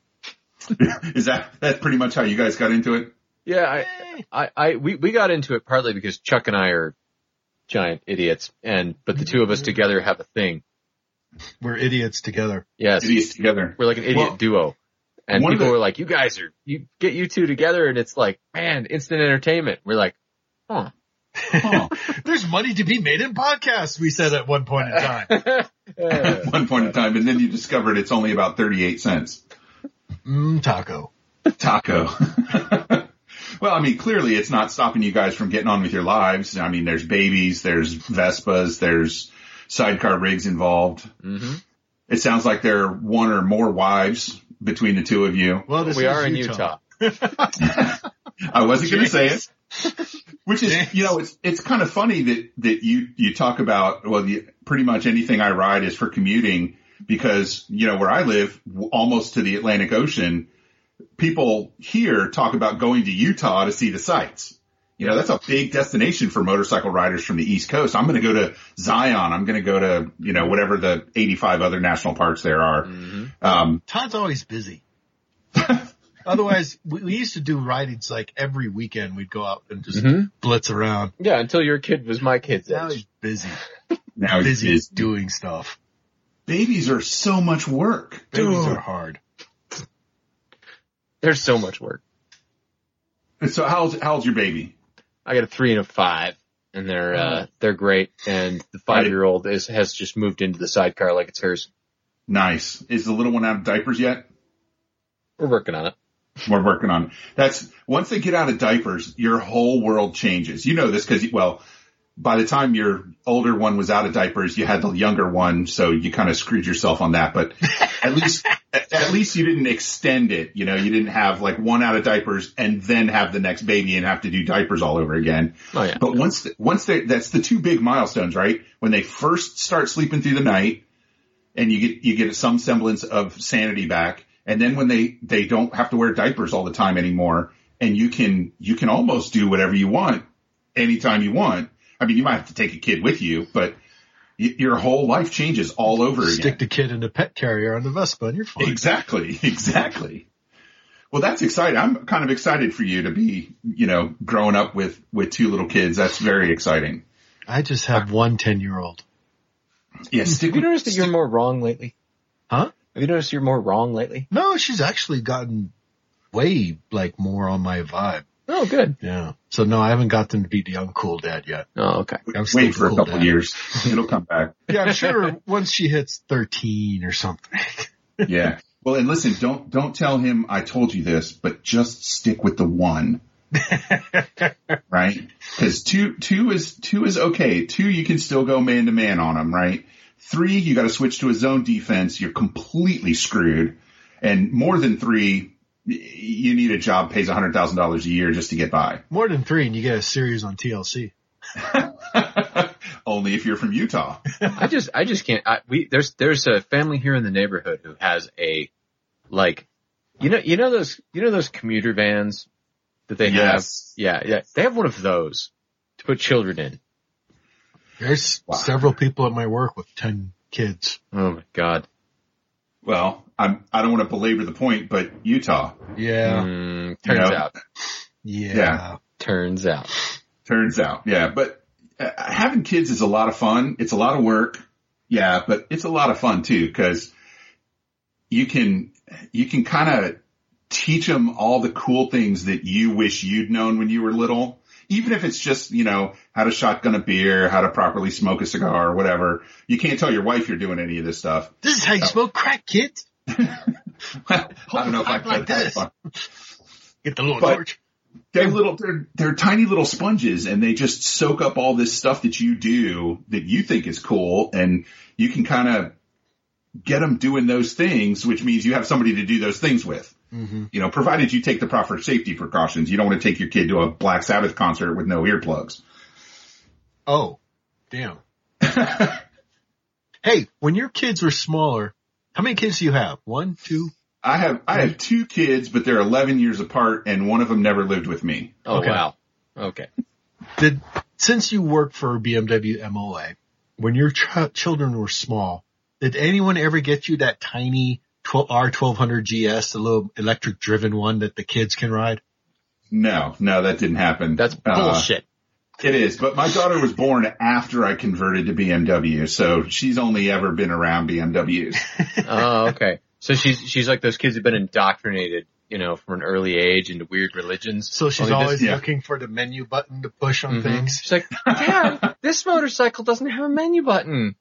Speaker 2: (laughs) Is that that's pretty much how you guys got into it?
Speaker 3: Yeah, I, I, I we, we got into it partly because Chuck and I are giant idiots, and but the two of us together have a thing.
Speaker 1: We're idiots together.
Speaker 3: Yes,
Speaker 2: Idiots together.
Speaker 3: we're like an idiot
Speaker 2: Well,
Speaker 3: duo, and
Speaker 2: one of
Speaker 3: people
Speaker 2: the-
Speaker 3: were like, "You guys are you get you two together," and it's like, man, instant entertainment. We're like, (laughs) huh?
Speaker 2: Huh.
Speaker 1: (laughs) There's money to be made in podcasts, we said at one point
Speaker 3: (laughs)
Speaker 1: in time.
Speaker 2: (laughs)
Speaker 3: (laughs)
Speaker 2: At
Speaker 3: Yeah.
Speaker 2: one point in time, and then you discovered it's only about thirty-eight cents
Speaker 1: mm, taco.
Speaker 2: taco. (laughs) well, I mean, clearly it's not stopping you guys from getting on with your lives. I mean, there's babies, there's Vespas, there's sidecar rigs involved.
Speaker 3: Mhm.
Speaker 2: It sounds like there are one or more wives between the two of you.
Speaker 1: Well, this
Speaker 3: We
Speaker 1: is
Speaker 3: are in
Speaker 1: Utah.
Speaker 3: Utah.
Speaker 2: I wasn't going to say it.
Speaker 1: Jeez.
Speaker 2: Which is,
Speaker 1: Yes.
Speaker 2: you know, it's it's kind of funny that that you you talk about well, the, pretty much anything I ride is for commuting because you know where I live, w- almost to the Atlantic Ocean, people here talk about going to Utah to see the sights. You know, that's a big destination for motorcycle riders from the East Coast. I'm going to go to Zion. I'm going to go to you know whatever the 85 other national parks there are.
Speaker 3: Mhm.
Speaker 2: Um,
Speaker 1: Todd's always
Speaker 2: (laughs)
Speaker 1: busy. Otherwise, we, we used to do ridings like every weekend. We'd go out and just
Speaker 2: Mm-hmm.
Speaker 3: Mhm.
Speaker 1: blitz around.
Speaker 3: Yeah, until your kid was my kid's
Speaker 1: Now
Speaker 3: age.
Speaker 1: he's busy.
Speaker 2: now it's,
Speaker 1: Busy
Speaker 2: it's-
Speaker 1: doing stuff.
Speaker 2: babies are so much work.
Speaker 1: Babies
Speaker 3: Dude.
Speaker 1: are hard.
Speaker 3: There's so much work.
Speaker 2: So how's how's your baby?
Speaker 3: I got a three and a five, and they're uh, they're great. And the
Speaker 2: Right.
Speaker 3: five year old is has just moved into the sidecar like it's hers.
Speaker 2: Nice. Is the little one out of diapers yet?
Speaker 3: We're working on it.
Speaker 2: We're working on it. That's once they get out of diapers, your whole world changes. You know this because well, by the time your older one was out of diapers, you had the younger one, so you kind of screwed yourself on that. But at least at, at least you didn't extend it. You know, you didn't have like one out of diapers and then have the next baby and have to do diapers all over again.
Speaker 3: Oh yeah.
Speaker 2: But once, the, once they that's the two big milestones, right? When they first start sleeping through the night and you get, you get some semblance of sanity back. And then when they, they don't have to wear diapers all the time anymore and you can, you can almost do whatever you want anytime you want. I mean, you might have to take a kid with you, but y- your whole life changes all over again.
Speaker 1: Stick the kid in the pet carrier on the Vespa and you're fine.
Speaker 2: Exactly. (laughs) Exactly. Well, that's exciting. I'm kind of excited for you to be, you know, growing up with, with two little kids. That's very exciting.
Speaker 1: I just have one 10 year old.
Speaker 2: Yeah. Stick
Speaker 3: Have you
Speaker 2: with,
Speaker 3: noticed that you're more wrong lately?
Speaker 1: Huh?
Speaker 3: Have you noticed you're more wrong lately?
Speaker 1: No, she's actually gotten way like more on my vibe.
Speaker 3: Oh, good.
Speaker 1: Yeah. So no, I haven't gotten to be the uncool dad yet.
Speaker 3: Oh, okay.
Speaker 1: I'm still
Speaker 2: wait for a
Speaker 1: cool
Speaker 2: couple
Speaker 1: dad.
Speaker 3: (laughs)
Speaker 2: years. It'll come back.
Speaker 1: Yeah, I'm
Speaker 2: (laughs)
Speaker 1: sure once she hits 13 or something. (laughs)
Speaker 2: Yeah. Well, and listen, don't, don't tell him I told you this, but just stick with
Speaker 3: (laughs)
Speaker 2: the one. right? Cause two, two is, two is okay. Two, you can still go man to man on them, right? Three, you got to switch to a zone defense. You're completely screwed. And more than three, y- you need a job pays $100,000 a year just to get by. (laughs)
Speaker 1: More than three and you get a series on TLC.
Speaker 2: Only if you're from Utah.
Speaker 3: I just, I just can't. I, we there's there's a family here in the neighborhood who has a, like, you know, you know those, you know those commuter vans that they have. Yeah, yeah. They have one of those to put children in.
Speaker 1: There's
Speaker 2: Wow.
Speaker 1: several people at my work with 10 kids.
Speaker 3: Oh my god.
Speaker 2: Well, I'm, I don't want to belabor the point, but Utah
Speaker 1: Yeah.
Speaker 3: Mm, turns
Speaker 2: Yeah.
Speaker 3: out.
Speaker 1: Yeah.
Speaker 2: Yeah.
Speaker 3: Turns out.
Speaker 2: turns out. Yeah. But uh, having kids is a lot of fun. It's a lot of work. Yeah. But it's a lot of fun too. Cause you can, you can kind of teach them all the cool things that you wish you'd known when you were little. Even if it's just, you know, how to shotgun a beer, how to properly smoke a cigar or whatever. You can't tell your wife you're doing any of this stuff. (laughs)
Speaker 1: This is how you
Speaker 2: Oh.
Speaker 1: smoke crack, kids.
Speaker 2: I don't know if I
Speaker 1: Hold on,
Speaker 2: could. That was
Speaker 1: like
Speaker 2: fun.
Speaker 1: Get the little
Speaker 2: But-
Speaker 1: torch.
Speaker 2: They're little, they're, they're tiny little sponges and they just soak up all this stuff that you do that you think is cool and you can kind of get them doing those things, which means you have somebody to do those things with.
Speaker 1: Mm-hmm.
Speaker 2: You know, provided you take the proper safety precautions. You don't want to take your kid to a Black Sabbath concert with no
Speaker 3: (laughs)
Speaker 2: earplugs.
Speaker 1: Oh, damn. Hey, when your kids were smaller, how many kids do you have? One, two?
Speaker 2: I have, I have two kids, but they're 11 years apart and one of them never lived with me.
Speaker 3: Oh
Speaker 1: Okay.
Speaker 3: wow. Okay.
Speaker 1: Did, since you work for BMW MOA, when your ch- children were small, did anyone ever get you that tiny 12, R1200 GS, the little electric driven one that the kids can ride?
Speaker 2: No, no, that didn't happen.
Speaker 3: That's
Speaker 2: Uh,
Speaker 3: bullshit.
Speaker 2: It is, but my daughter was born after I converted to BMW, so she's only ever been around BMWs.
Speaker 3: oh, okay. So she's she's like those kids who've been indoctrinated, you know, from an early age into weird religions.
Speaker 1: So she's
Speaker 3: Only this-
Speaker 1: always
Speaker 2: Oh, yeah. Mm-hmm.
Speaker 1: looking for the menu button to push on
Speaker 3: Mhm.
Speaker 1: things.
Speaker 3: She's like, Dad, this motorcycle doesn't have a menu button.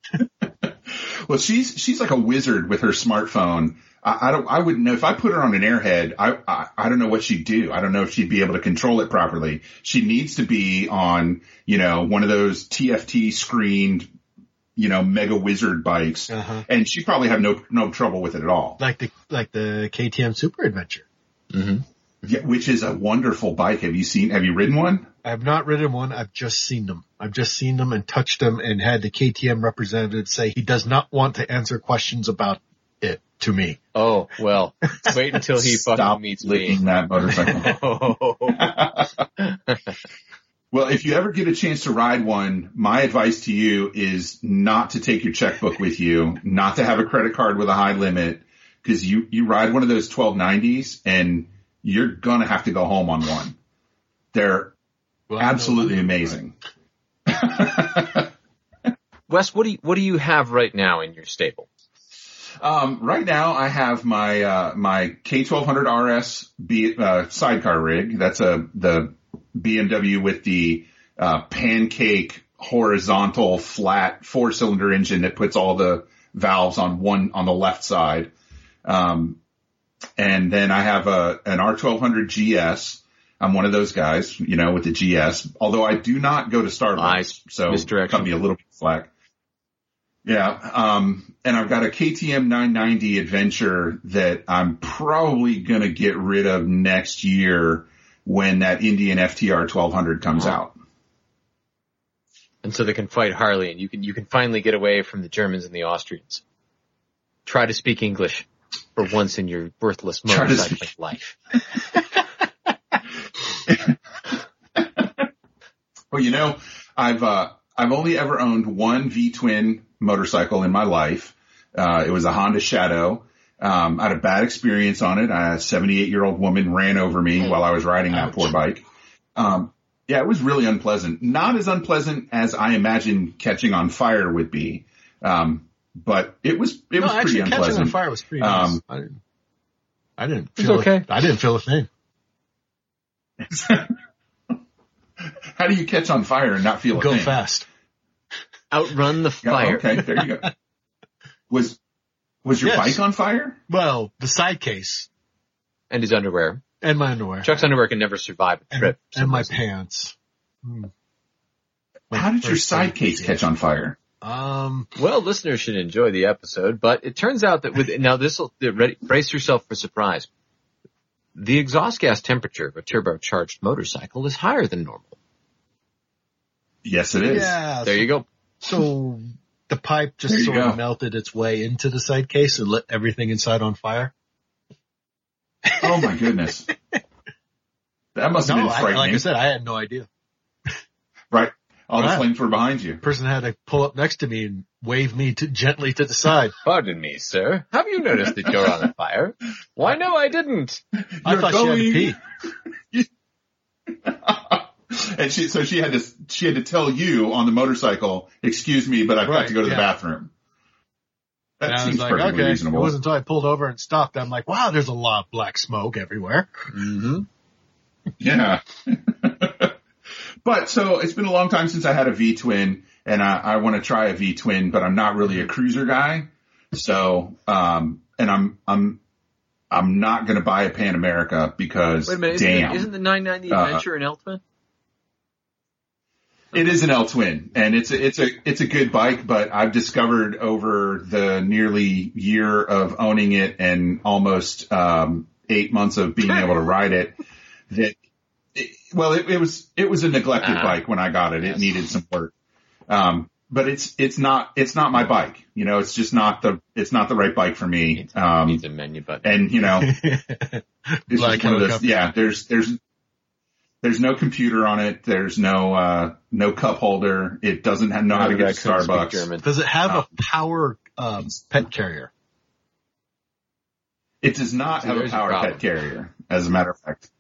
Speaker 2: Well, she's she's like a wizard with her smartphone. I, I don't, I wouldn't know if I put her on an airhead. I, I I don't know what she'd do. I don't know if she'd be able to control it properly. She needs to be on, you know, one of those TFT screened, you know, mega wizard bikes,
Speaker 1: Uh-huh.
Speaker 2: and she probably have no no trouble with it at all.
Speaker 1: Like the, like the KTM Super Adventure.
Speaker 3: Mm-hmm.
Speaker 2: Yeah, which is a wonderful bike. Have you seen? Have you ridden one?
Speaker 1: I've not ridden one. I've just seen them. I've just seen them and touched them and had the KTM representative say he does not want to answer questions about it to
Speaker 2: (laughs)
Speaker 1: me.
Speaker 3: Oh well, wait until he
Speaker 2: Stop
Speaker 3: fucking meets
Speaker 2: licking
Speaker 3: me. (laughs)
Speaker 2: that motorcycle.
Speaker 3: Oh,
Speaker 2: Well, if you ever get a chance to ride one, my advice to you is not to take your checkbook with you, not to have a credit card with a high limit, because you, you ride one of those 1290s and you're going to have to go home on one. They're
Speaker 1: Well,
Speaker 2: absolutely
Speaker 1: no.
Speaker 2: amazing.
Speaker 3: Wes, what do you what do you have right now in your stable?
Speaker 2: Um, right now I have my, uh, my K1200 RS B, uh, sidecar rig. That's a, the BMW with the, uh, pancake horizontal flat four cylinder engine that puts all the valves on one, on the left side. Um, and then I have a, an R1200 GS. I'm one of those guys, you know, with the GS, although I do not go to Starbucks.
Speaker 3: Lies.
Speaker 2: So
Speaker 3: Misdirection.
Speaker 2: cut me a little bit of slack. Yeah. Um, and I've got a KTM 990 adventure that I'm probably going to get rid of next year when that Indian FTR 1200 comes out.
Speaker 3: And so they can fight Harley and you can, you can finally get away from the Germans and the Austrians. Try to speak English for once in your worthless
Speaker 2: Try to
Speaker 3: motorcycling life.
Speaker 2: Well, you know, I've, uh, I've only ever owned one V twin motorcycle in my life. Uh, it was a Honda Shadow. Um, I had a bad experience on it. A 78 year old woman ran over me while I was riding that poor
Speaker 3: Ouch.
Speaker 2: bike. Um, yeah, it was really unpleasant. Not as unpleasant as I imagine catching on fire would be. Um, but it was, it was
Speaker 1: no, actually,
Speaker 2: pretty
Speaker 1: catching on
Speaker 2: unpleasant.
Speaker 1: fire was pretty nice.
Speaker 2: Um,
Speaker 1: I didn't. I didn't
Speaker 3: It's
Speaker 1: feel a-
Speaker 3: okay.
Speaker 1: I didn't feel a thing.
Speaker 2: (laughs) How do you catch on fire and not feel a
Speaker 1: Go
Speaker 2: thing?
Speaker 1: fast.
Speaker 3: Outrun the
Speaker 2: (laughs) Yeah,
Speaker 3: fire.
Speaker 2: okay, there you
Speaker 1: (laughs)
Speaker 2: go. Was, was your
Speaker 1: Yes.
Speaker 2: bike on fire?
Speaker 1: Well, the side case
Speaker 3: And his underwear.
Speaker 1: and my underwear
Speaker 3: Chuck's underwear can never survive a
Speaker 1: and,
Speaker 3: trip.
Speaker 1: and my pants. Hmm. My
Speaker 2: How did your
Speaker 1: first
Speaker 2: side case catch on fire?
Speaker 1: Um,
Speaker 3: Well, listeners should enjoy the episode, but it turns out that with, now this will, brace yourself for surprise. The exhaust gas temperature of a turbocharged motorcycle is higher than normal.
Speaker 2: Yes, it is.
Speaker 1: yeah.
Speaker 3: There you go.
Speaker 1: So the pipe
Speaker 2: There
Speaker 1: just
Speaker 2: you
Speaker 1: sort of
Speaker 2: go.
Speaker 1: melted its way into the side case and lit everything inside on fire.
Speaker 2: Oh
Speaker 1: (laughs)
Speaker 2: my goodness. That must have
Speaker 1: No,
Speaker 2: been
Speaker 1: I, like I
Speaker 2: frightening.
Speaker 1: said, I had no idea.
Speaker 2: right. All the
Speaker 1: Right.
Speaker 2: flames were behind you. (laughs)
Speaker 1: Person had to pull up next to me and wave me to, gently to the side.
Speaker 3: Pardon me, sir. Have you noticed that you're on fire? Why no, I didn't.
Speaker 1: I
Speaker 2: You're
Speaker 1: thought she had to
Speaker 2: going-
Speaker 1: pee.
Speaker 2: and she, so she had to, she had to tell you on the motorcycle, excuse me, but I've got
Speaker 1: Right,
Speaker 2: to go to the
Speaker 1: yeah.
Speaker 2: bathroom. That
Speaker 1: And I was
Speaker 2: seems
Speaker 1: like,
Speaker 2: perfectly
Speaker 1: okay.
Speaker 2: reasonable.
Speaker 1: It wasn't until I pulled over and stopped. I'm like, wow, there's a lot of black smoke everywhere.
Speaker 3: Mm-hmm.
Speaker 2: Yeah. (laughs) but so it's been a long time since I had a V twin and I, I want to try a V twin, but I'm not really a cruiser guy. So, um, and I'm, I'm, I'm not going to buy a Pan America because
Speaker 3: Wait a minute, isn't,
Speaker 2: damn,
Speaker 3: The, isn't the 990
Speaker 2: Uh,
Speaker 3: Adventure an Eltman?
Speaker 2: it is an L twin and it's a, it's a, it's a good bike, but I've discovered over the nearly year of owning it and almost, um, eight months of being able to ride it that it, well, it, it was, it was a neglected
Speaker 3: Ah.
Speaker 2: bike when I got it. It needed some work. Um, but it's, it's not, it's not my bike. You know, it's just not the, it's not the right bike for me. Um,
Speaker 3: Needs a menu button.
Speaker 2: and you know, it's
Speaker 1: Like
Speaker 2: just one of
Speaker 1: how
Speaker 2: those.
Speaker 1: the
Speaker 2: Yeah, there's there's there's no computer on it. There's no uh no cup holder. It doesn't have, know how to
Speaker 3: Remember
Speaker 2: get
Speaker 3: that
Speaker 2: to
Speaker 3: couldn't speak
Speaker 2: Starbucks.
Speaker 1: (laughs)
Speaker 3: German.
Speaker 1: Does it have
Speaker 2: Uh,
Speaker 1: a power um, pet carrier?
Speaker 2: It does not
Speaker 3: So
Speaker 2: have a
Speaker 3: there's a
Speaker 2: power
Speaker 3: problem.
Speaker 2: pet carrier. As a matter of fact,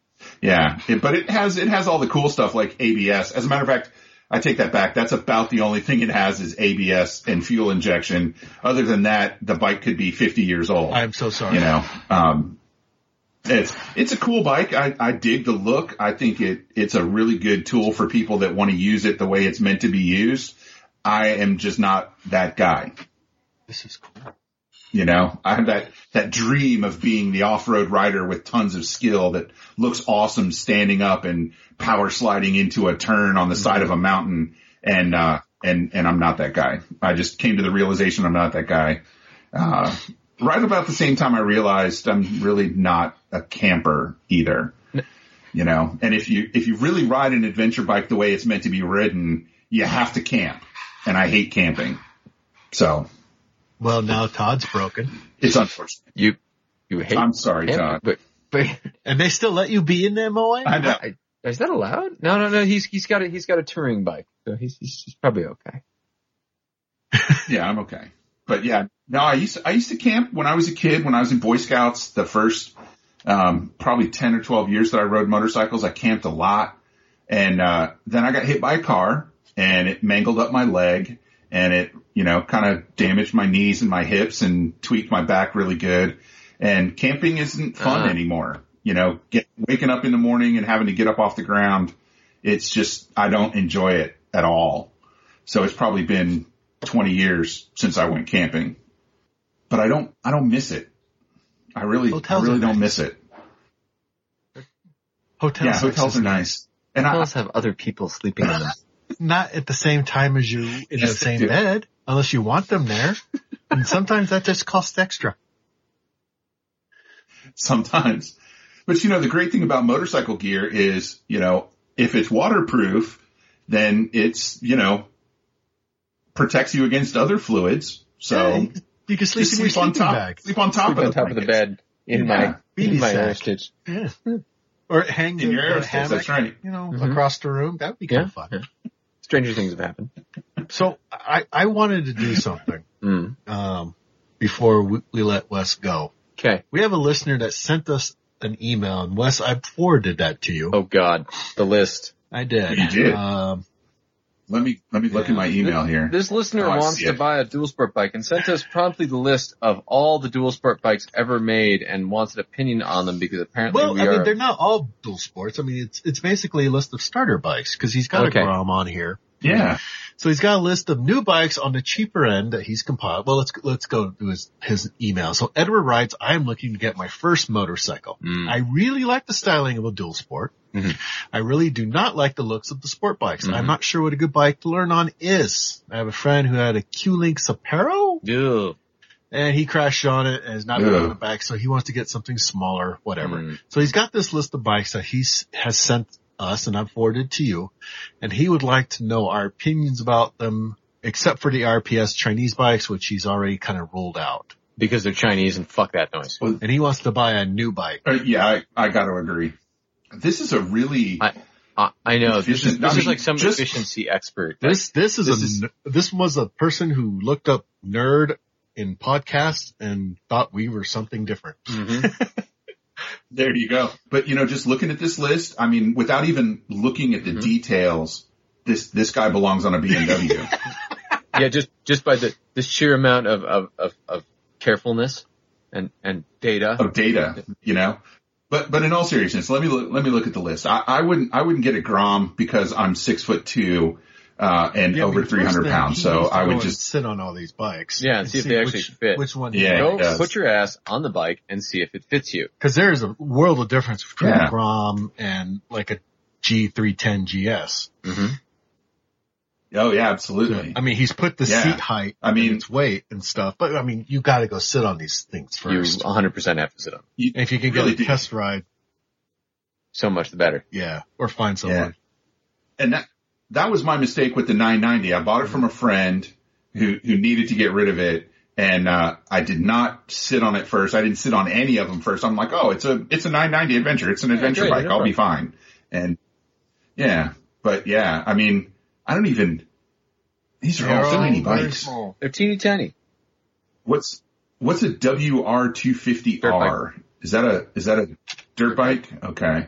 Speaker 2: yeah, it, but it has it has all the cool stuff like ABS. As a matter of fact. I take that back. That's about the only thing it has is ABS and fuel injection. Other than that, the bike could be 50 years old.
Speaker 1: I'm so sorry.
Speaker 2: you know, um, it's, it's a cool bike. I, I dig the look. I think it, it's a really good tool for people that want to use it the way it's meant to be used. I am just not that guy.
Speaker 1: This is cool.
Speaker 2: You know, I have that, that dream of being the off-road rider with tons of skill that looks awesome standing up and power sliding into a turn on the side of a mountain. And, uh, and, and I'm not that guy. I just came to the realization I'm not that guy. Uh, right about the same time I realized I'm really not a camper either. You know, and if you, if you really ride an adventure bike the way it's meant to be ridden, you have to camp. And I hate camping. So
Speaker 1: Well, now Todd's broken.
Speaker 2: it's unfortunate.
Speaker 3: You, you hate
Speaker 2: I'm sorry,
Speaker 3: him?
Speaker 2: Todd.
Speaker 3: But, but
Speaker 1: And they still let you be in them, Moe?
Speaker 2: I know.
Speaker 3: I, is that allowed? No, no, no. He's he's got a he's got a touring bike, so he's he's, he's probably okay.
Speaker 2: (laughs) Yeah, I'm okay. But yeah, no, I used to, I used to camp when I was a kid. When I was in Boy Scouts, the first um, probably ten or twelve years that I rode motorcycles, I camped a lot. And uh, then I got hit by a car, and it mangled up my leg, and it you know kind of damaged my knees and my hips, and tweaked my back really good. And camping isn't fun
Speaker 3: Ah.
Speaker 2: anymore. You know, get, waking up in the morning and having to get up off the ground, it's just I don't enjoy it at all. So it's probably been 20 years since I went camping, but I don't, I don't miss it. I really,
Speaker 1: Hotels
Speaker 2: I really
Speaker 1: are
Speaker 2: don't
Speaker 1: nice.
Speaker 2: miss it.
Speaker 1: Hotels,
Speaker 2: yeah, hotels are nice. And I,
Speaker 3: Plus, have other people sleeping in them.
Speaker 1: Not at the same time as you in
Speaker 2: Yes,
Speaker 1: the
Speaker 2: they
Speaker 1: same
Speaker 2: do.
Speaker 1: bed. unless you want them
Speaker 2: (laughs)
Speaker 1: there. and sometimes that just costs extra.
Speaker 2: (laughs) sometimes. But you know, the great thing about motorcycle gear is, you know, if it's waterproof, then it's, you know, protects you against other fluids. So
Speaker 1: Yeah, you can sleep
Speaker 2: just
Speaker 1: in your
Speaker 2: sleep on
Speaker 1: sleeping
Speaker 2: top,
Speaker 1: bag.
Speaker 2: sleep on (laughs) top
Speaker 3: Sleep
Speaker 2: of
Speaker 3: on
Speaker 2: the
Speaker 3: top of the
Speaker 2: blankets.
Speaker 3: bed in
Speaker 2: Yeah.
Speaker 3: my
Speaker 1: Beanie
Speaker 3: in my
Speaker 1: sack.
Speaker 3: air stitch.
Speaker 2: (laughs)
Speaker 1: Yeah. Or hang
Speaker 2: in
Speaker 1: the-
Speaker 2: your
Speaker 1: the
Speaker 2: air stitch.
Speaker 1: hammock,
Speaker 2: That's right.
Speaker 1: you know,
Speaker 3: Mhm.
Speaker 1: across the room. That would be kind
Speaker 3: Yeah.
Speaker 1: of fun.
Speaker 3: Stranger things have happened.
Speaker 1: So I, I wanted to do something,
Speaker 3: Mm.
Speaker 1: um, before we, we let Wes go.
Speaker 3: Okay.
Speaker 1: We have a listener that sent us an email and Wes, I forwarded that to you.
Speaker 3: Oh God, the list.
Speaker 1: I did.
Speaker 2: You did.
Speaker 1: Um,
Speaker 2: Let me let me look
Speaker 1: Yeah.
Speaker 2: in my email here.
Speaker 3: This listener
Speaker 2: Oh, I
Speaker 3: wants
Speaker 2: see
Speaker 3: to
Speaker 2: it.
Speaker 3: buy a dual sport bike and sent us promptly the list of all the dual sport bikes ever made and wants an opinion on them because apparently
Speaker 1: well,
Speaker 3: we
Speaker 1: I
Speaker 3: are.
Speaker 1: mean, they're not all dual sports. I mean, it's, it's basically a list of starter bikes because he's got
Speaker 3: Okay.
Speaker 1: a Grom on here.
Speaker 2: Yeah.
Speaker 1: So he's got a list of new bikes on the cheaper end that he's compiled. Well, let's, let's go to his, his email. So Edward writes, I am looking to get my first motorcycle.
Speaker 2: Hmm.
Speaker 3: Mm.
Speaker 1: I really like the styling of a dual sport.
Speaker 3: Mhm.
Speaker 1: I really do not like the looks of the sport bikes.
Speaker 3: Mhm.
Speaker 1: I'm not sure what a good bike to learn on is. I have a friend who had a Q-Link Sapero
Speaker 3: Ugh.
Speaker 1: and he crashed on it and is not
Speaker 2: Ugh.
Speaker 1: going back. So he wants to get something smaller, whatever.
Speaker 3: Mm.
Speaker 1: So he's got this list of bikes that he has sent us and I've forwarded to you and he would like to know our opinions about them except for the RPS Chinese bikes, which he's already kind of ruled out
Speaker 3: Because they're Chinese and fuck that noise.
Speaker 1: and he wants to buy a new bike.
Speaker 2: Uh, yeah, I, I got to agree. This is a really
Speaker 3: I- I, I know this is
Speaker 2: Efficient. I
Speaker 3: this is
Speaker 2: mean,
Speaker 3: like some
Speaker 2: just-
Speaker 3: efficiency expert.
Speaker 1: This this is
Speaker 2: This
Speaker 1: a
Speaker 2: is-
Speaker 1: n- this was a person who looked up nerd in podcasts and thought we were something different.
Speaker 2: (laughs)
Speaker 3: Mhm.
Speaker 2: there you go. But you know, just looking at this list, I mean, without even looking at the
Speaker 1: Mm-hmm.
Speaker 3: Mhm.
Speaker 2: details, this this guy belongs on a
Speaker 1: (laughs)
Speaker 2: BMW.
Speaker 3: yeah, just just by the the sheer amount of of of, of carefulness and and data.
Speaker 2: of data, you know. But but in all seriousness, let me look, let me look at the list. I, I wouldn't I wouldn't get a Grom because I'm six foot two uh, and
Speaker 1: Yeah, I
Speaker 2: over
Speaker 1: mean,
Speaker 2: three
Speaker 1: first
Speaker 2: hundred
Speaker 1: thing,
Speaker 2: pounds,
Speaker 1: he
Speaker 2: so
Speaker 1: needs to
Speaker 2: I
Speaker 1: go
Speaker 2: would
Speaker 1: and
Speaker 2: just
Speaker 1: sit on all these bikes.
Speaker 3: Yeah, and see if they actually
Speaker 1: which,
Speaker 3: fit.
Speaker 1: Which one?
Speaker 2: Yeah, it
Speaker 3: Go
Speaker 2: does.
Speaker 3: put your ass on the bike and see if it fits you.
Speaker 1: because there is a world of difference between
Speaker 2: Yeah.
Speaker 1: a Grom and like a G310 GS.
Speaker 3: Mm-hmm.
Speaker 2: oh yeah absolutely.
Speaker 1: I mean, he's put the
Speaker 2: Yeah.
Speaker 1: seat height,
Speaker 2: I mean-
Speaker 1: and its weight and stuff, but I mean, you got to go sit on these things
Speaker 3: You
Speaker 1: first.
Speaker 3: 100% have to sit on.
Speaker 1: And if you can get
Speaker 2: Really
Speaker 1: a
Speaker 2: do.
Speaker 1: test ride,
Speaker 3: So much the better.
Speaker 1: yeah, or find someone.
Speaker 2: Yeah. and that that was my mistake with the 990. I bought it from a friend who who needed to get rid of it, and uh, I did not sit on it first. I didn't sit on any of them first. I'm like, oh, it's a it's a 990 adventure. It's an adventure
Speaker 3: great,
Speaker 2: bike.
Speaker 3: no
Speaker 2: I'll be fine. And yeah, but yeah, I mean, I don't even. These are all
Speaker 1: They're all
Speaker 2: tiny
Speaker 1: very
Speaker 2: bikes.
Speaker 1: small.
Speaker 3: They're teeny tiny.
Speaker 2: What's what's a WR250R? Is that a is that a dirt bike? Okay.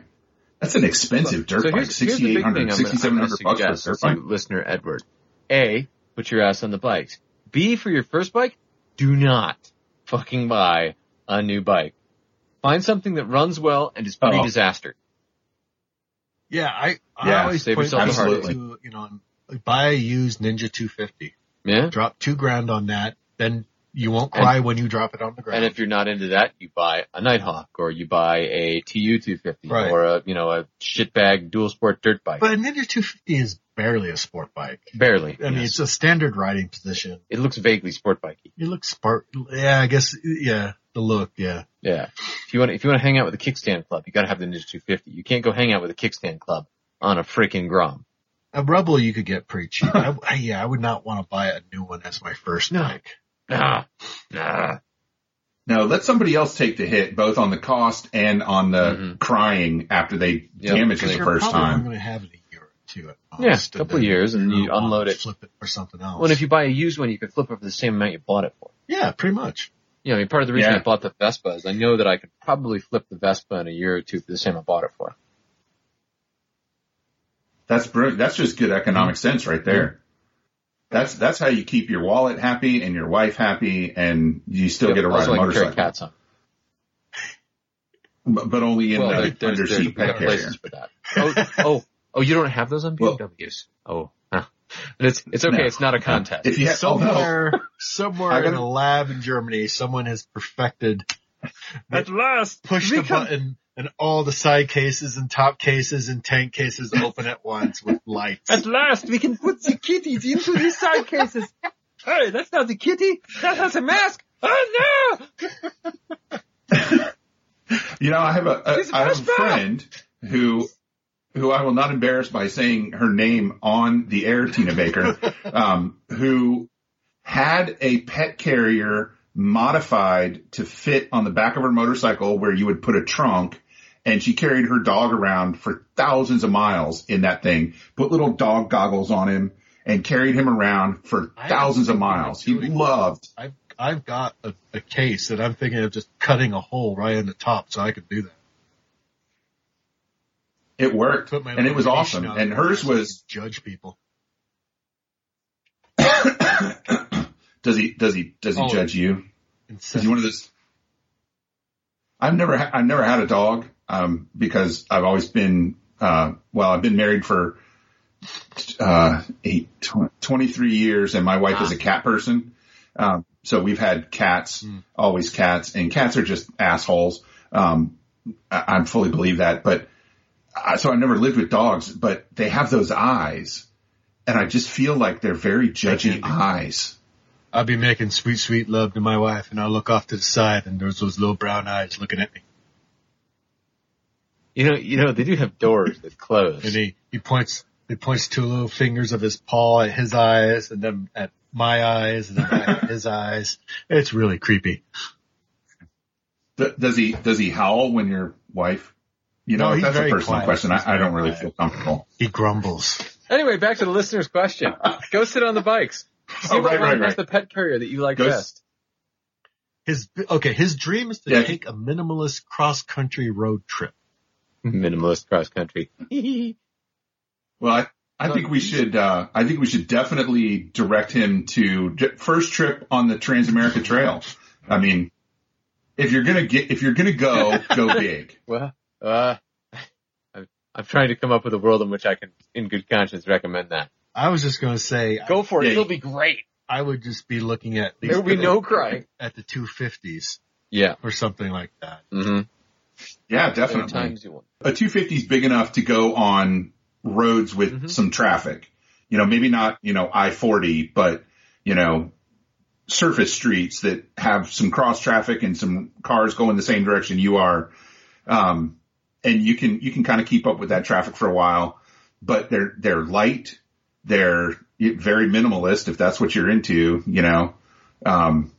Speaker 2: That's an expensive dirt
Speaker 3: so
Speaker 2: bike,
Speaker 3: here's, here's the big thing I'm, gonna-
Speaker 2: 6800
Speaker 3: I'm going to
Speaker 2: 6700 bucks
Speaker 3: suggest
Speaker 2: for a dirt
Speaker 3: to
Speaker 2: bike.
Speaker 3: listener Edward. A, put your ass on the bikes. B, for your first bike, do not fucking buy a new bike. Find something that runs well and is
Speaker 2: Oh.
Speaker 3: pre-disaster.
Speaker 1: Yeah, I, I
Speaker 2: Yeah,
Speaker 1: always
Speaker 3: save
Speaker 1: point
Speaker 3: yourself
Speaker 2: the
Speaker 1: people
Speaker 2: heartache.
Speaker 1: to, you know, buy a used Ninja 250.
Speaker 3: Yeah?
Speaker 1: Drop two grand on that, then you won't cry when you drop it on the ground.
Speaker 3: And if you're not into that, you buy a Nighthawk or you buy a TU-250
Speaker 1: Right.
Speaker 3: or a, you know, a shitbag dual sport dirt bike.
Speaker 1: but a Ninja 250 is barely a sport bike.
Speaker 3: Barely.
Speaker 1: I mean,
Speaker 3: yes.
Speaker 1: it's a standard riding position.
Speaker 3: it looks vaguely sport bikey.
Speaker 1: It looks spark. Yeah, I guess. Yeah, the look. Yeah.
Speaker 3: Yeah. If you want, if you want to hang out with the kickstand club, you got to have the Ninja 250. You can't go hang out with the kickstand club on a freaking Grom.
Speaker 1: A Rebel you could get pretty cheap.
Speaker 3: (laughs)
Speaker 1: I, I- yeah, I would not want to buy a new one as my first
Speaker 3: No.
Speaker 1: bike.
Speaker 3: Nah, nah.
Speaker 2: No, let somebody else take the hit, both on the cost and on the
Speaker 3: Mhm.
Speaker 2: crying after they
Speaker 3: Yeah,
Speaker 2: damage it
Speaker 3: like-
Speaker 2: the
Speaker 1: You're
Speaker 2: first
Speaker 1: probably
Speaker 2: time.
Speaker 1: going to have it a year or two at most.
Speaker 3: Yeah,
Speaker 1: and
Speaker 3: a couple
Speaker 1: then
Speaker 3: years and you
Speaker 1: you'll want
Speaker 3: unload
Speaker 1: to
Speaker 3: it.
Speaker 1: Flip it for something else.
Speaker 3: Well, and if you buy a used one, you can flip it for the same amount you bought it for.
Speaker 1: yeah, pretty much.
Speaker 3: You know, I mean, part of the reason
Speaker 2: Yeah.
Speaker 3: I bought the Vespa is I know that I could probably flip the Vespa in a year or two for the same I bought it for.
Speaker 2: That's brilliant. That's just good economic
Speaker 3: Mm-hmm.
Speaker 2: sense right there. That's that's how you keep your wallet happy and your wife happy, and you still
Speaker 3: Yeah,
Speaker 2: get to ride
Speaker 3: also,
Speaker 2: a
Speaker 3: I can carry
Speaker 2: motorcycle,
Speaker 3: cats on.
Speaker 2: but but only in
Speaker 3: Well,
Speaker 2: the
Speaker 3: there, there's,
Speaker 2: under
Speaker 3: there's,
Speaker 2: seat
Speaker 3: there
Speaker 2: pet
Speaker 3: are
Speaker 2: carrier.
Speaker 3: places for that. Oh, oh, oh, you don't have those on
Speaker 2: Well-
Speaker 3: BMWs. oh, huh. But it's it's okay.
Speaker 2: No.
Speaker 3: it's not a contest.
Speaker 2: If you have, although,
Speaker 1: somewhere,
Speaker 3: (laughs)
Speaker 1: somewhere
Speaker 2: I gotta-
Speaker 1: in a lab in Germany, someone has perfected At
Speaker 3: last,
Speaker 1: push the button and all the side cases and top cases and tank
Speaker 3: (laughs)
Speaker 1: cases open at once with lights.
Speaker 3: At last, we can put the kitties into the side cases. Hey, that's not the kitty. That has a mask. Oh no!
Speaker 2: You know, I have a, a
Speaker 3: She's a
Speaker 2: I have a
Speaker 3: fresh bra.
Speaker 2: friend who who I will not embarrass by saying her name on the air, Tina
Speaker 1: (laughs)
Speaker 2: Baker, um, who had a pet carrier modified to fit on the back of her motorcycle where you would put a trunk and she carried her dog around for thousands of miles in that thing, put little dog goggles on him and carried him around for
Speaker 1: I
Speaker 2: thousands of
Speaker 1: think we're
Speaker 2: miles. He
Speaker 1: doing-
Speaker 2: loved
Speaker 1: I've I've got a, a case that I'm thinking of just cutting a hole right in the top so I could do that.
Speaker 2: it worked
Speaker 1: Put my
Speaker 2: and it was
Speaker 1: location
Speaker 2: awesome.
Speaker 1: out
Speaker 2: And
Speaker 1: there
Speaker 2: hers
Speaker 1: so I
Speaker 2: was
Speaker 1: could judge people.
Speaker 2: does he does he does he
Speaker 1: Oh.
Speaker 2: judge you?
Speaker 1: And
Speaker 2: Is he one of those? I've never ha- I've never had a dog um, because I've always been uh, well I've been married for uh, eight, tw- 23 years and my wife is a cat person. Um, so we've had cats,
Speaker 1: Hmm.
Speaker 2: always cats, and cats are just assholes. Um, I, I fully believe that, but I, so I never lived with dogs, but they have those eyes, and I just feel like they're very judging
Speaker 1: do.
Speaker 2: eyes.
Speaker 1: I'll be making sweet, sweet love to my wife, and I'll look off to the side, and there's those little brown eyes looking at me.
Speaker 3: You know, you know, they do have doors that close.
Speaker 1: And he, he points, he points two little fingers of his paw at his eyes, and then at my eyes, and then back at
Speaker 2: (laughs)
Speaker 1: his eyes. It's really creepy.
Speaker 2: Th- does he does he howl when your wife? You
Speaker 1: No,
Speaker 2: know,
Speaker 1: he's
Speaker 2: that's a
Speaker 1: very
Speaker 2: personal
Speaker 1: quiet.
Speaker 2: question.
Speaker 1: He's
Speaker 2: I, I don't
Speaker 1: very
Speaker 2: really
Speaker 1: quiet.
Speaker 2: feel comfortable.
Speaker 1: He grumbles.
Speaker 3: Anyway, back to the listener's question. Go sit on the bikes. See
Speaker 2: Oh,
Speaker 3: what
Speaker 2: right,
Speaker 3: one
Speaker 2: right,
Speaker 3: has
Speaker 2: right.
Speaker 3: the pet carrier that you like
Speaker 2: Go s-
Speaker 3: best.
Speaker 1: His, okay, his dream is to
Speaker 2: Yeah.
Speaker 1: take a minimalist cross-country road trip.
Speaker 3: Minimalist cross country.
Speaker 2: Well, I, I
Speaker 3: So-
Speaker 2: think we should. Uh, I think we should definitely direct him to j- first trip on the Transamerica Trail. I mean, if you're gonna get, if you're gonna go,
Speaker 3: (laughs)
Speaker 2: go big.
Speaker 3: well, uh, I'm, I'm trying to come up with a world in which I can, in good conscience, recommend that.
Speaker 1: I was just gonna say, I-
Speaker 3: Go for it.
Speaker 2: Yeah.
Speaker 3: It'll be great.
Speaker 1: I would just be looking at these
Speaker 3: There will be
Speaker 1: at-
Speaker 3: no crying.
Speaker 1: at the 250s
Speaker 3: Yeah.
Speaker 1: or something like that.
Speaker 3: Mm-hmm.
Speaker 2: Yeah,
Speaker 3: There are
Speaker 2: definitely.
Speaker 3: times you want.
Speaker 2: a 250 is big enough to go on roads with
Speaker 3: Mhm.
Speaker 2: some traffic. You know, maybe not, you know, I-40, but, you know, surface streets that have some cross traffic and some cars going the same direction you are. Um, and you can, you can kind of keep up with that traffic for a while, but they're, they're light. They're very minimalist if that's what you're into, you know, um,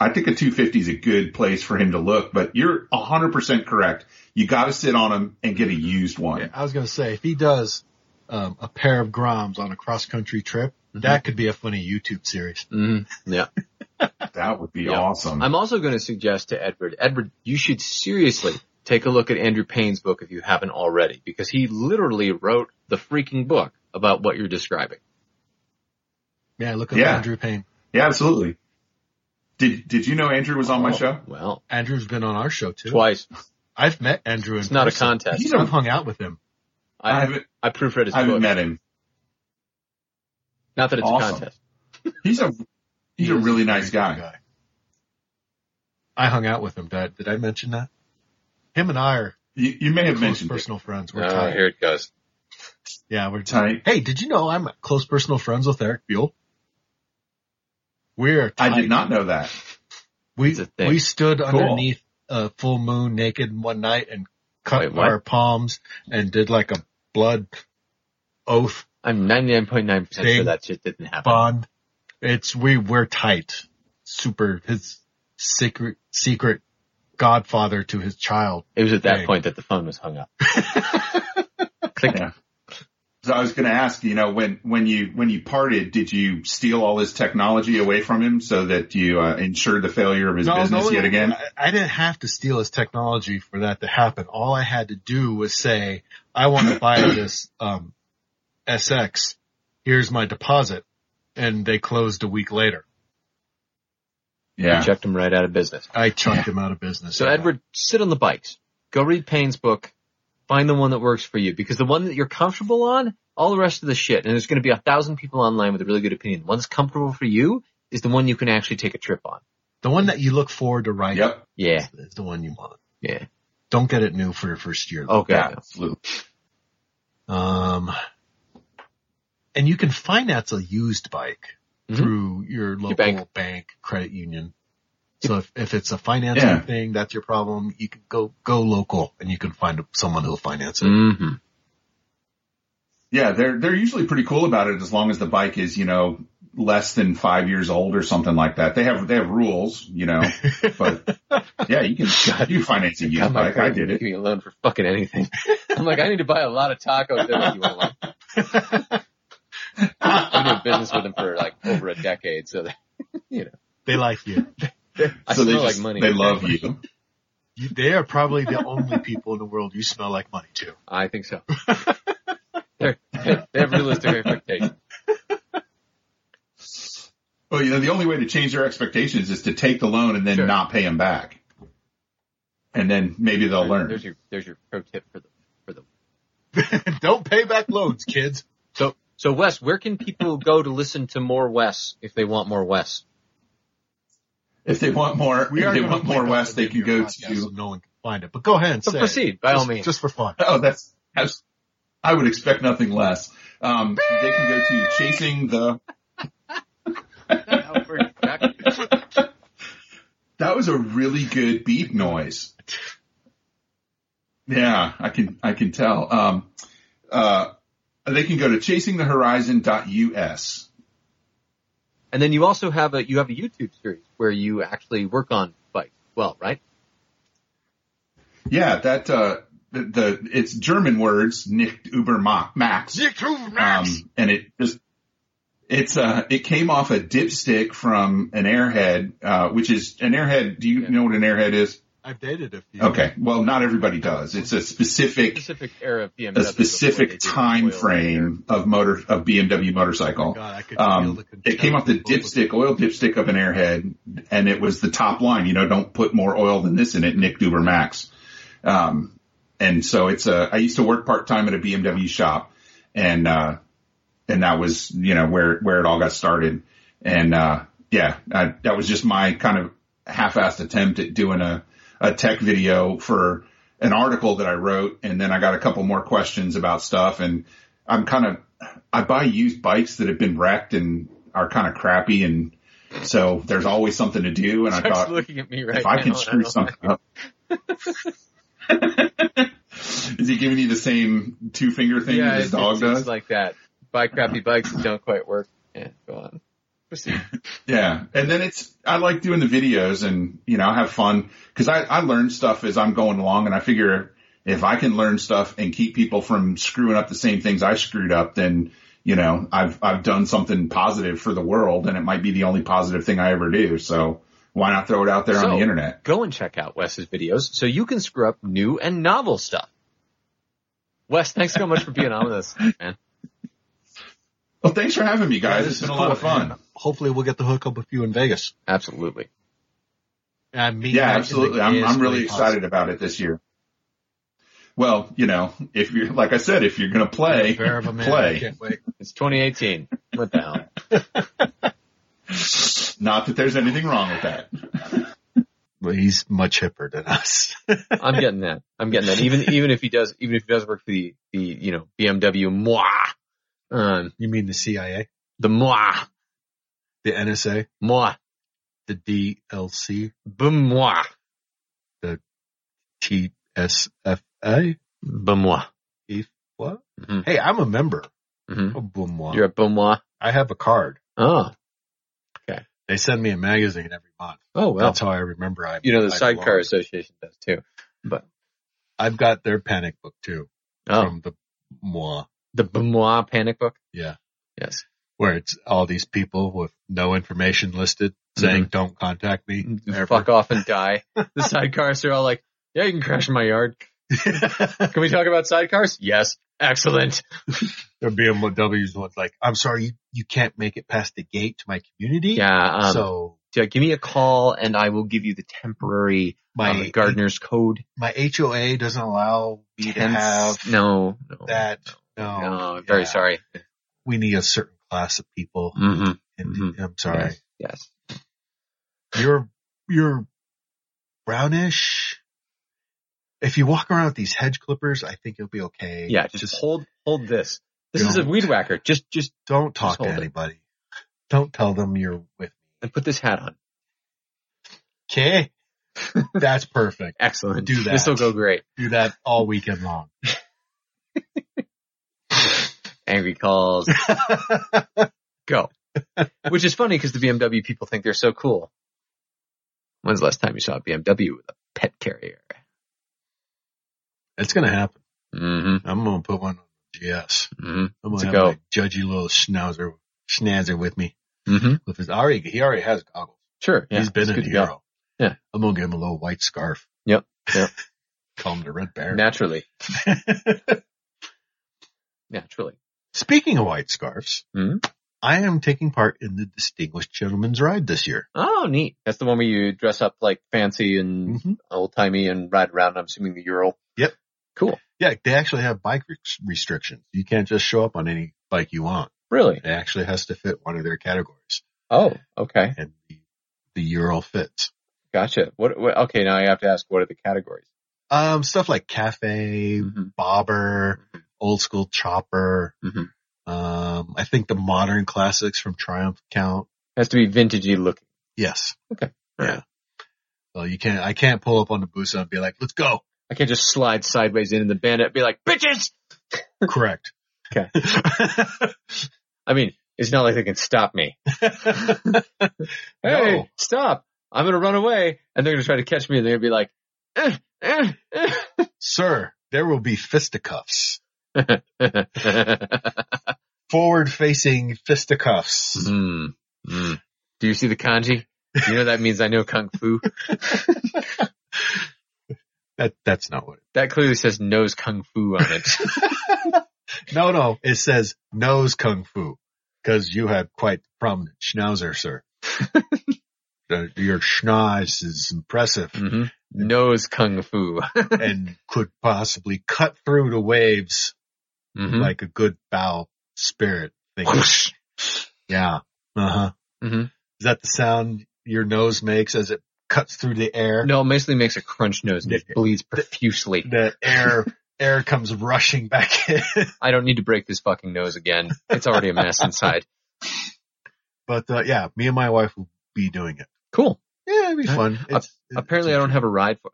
Speaker 2: I think a 250 is a good place for him to look, but you're 100% correct. You got to sit on him and get a used one.
Speaker 1: I was gonna say, if he does um, a pair of groms on a cross-country trip,
Speaker 3: Mhm.
Speaker 1: that could be a funny YouTube series.
Speaker 3: Mhm.
Speaker 2: That would be
Speaker 3: Yeah.
Speaker 2: awesome.
Speaker 3: I'm also going to suggest to Edward, Edward, you should seriously take a look at Andrew Payne's book if you haven't already, because he literally wrote the freaking book about what you're describing.
Speaker 1: Yeah, look up
Speaker 2: Yeah.
Speaker 1: Andrew Payne.
Speaker 2: yeah, absolutely. Did, did you know Andrew was on
Speaker 3: Oh,
Speaker 2: my show?
Speaker 3: Well,
Speaker 1: Andrew's been on our show too.
Speaker 3: twice.
Speaker 1: I've met Andrew. In
Speaker 3: It's not a
Speaker 1: person.
Speaker 3: contest.
Speaker 1: I've hung out with him.
Speaker 2: I
Speaker 3: I,
Speaker 2: haven't,
Speaker 3: I proofread his
Speaker 2: I haven't
Speaker 3: book.
Speaker 2: met him.
Speaker 3: Not that it's
Speaker 2: Awesome.
Speaker 3: a contest.
Speaker 2: He's a, he's a
Speaker 1: He is
Speaker 2: really
Speaker 1: very
Speaker 2: nice
Speaker 1: good
Speaker 2: guy.
Speaker 1: I hung out with him. Did I, did I mention that? Him and I are
Speaker 2: You, you may have
Speaker 1: close
Speaker 2: mentioned it.
Speaker 1: personal friends. We're
Speaker 3: Oh,
Speaker 1: tight.
Speaker 3: here it goes.
Speaker 1: Yeah, we're
Speaker 2: Tight.
Speaker 1: Hey, did you know I'm close personal friends with Eric Buell? We're
Speaker 2: I
Speaker 1: tight.
Speaker 2: did not know that.
Speaker 1: We
Speaker 3: It's a thing.
Speaker 1: we stood underneath a full moon naked one night and cut
Speaker 3: Wait, what?
Speaker 1: our palms and did like a blood oath
Speaker 3: I'm 99.9% sure
Speaker 1: Big
Speaker 3: that shit didn't happen.
Speaker 1: bond. It's we we're tight. Super his secret secret godfather to his child.
Speaker 3: It was at that
Speaker 1: Hey.
Speaker 3: point that the phone was
Speaker 2: (laughs)
Speaker 3: hung up.
Speaker 2: So I was going to ask, you know, when, when you, when you parted, did you steal all his technology away from him so that you uh, ensured the failure of his business yet again?
Speaker 1: I, I didn't have to steal his technology for that to happen. All I had to do was say, I want to
Speaker 2: (coughs)
Speaker 1: buy this, um, SX. Here's my deposit. And they closed a week later.
Speaker 2: Yeah.
Speaker 3: You chucked him right out of business.
Speaker 1: I chucked him out of business.
Speaker 3: So Edward, sit on the bikes. Go read Payne's book. Find the one that works for you because the one that you're comfortable on, all the rest of the shit, and there's going to be a thousand people online with a really good opinion. The one that's comfortable for you is the one you can actually take a trip on.
Speaker 1: The one that you look forward to writing
Speaker 2: Yep.
Speaker 3: Yeah.
Speaker 1: is the one you want.
Speaker 3: Yeah.
Speaker 1: Don't get it new for your first year.
Speaker 3: Okay.
Speaker 2: Yeah, Oh, absolutely.
Speaker 1: Um, and you can finance a used bike
Speaker 3: Mhm.
Speaker 1: through your local bank.
Speaker 3: bank.
Speaker 1: credit union. So if, if it's a financing
Speaker 2: Yeah.
Speaker 1: thing, that's your problem. You can go, go local and you can find someone who'll finance it.
Speaker 3: Mm-hmm.
Speaker 2: Yeah, they're they're usually pretty cool about it as long as the bike is, you know, less than five years old or something like that. They have they have rules, you know.
Speaker 3: (laughs)
Speaker 2: But yeah, you can
Speaker 3: God.
Speaker 2: you finance a
Speaker 3: God,
Speaker 2: used
Speaker 3: my
Speaker 2: bike. I
Speaker 3: parents
Speaker 2: did
Speaker 3: didn't (laughs)
Speaker 2: it.
Speaker 3: leave me alone for fucking anything. (laughs) I'm like, I need to buy a lot of tacos. They're like, you want one? I've been doing business with them for like over a decade, so they,
Speaker 1: They like you.
Speaker 2: (laughs)
Speaker 3: I
Speaker 2: so they
Speaker 3: smell
Speaker 2: just,
Speaker 3: like money.
Speaker 2: They love you.
Speaker 1: you. They are probably the
Speaker 3: (laughs)
Speaker 1: only people in the world you smell like money to. (laughs)
Speaker 3: I think so. They're, they have realistic expectations.
Speaker 2: Well, you know, the only way to change their expectations is to take the loan and then
Speaker 3: Sure.
Speaker 2: not pay them back. And then maybe they'll learn.
Speaker 3: There's your there's your pro tip for the for the.
Speaker 1: Don't pay back loans, kids.
Speaker 3: So so Wes, where can people go to listen to more Wes if they want more Wes?
Speaker 2: If they want more, if they
Speaker 1: gonna
Speaker 2: want
Speaker 1: play
Speaker 2: more
Speaker 1: that
Speaker 2: West, they
Speaker 1: within
Speaker 2: can
Speaker 1: your
Speaker 2: go
Speaker 1: podcast So
Speaker 2: to.
Speaker 1: no one can find it, but go ahead and
Speaker 3: So
Speaker 1: say it.
Speaker 3: proceed by all
Speaker 1: Just-
Speaker 3: means.
Speaker 1: Just for
Speaker 2: (laughs)
Speaker 1: fun.
Speaker 2: Oh, that's, that's I would expect nothing less. Um, they can go to chasing the. That was a really good beep noise. Yeah, I can I can tell. Um, uh, they can go to chasingthehorizon.us.
Speaker 3: and then you also have a you have a YouTube series where you actually work on bikes. as Well, right?
Speaker 2: Yeah, that uh, the, the it's German words nicht über Ma- Max. Um, and it just, it's, uh, it came off a dipstick from an airhead, uh, which is an airhead. Do you
Speaker 3: Yeah.
Speaker 2: know what an airhead is?
Speaker 1: I've dated a few.
Speaker 2: Okay. Well, not everybody does. It's a specific,
Speaker 3: Specific era of BMW.
Speaker 2: a
Speaker 3: is the way they
Speaker 2: specific
Speaker 3: do
Speaker 2: time
Speaker 3: oil and
Speaker 2: frame of motor, of BMW motorcycle.
Speaker 1: God, I could feel the
Speaker 2: Um,
Speaker 1: contempt
Speaker 2: it came off the
Speaker 1: of both of
Speaker 2: dipstick, oil dipstick of an airhead, and it was the top line, you know, don't put more oil than this in it, Nick Duber Max. Um, and so it's a, I used to work part time at a BMW shop and, uh, and that was, you know, where, where it all got started. And, uh, yeah, I, that was just my kind of half-assed attempt at doing a, a tech video for an article that I wrote. And then I got a couple more questions about stuff and I'm kind of, I buy used bikes that have been wrecked and are kind of crappy. And so there's always something to do. And I
Speaker 3: Chuck's
Speaker 2: thought,
Speaker 3: looking at me right
Speaker 2: if I
Speaker 3: now,
Speaker 2: can
Speaker 3: and (laughs)
Speaker 2: screw
Speaker 3: I'm
Speaker 2: something up. (laughs) Is he giving you the same two finger
Speaker 3: like,
Speaker 2: thing
Speaker 3: yeah,
Speaker 2: that his
Speaker 3: it's,
Speaker 2: dog
Speaker 3: it's,
Speaker 2: does?
Speaker 3: it's like that. Buy crappy bikes that don't quite work. Yeah, go on. Proceed.
Speaker 2: yeah. And then it's, I like doing the videos and, you know, I have fun because I, I learn stuff as I'm going along and I figure if I can learn stuff and keep people from screwing up the same things I screwed up, then, you know, I've, I've done something positive for the world and it might be the only positive thing I ever do. So why not throw it out there on
Speaker 3: So-
Speaker 2: the internet?
Speaker 3: Go and check out Wes's videos so you can screw up new and novel stuff. Wes, thanks so much for being on
Speaker 1: (laughs)
Speaker 3: with us, man.
Speaker 2: Well, thanks for having me
Speaker 1: Yeah,
Speaker 2: guys.
Speaker 1: this
Speaker 2: it's been
Speaker 1: is
Speaker 2: a lot of
Speaker 1: cool.
Speaker 2: fun.
Speaker 1: And hopefully we'll get to hook up with you in Vegas.
Speaker 3: Absolutely.
Speaker 1: I mean,
Speaker 2: Yeah,
Speaker 1: that in the
Speaker 2: absolutely. I'm,
Speaker 1: gayest
Speaker 2: I'm really
Speaker 1: way
Speaker 2: excited about it this year. Well, you know, if you're, like I said, if you're going to play,
Speaker 1: possible. Fair of a man. I
Speaker 2: play.
Speaker 1: can't wait.
Speaker 3: It's 2018. What the hell?
Speaker 2: (laughs) Not that there's anything wrong with that.
Speaker 1: Well, he's much hipper than us. (laughs)
Speaker 3: I'm getting that. I'm getting that. Even even if he does, even if he does work for the the you know BMW moi, um,
Speaker 1: you mean the CIA,
Speaker 3: the moi
Speaker 1: the NSA,
Speaker 3: moi
Speaker 1: the DLC,
Speaker 3: b'moi
Speaker 1: TSFA?
Speaker 3: b'moi.
Speaker 1: What?
Speaker 3: Mhm.
Speaker 1: Hey, I'm a member
Speaker 3: Mm-hmm.
Speaker 1: of Boomois.
Speaker 3: You're a b'moi.
Speaker 1: I have a card.
Speaker 3: Oh
Speaker 1: They send me a magazine every month.
Speaker 3: oh well.
Speaker 1: That's how I remember I.
Speaker 3: You know the
Speaker 1: I
Speaker 3: Sidecar
Speaker 1: belong.
Speaker 3: Association does too.
Speaker 1: I've got their panic book too
Speaker 3: Oh,
Speaker 1: from the moi,
Speaker 3: the b'moi panic book.
Speaker 1: Yeah.
Speaker 3: Yes.
Speaker 1: where it's all these people with no information listed
Speaker 3: Mm-hmm.
Speaker 1: saying don't contact me. ever.
Speaker 3: Fuck off and die. (laughs) The sidecars are all like, yeah, you can crash in
Speaker 1: (laughs)
Speaker 3: my yard. Can we talk about sidecars? Yes. Excellent.
Speaker 1: the BMWs was like, I'm sorry, you, you can't make it past the gate to my community.
Speaker 3: Yeah. Um,
Speaker 1: so
Speaker 3: yeah, give me a call and I will give you the temporary um,
Speaker 1: my,
Speaker 3: gardener's code.
Speaker 1: my HOA doesn't allow me to
Speaker 3: Tense-
Speaker 1: have
Speaker 3: no, no,
Speaker 1: that.
Speaker 3: no.
Speaker 1: No,
Speaker 3: I'm very
Speaker 1: yeah.
Speaker 3: sorry.
Speaker 1: We need a certain class of people.
Speaker 3: hmm
Speaker 1: And
Speaker 3: Mhm.
Speaker 1: I'm sorry.
Speaker 3: Yes.
Speaker 1: You're, you're brownish. If you walk around with these hedge clippers, I think you'll be okay.
Speaker 3: Yeah. Just, hold, hold this. This is a
Speaker 1: Don't.
Speaker 3: weed whacker. Just, just
Speaker 1: Don't talk
Speaker 3: Just hold
Speaker 1: to
Speaker 3: it.
Speaker 1: anybody. (laughs) Don't tell them you're with me.
Speaker 3: and put this hat on.
Speaker 1: Okay.
Speaker 3: (laughs)
Speaker 1: That's perfect.
Speaker 3: Excellent.
Speaker 1: Do that.
Speaker 3: This will go great.
Speaker 1: Do that all weekend long. (laughs)
Speaker 3: Angry calls. go. Which is funny because the BMW people think they're so cool. When's the last time you saw a BMW with a pet carrier?
Speaker 1: It's gonna happen.
Speaker 3: hmm
Speaker 1: I'm gonna put one on the GS.
Speaker 3: hmm
Speaker 1: I'm gonna
Speaker 3: Let's
Speaker 1: have
Speaker 3: go.
Speaker 1: my judgy little schnauzer schnazzer with me.
Speaker 3: hmm
Speaker 1: With his already he already has goggles.
Speaker 3: Sure. Yeah,
Speaker 1: He's been
Speaker 3: it's
Speaker 1: a
Speaker 3: good to go.
Speaker 1: hero.
Speaker 3: Yeah.
Speaker 1: I'm gonna give him a little white scarf.
Speaker 3: Yep, yep.
Speaker 1: (laughs) Call him the red bear.
Speaker 3: Naturally. Naturally.
Speaker 1: (laughs) Speaking of white scarves,
Speaker 3: Hmm?
Speaker 1: I am taking part in the Distinguished Gentleman's Ride this year.
Speaker 3: Oh, neat. That's the one where you dress up like fancy and
Speaker 1: Mhm.
Speaker 3: old timey and ride around. I'm assuming the Ural.
Speaker 1: Yep.
Speaker 3: Cool.
Speaker 1: Yeah, they actually have bike res- restrictions. You can't just show up on any bike you want.
Speaker 3: Really?
Speaker 1: It actually has to fit one of their categories,
Speaker 3: Oh, okay.
Speaker 1: and the, the Ural fits.
Speaker 3: Gotcha. What, what? Okay, now I have to ask, what are the categories?
Speaker 1: Um, stuff like cafe,
Speaker 3: Mhm.
Speaker 1: bobber, old school chopper.
Speaker 3: Mhm.
Speaker 1: Um, I think the modern classics from Triumph count.
Speaker 3: Has to be vintagey looking.
Speaker 1: Yes.
Speaker 3: Okay.
Speaker 1: Yeah.
Speaker 3: Alright.
Speaker 1: So you can't. I can't pull up on the booth and be like, "Let's
Speaker 3: (laughs)
Speaker 1: go."
Speaker 3: I can't just slide sideways in and the bandit and be like, bitches!
Speaker 1: Correct. (laughs)
Speaker 3: Okay. I mean, it's not like they can stop me. Hey,
Speaker 1: No.
Speaker 3: stop. I'm going to run away. And they're going to try to catch me and they're going to be like, eh, eh, eh.
Speaker 1: Sir, there will be fisticuffs.
Speaker 3: eh."
Speaker 1: Forward facing fisticuffs.
Speaker 3: (laughs) Hmm. Hmm. Do you see the kanji? You know that means I know kung fu.
Speaker 1: That that's not what
Speaker 3: That clearly says knows kung fu on it.
Speaker 1: it No no, it says nose kung fu. Cause you have quite the prominent schnauzer,
Speaker 3: (laughs)
Speaker 1: sir. Uh, Your schnoz is impressive
Speaker 3: hmm Knows kung fu.
Speaker 1: and could possibly cut through the waves
Speaker 3: Mhm.
Speaker 1: like a good bow spirit thing.
Speaker 3: Whoosh.
Speaker 1: yeah. Uh huh.
Speaker 3: Mhm.
Speaker 1: Is that the sound your nose makes as it cuts through the air?
Speaker 3: No, it basically makes a crunch nose and it bleeds profusely.
Speaker 1: the
Speaker 3: (laughs)
Speaker 1: air air comes rushing back in. (laughs)
Speaker 3: I don't need to break this fucking nose again. It's already a mess inside.
Speaker 1: But uh, yeah, me and my wife will be doing it.
Speaker 3: Cool.
Speaker 1: Yeah, it'd be
Speaker 3: Uh,
Speaker 1: fun. It's,
Speaker 3: Apparently I don't have a ride for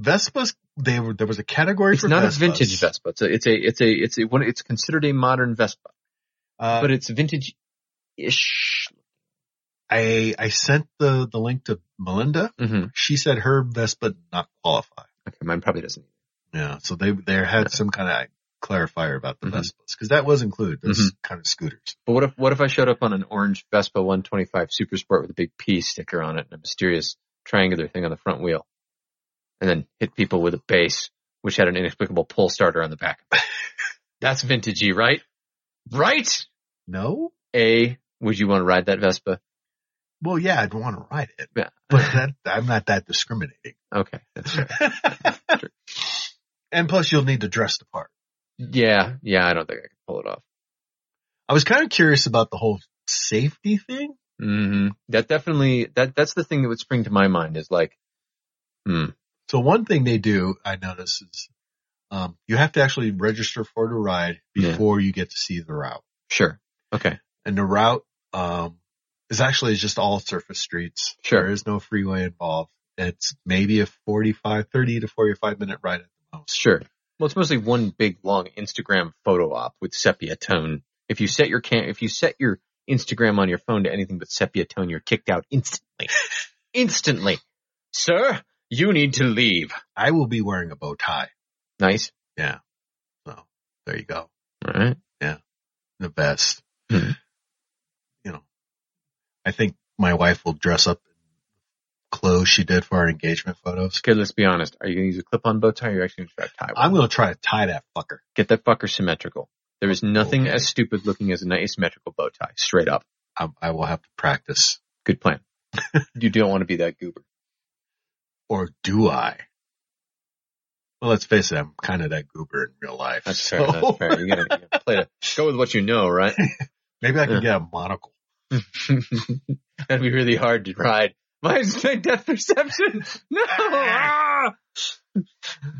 Speaker 1: Vespas. They were there was a category
Speaker 3: It's
Speaker 1: for
Speaker 3: not
Speaker 1: Vespas.
Speaker 3: a vintage Vespa. It's a, it's a, it's a, it's a, one- it's considered a modern Vespa,
Speaker 1: Uh,
Speaker 3: but it's vintage-ish.
Speaker 1: I I sent the the link to Melinda.
Speaker 3: hmm
Speaker 1: She said her Vespa did not qualify.
Speaker 3: Okay, mine probably doesn't.
Speaker 1: Yeah, so they they had some kind of clarifier about the
Speaker 3: Mhm.
Speaker 1: Vespas because that was included. Those
Speaker 3: Mm-hmm.
Speaker 1: kind of scooters.
Speaker 3: But what if what if I showed up on an orange Vespa 125 Super Sport with a big P sticker on it and a mysterious triangular thing on the front wheel, and then hit people with a base which had an inexplicable pull starter on the back? (laughs) That's vintagey, right? Right?
Speaker 1: No.
Speaker 3: A. Would you want to ride that Vespa?
Speaker 1: Well, yeah, I'd want to ride it,
Speaker 3: Yeah. (laughs)
Speaker 1: but that I'm not that discriminating.
Speaker 3: Okay.
Speaker 1: (laughs)
Speaker 3: That's fair.
Speaker 1: and plus, you'll need to dress the part.
Speaker 3: yeah. Yeah. I don't think I can pull it off.
Speaker 1: I was kind of curious about the whole safety thing.
Speaker 3: hmm That definitely that that's the thing that would spring to my mind is like, hmm.
Speaker 1: So one thing they do, I notice, is um, you have to actually register for the ride
Speaker 3: Yeah.
Speaker 1: before you get to see the route.
Speaker 3: Sure. Okay.
Speaker 1: And the route um, is actually just all surface streets.
Speaker 3: Sure.
Speaker 1: There is no freeway involved. It's maybe a 45, 30 to 45 minute ride at the most.
Speaker 3: Sure. Well, it's mostly one big long Instagram photo op with sepia tone. If you set your can, if you set your Instagram on your phone to anything but sepia tone, you're kicked out
Speaker 1: (laughs)
Speaker 3: instantly. instantly, sir, you need to leave.
Speaker 1: I will be wearing a bow tie.
Speaker 3: Nice.
Speaker 1: So there you go.
Speaker 3: All right.
Speaker 1: The best.
Speaker 3: Hmm.
Speaker 1: You know, I think my wife will dress up in clothes she did for our engagement photos.
Speaker 3: Okay, let's be honest. Are you going to use a clip-on bow tie or are you actually going to try to tie one?
Speaker 1: I'm going to try to tie that fucker.
Speaker 3: Get that fucker symmetrical. There is nothing
Speaker 1: Okay.
Speaker 3: as stupid looking as an asymmetrical bow tie. Straight up.
Speaker 1: I, I will have to practice.
Speaker 3: Good plan.
Speaker 1: (laughs)
Speaker 3: you don't want to be that goober.
Speaker 1: Or do I? Well, let's face it, I'm kind of that goober in real life.
Speaker 3: That's fair.
Speaker 1: so (laughs)
Speaker 3: That's fair. You gotta, you gotta play to go with what you know, right?
Speaker 1: Maybe I can
Speaker 3: Yeah.
Speaker 1: get a monocle.
Speaker 3: (laughs) That'd be really hard to ride. Mine's my death perception. (laughs) No. Ah!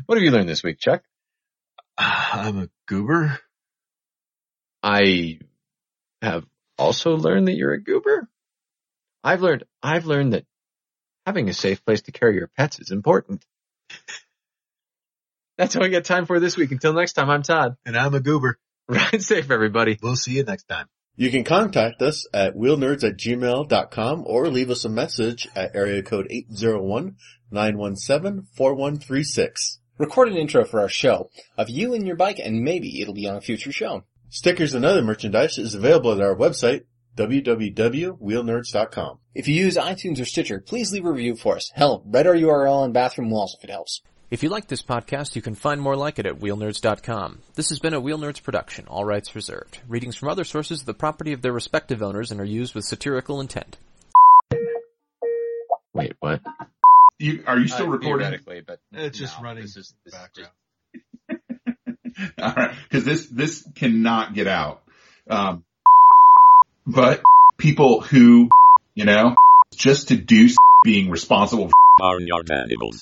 Speaker 3: What have you learned this week, Chuck?
Speaker 1: Ah, I'm a goober.
Speaker 3: I have also learn that you're a goober? I've learned I've learned that having a safe place to carry your pets is important. (laughs) That's all I got time for this week. Until next time, I'm Todd. (laughs)
Speaker 4: And I'm a goober.
Speaker 3: Ride safe, everybody.
Speaker 4: We'll see you next time.
Speaker 1: You can contact us at wheelnerds at gmail.com or leave us a message at area code 801-917-4136.
Speaker 5: Record an intro for our show of you and your bike and maybe it'll be on a future show.
Speaker 1: Stickers and other merchandise is available at our website, www.wheelnerds.com.
Speaker 5: If you use iTunes or Stitcher, please leave a review for us. Hell, write our URL on bathroom walls if it helps.
Speaker 6: If you like this podcast, you can find more like it at wheelnerds.com. This has been a Wheel Nerds production, all rights reserved. Readings from other sources are the property of their respective owners and are used with satirical intent.
Speaker 3: Wait, what?
Speaker 2: You, are you still recording?
Speaker 3: Uh, Theoretically, but
Speaker 4: It's just
Speaker 3: no,
Speaker 4: running
Speaker 3: This is, this is
Speaker 4: background.
Speaker 2: (laughs) All right, because this this cannot get out. Um, but people who, you know, just to do being responsible
Speaker 7: Barnyard Animals.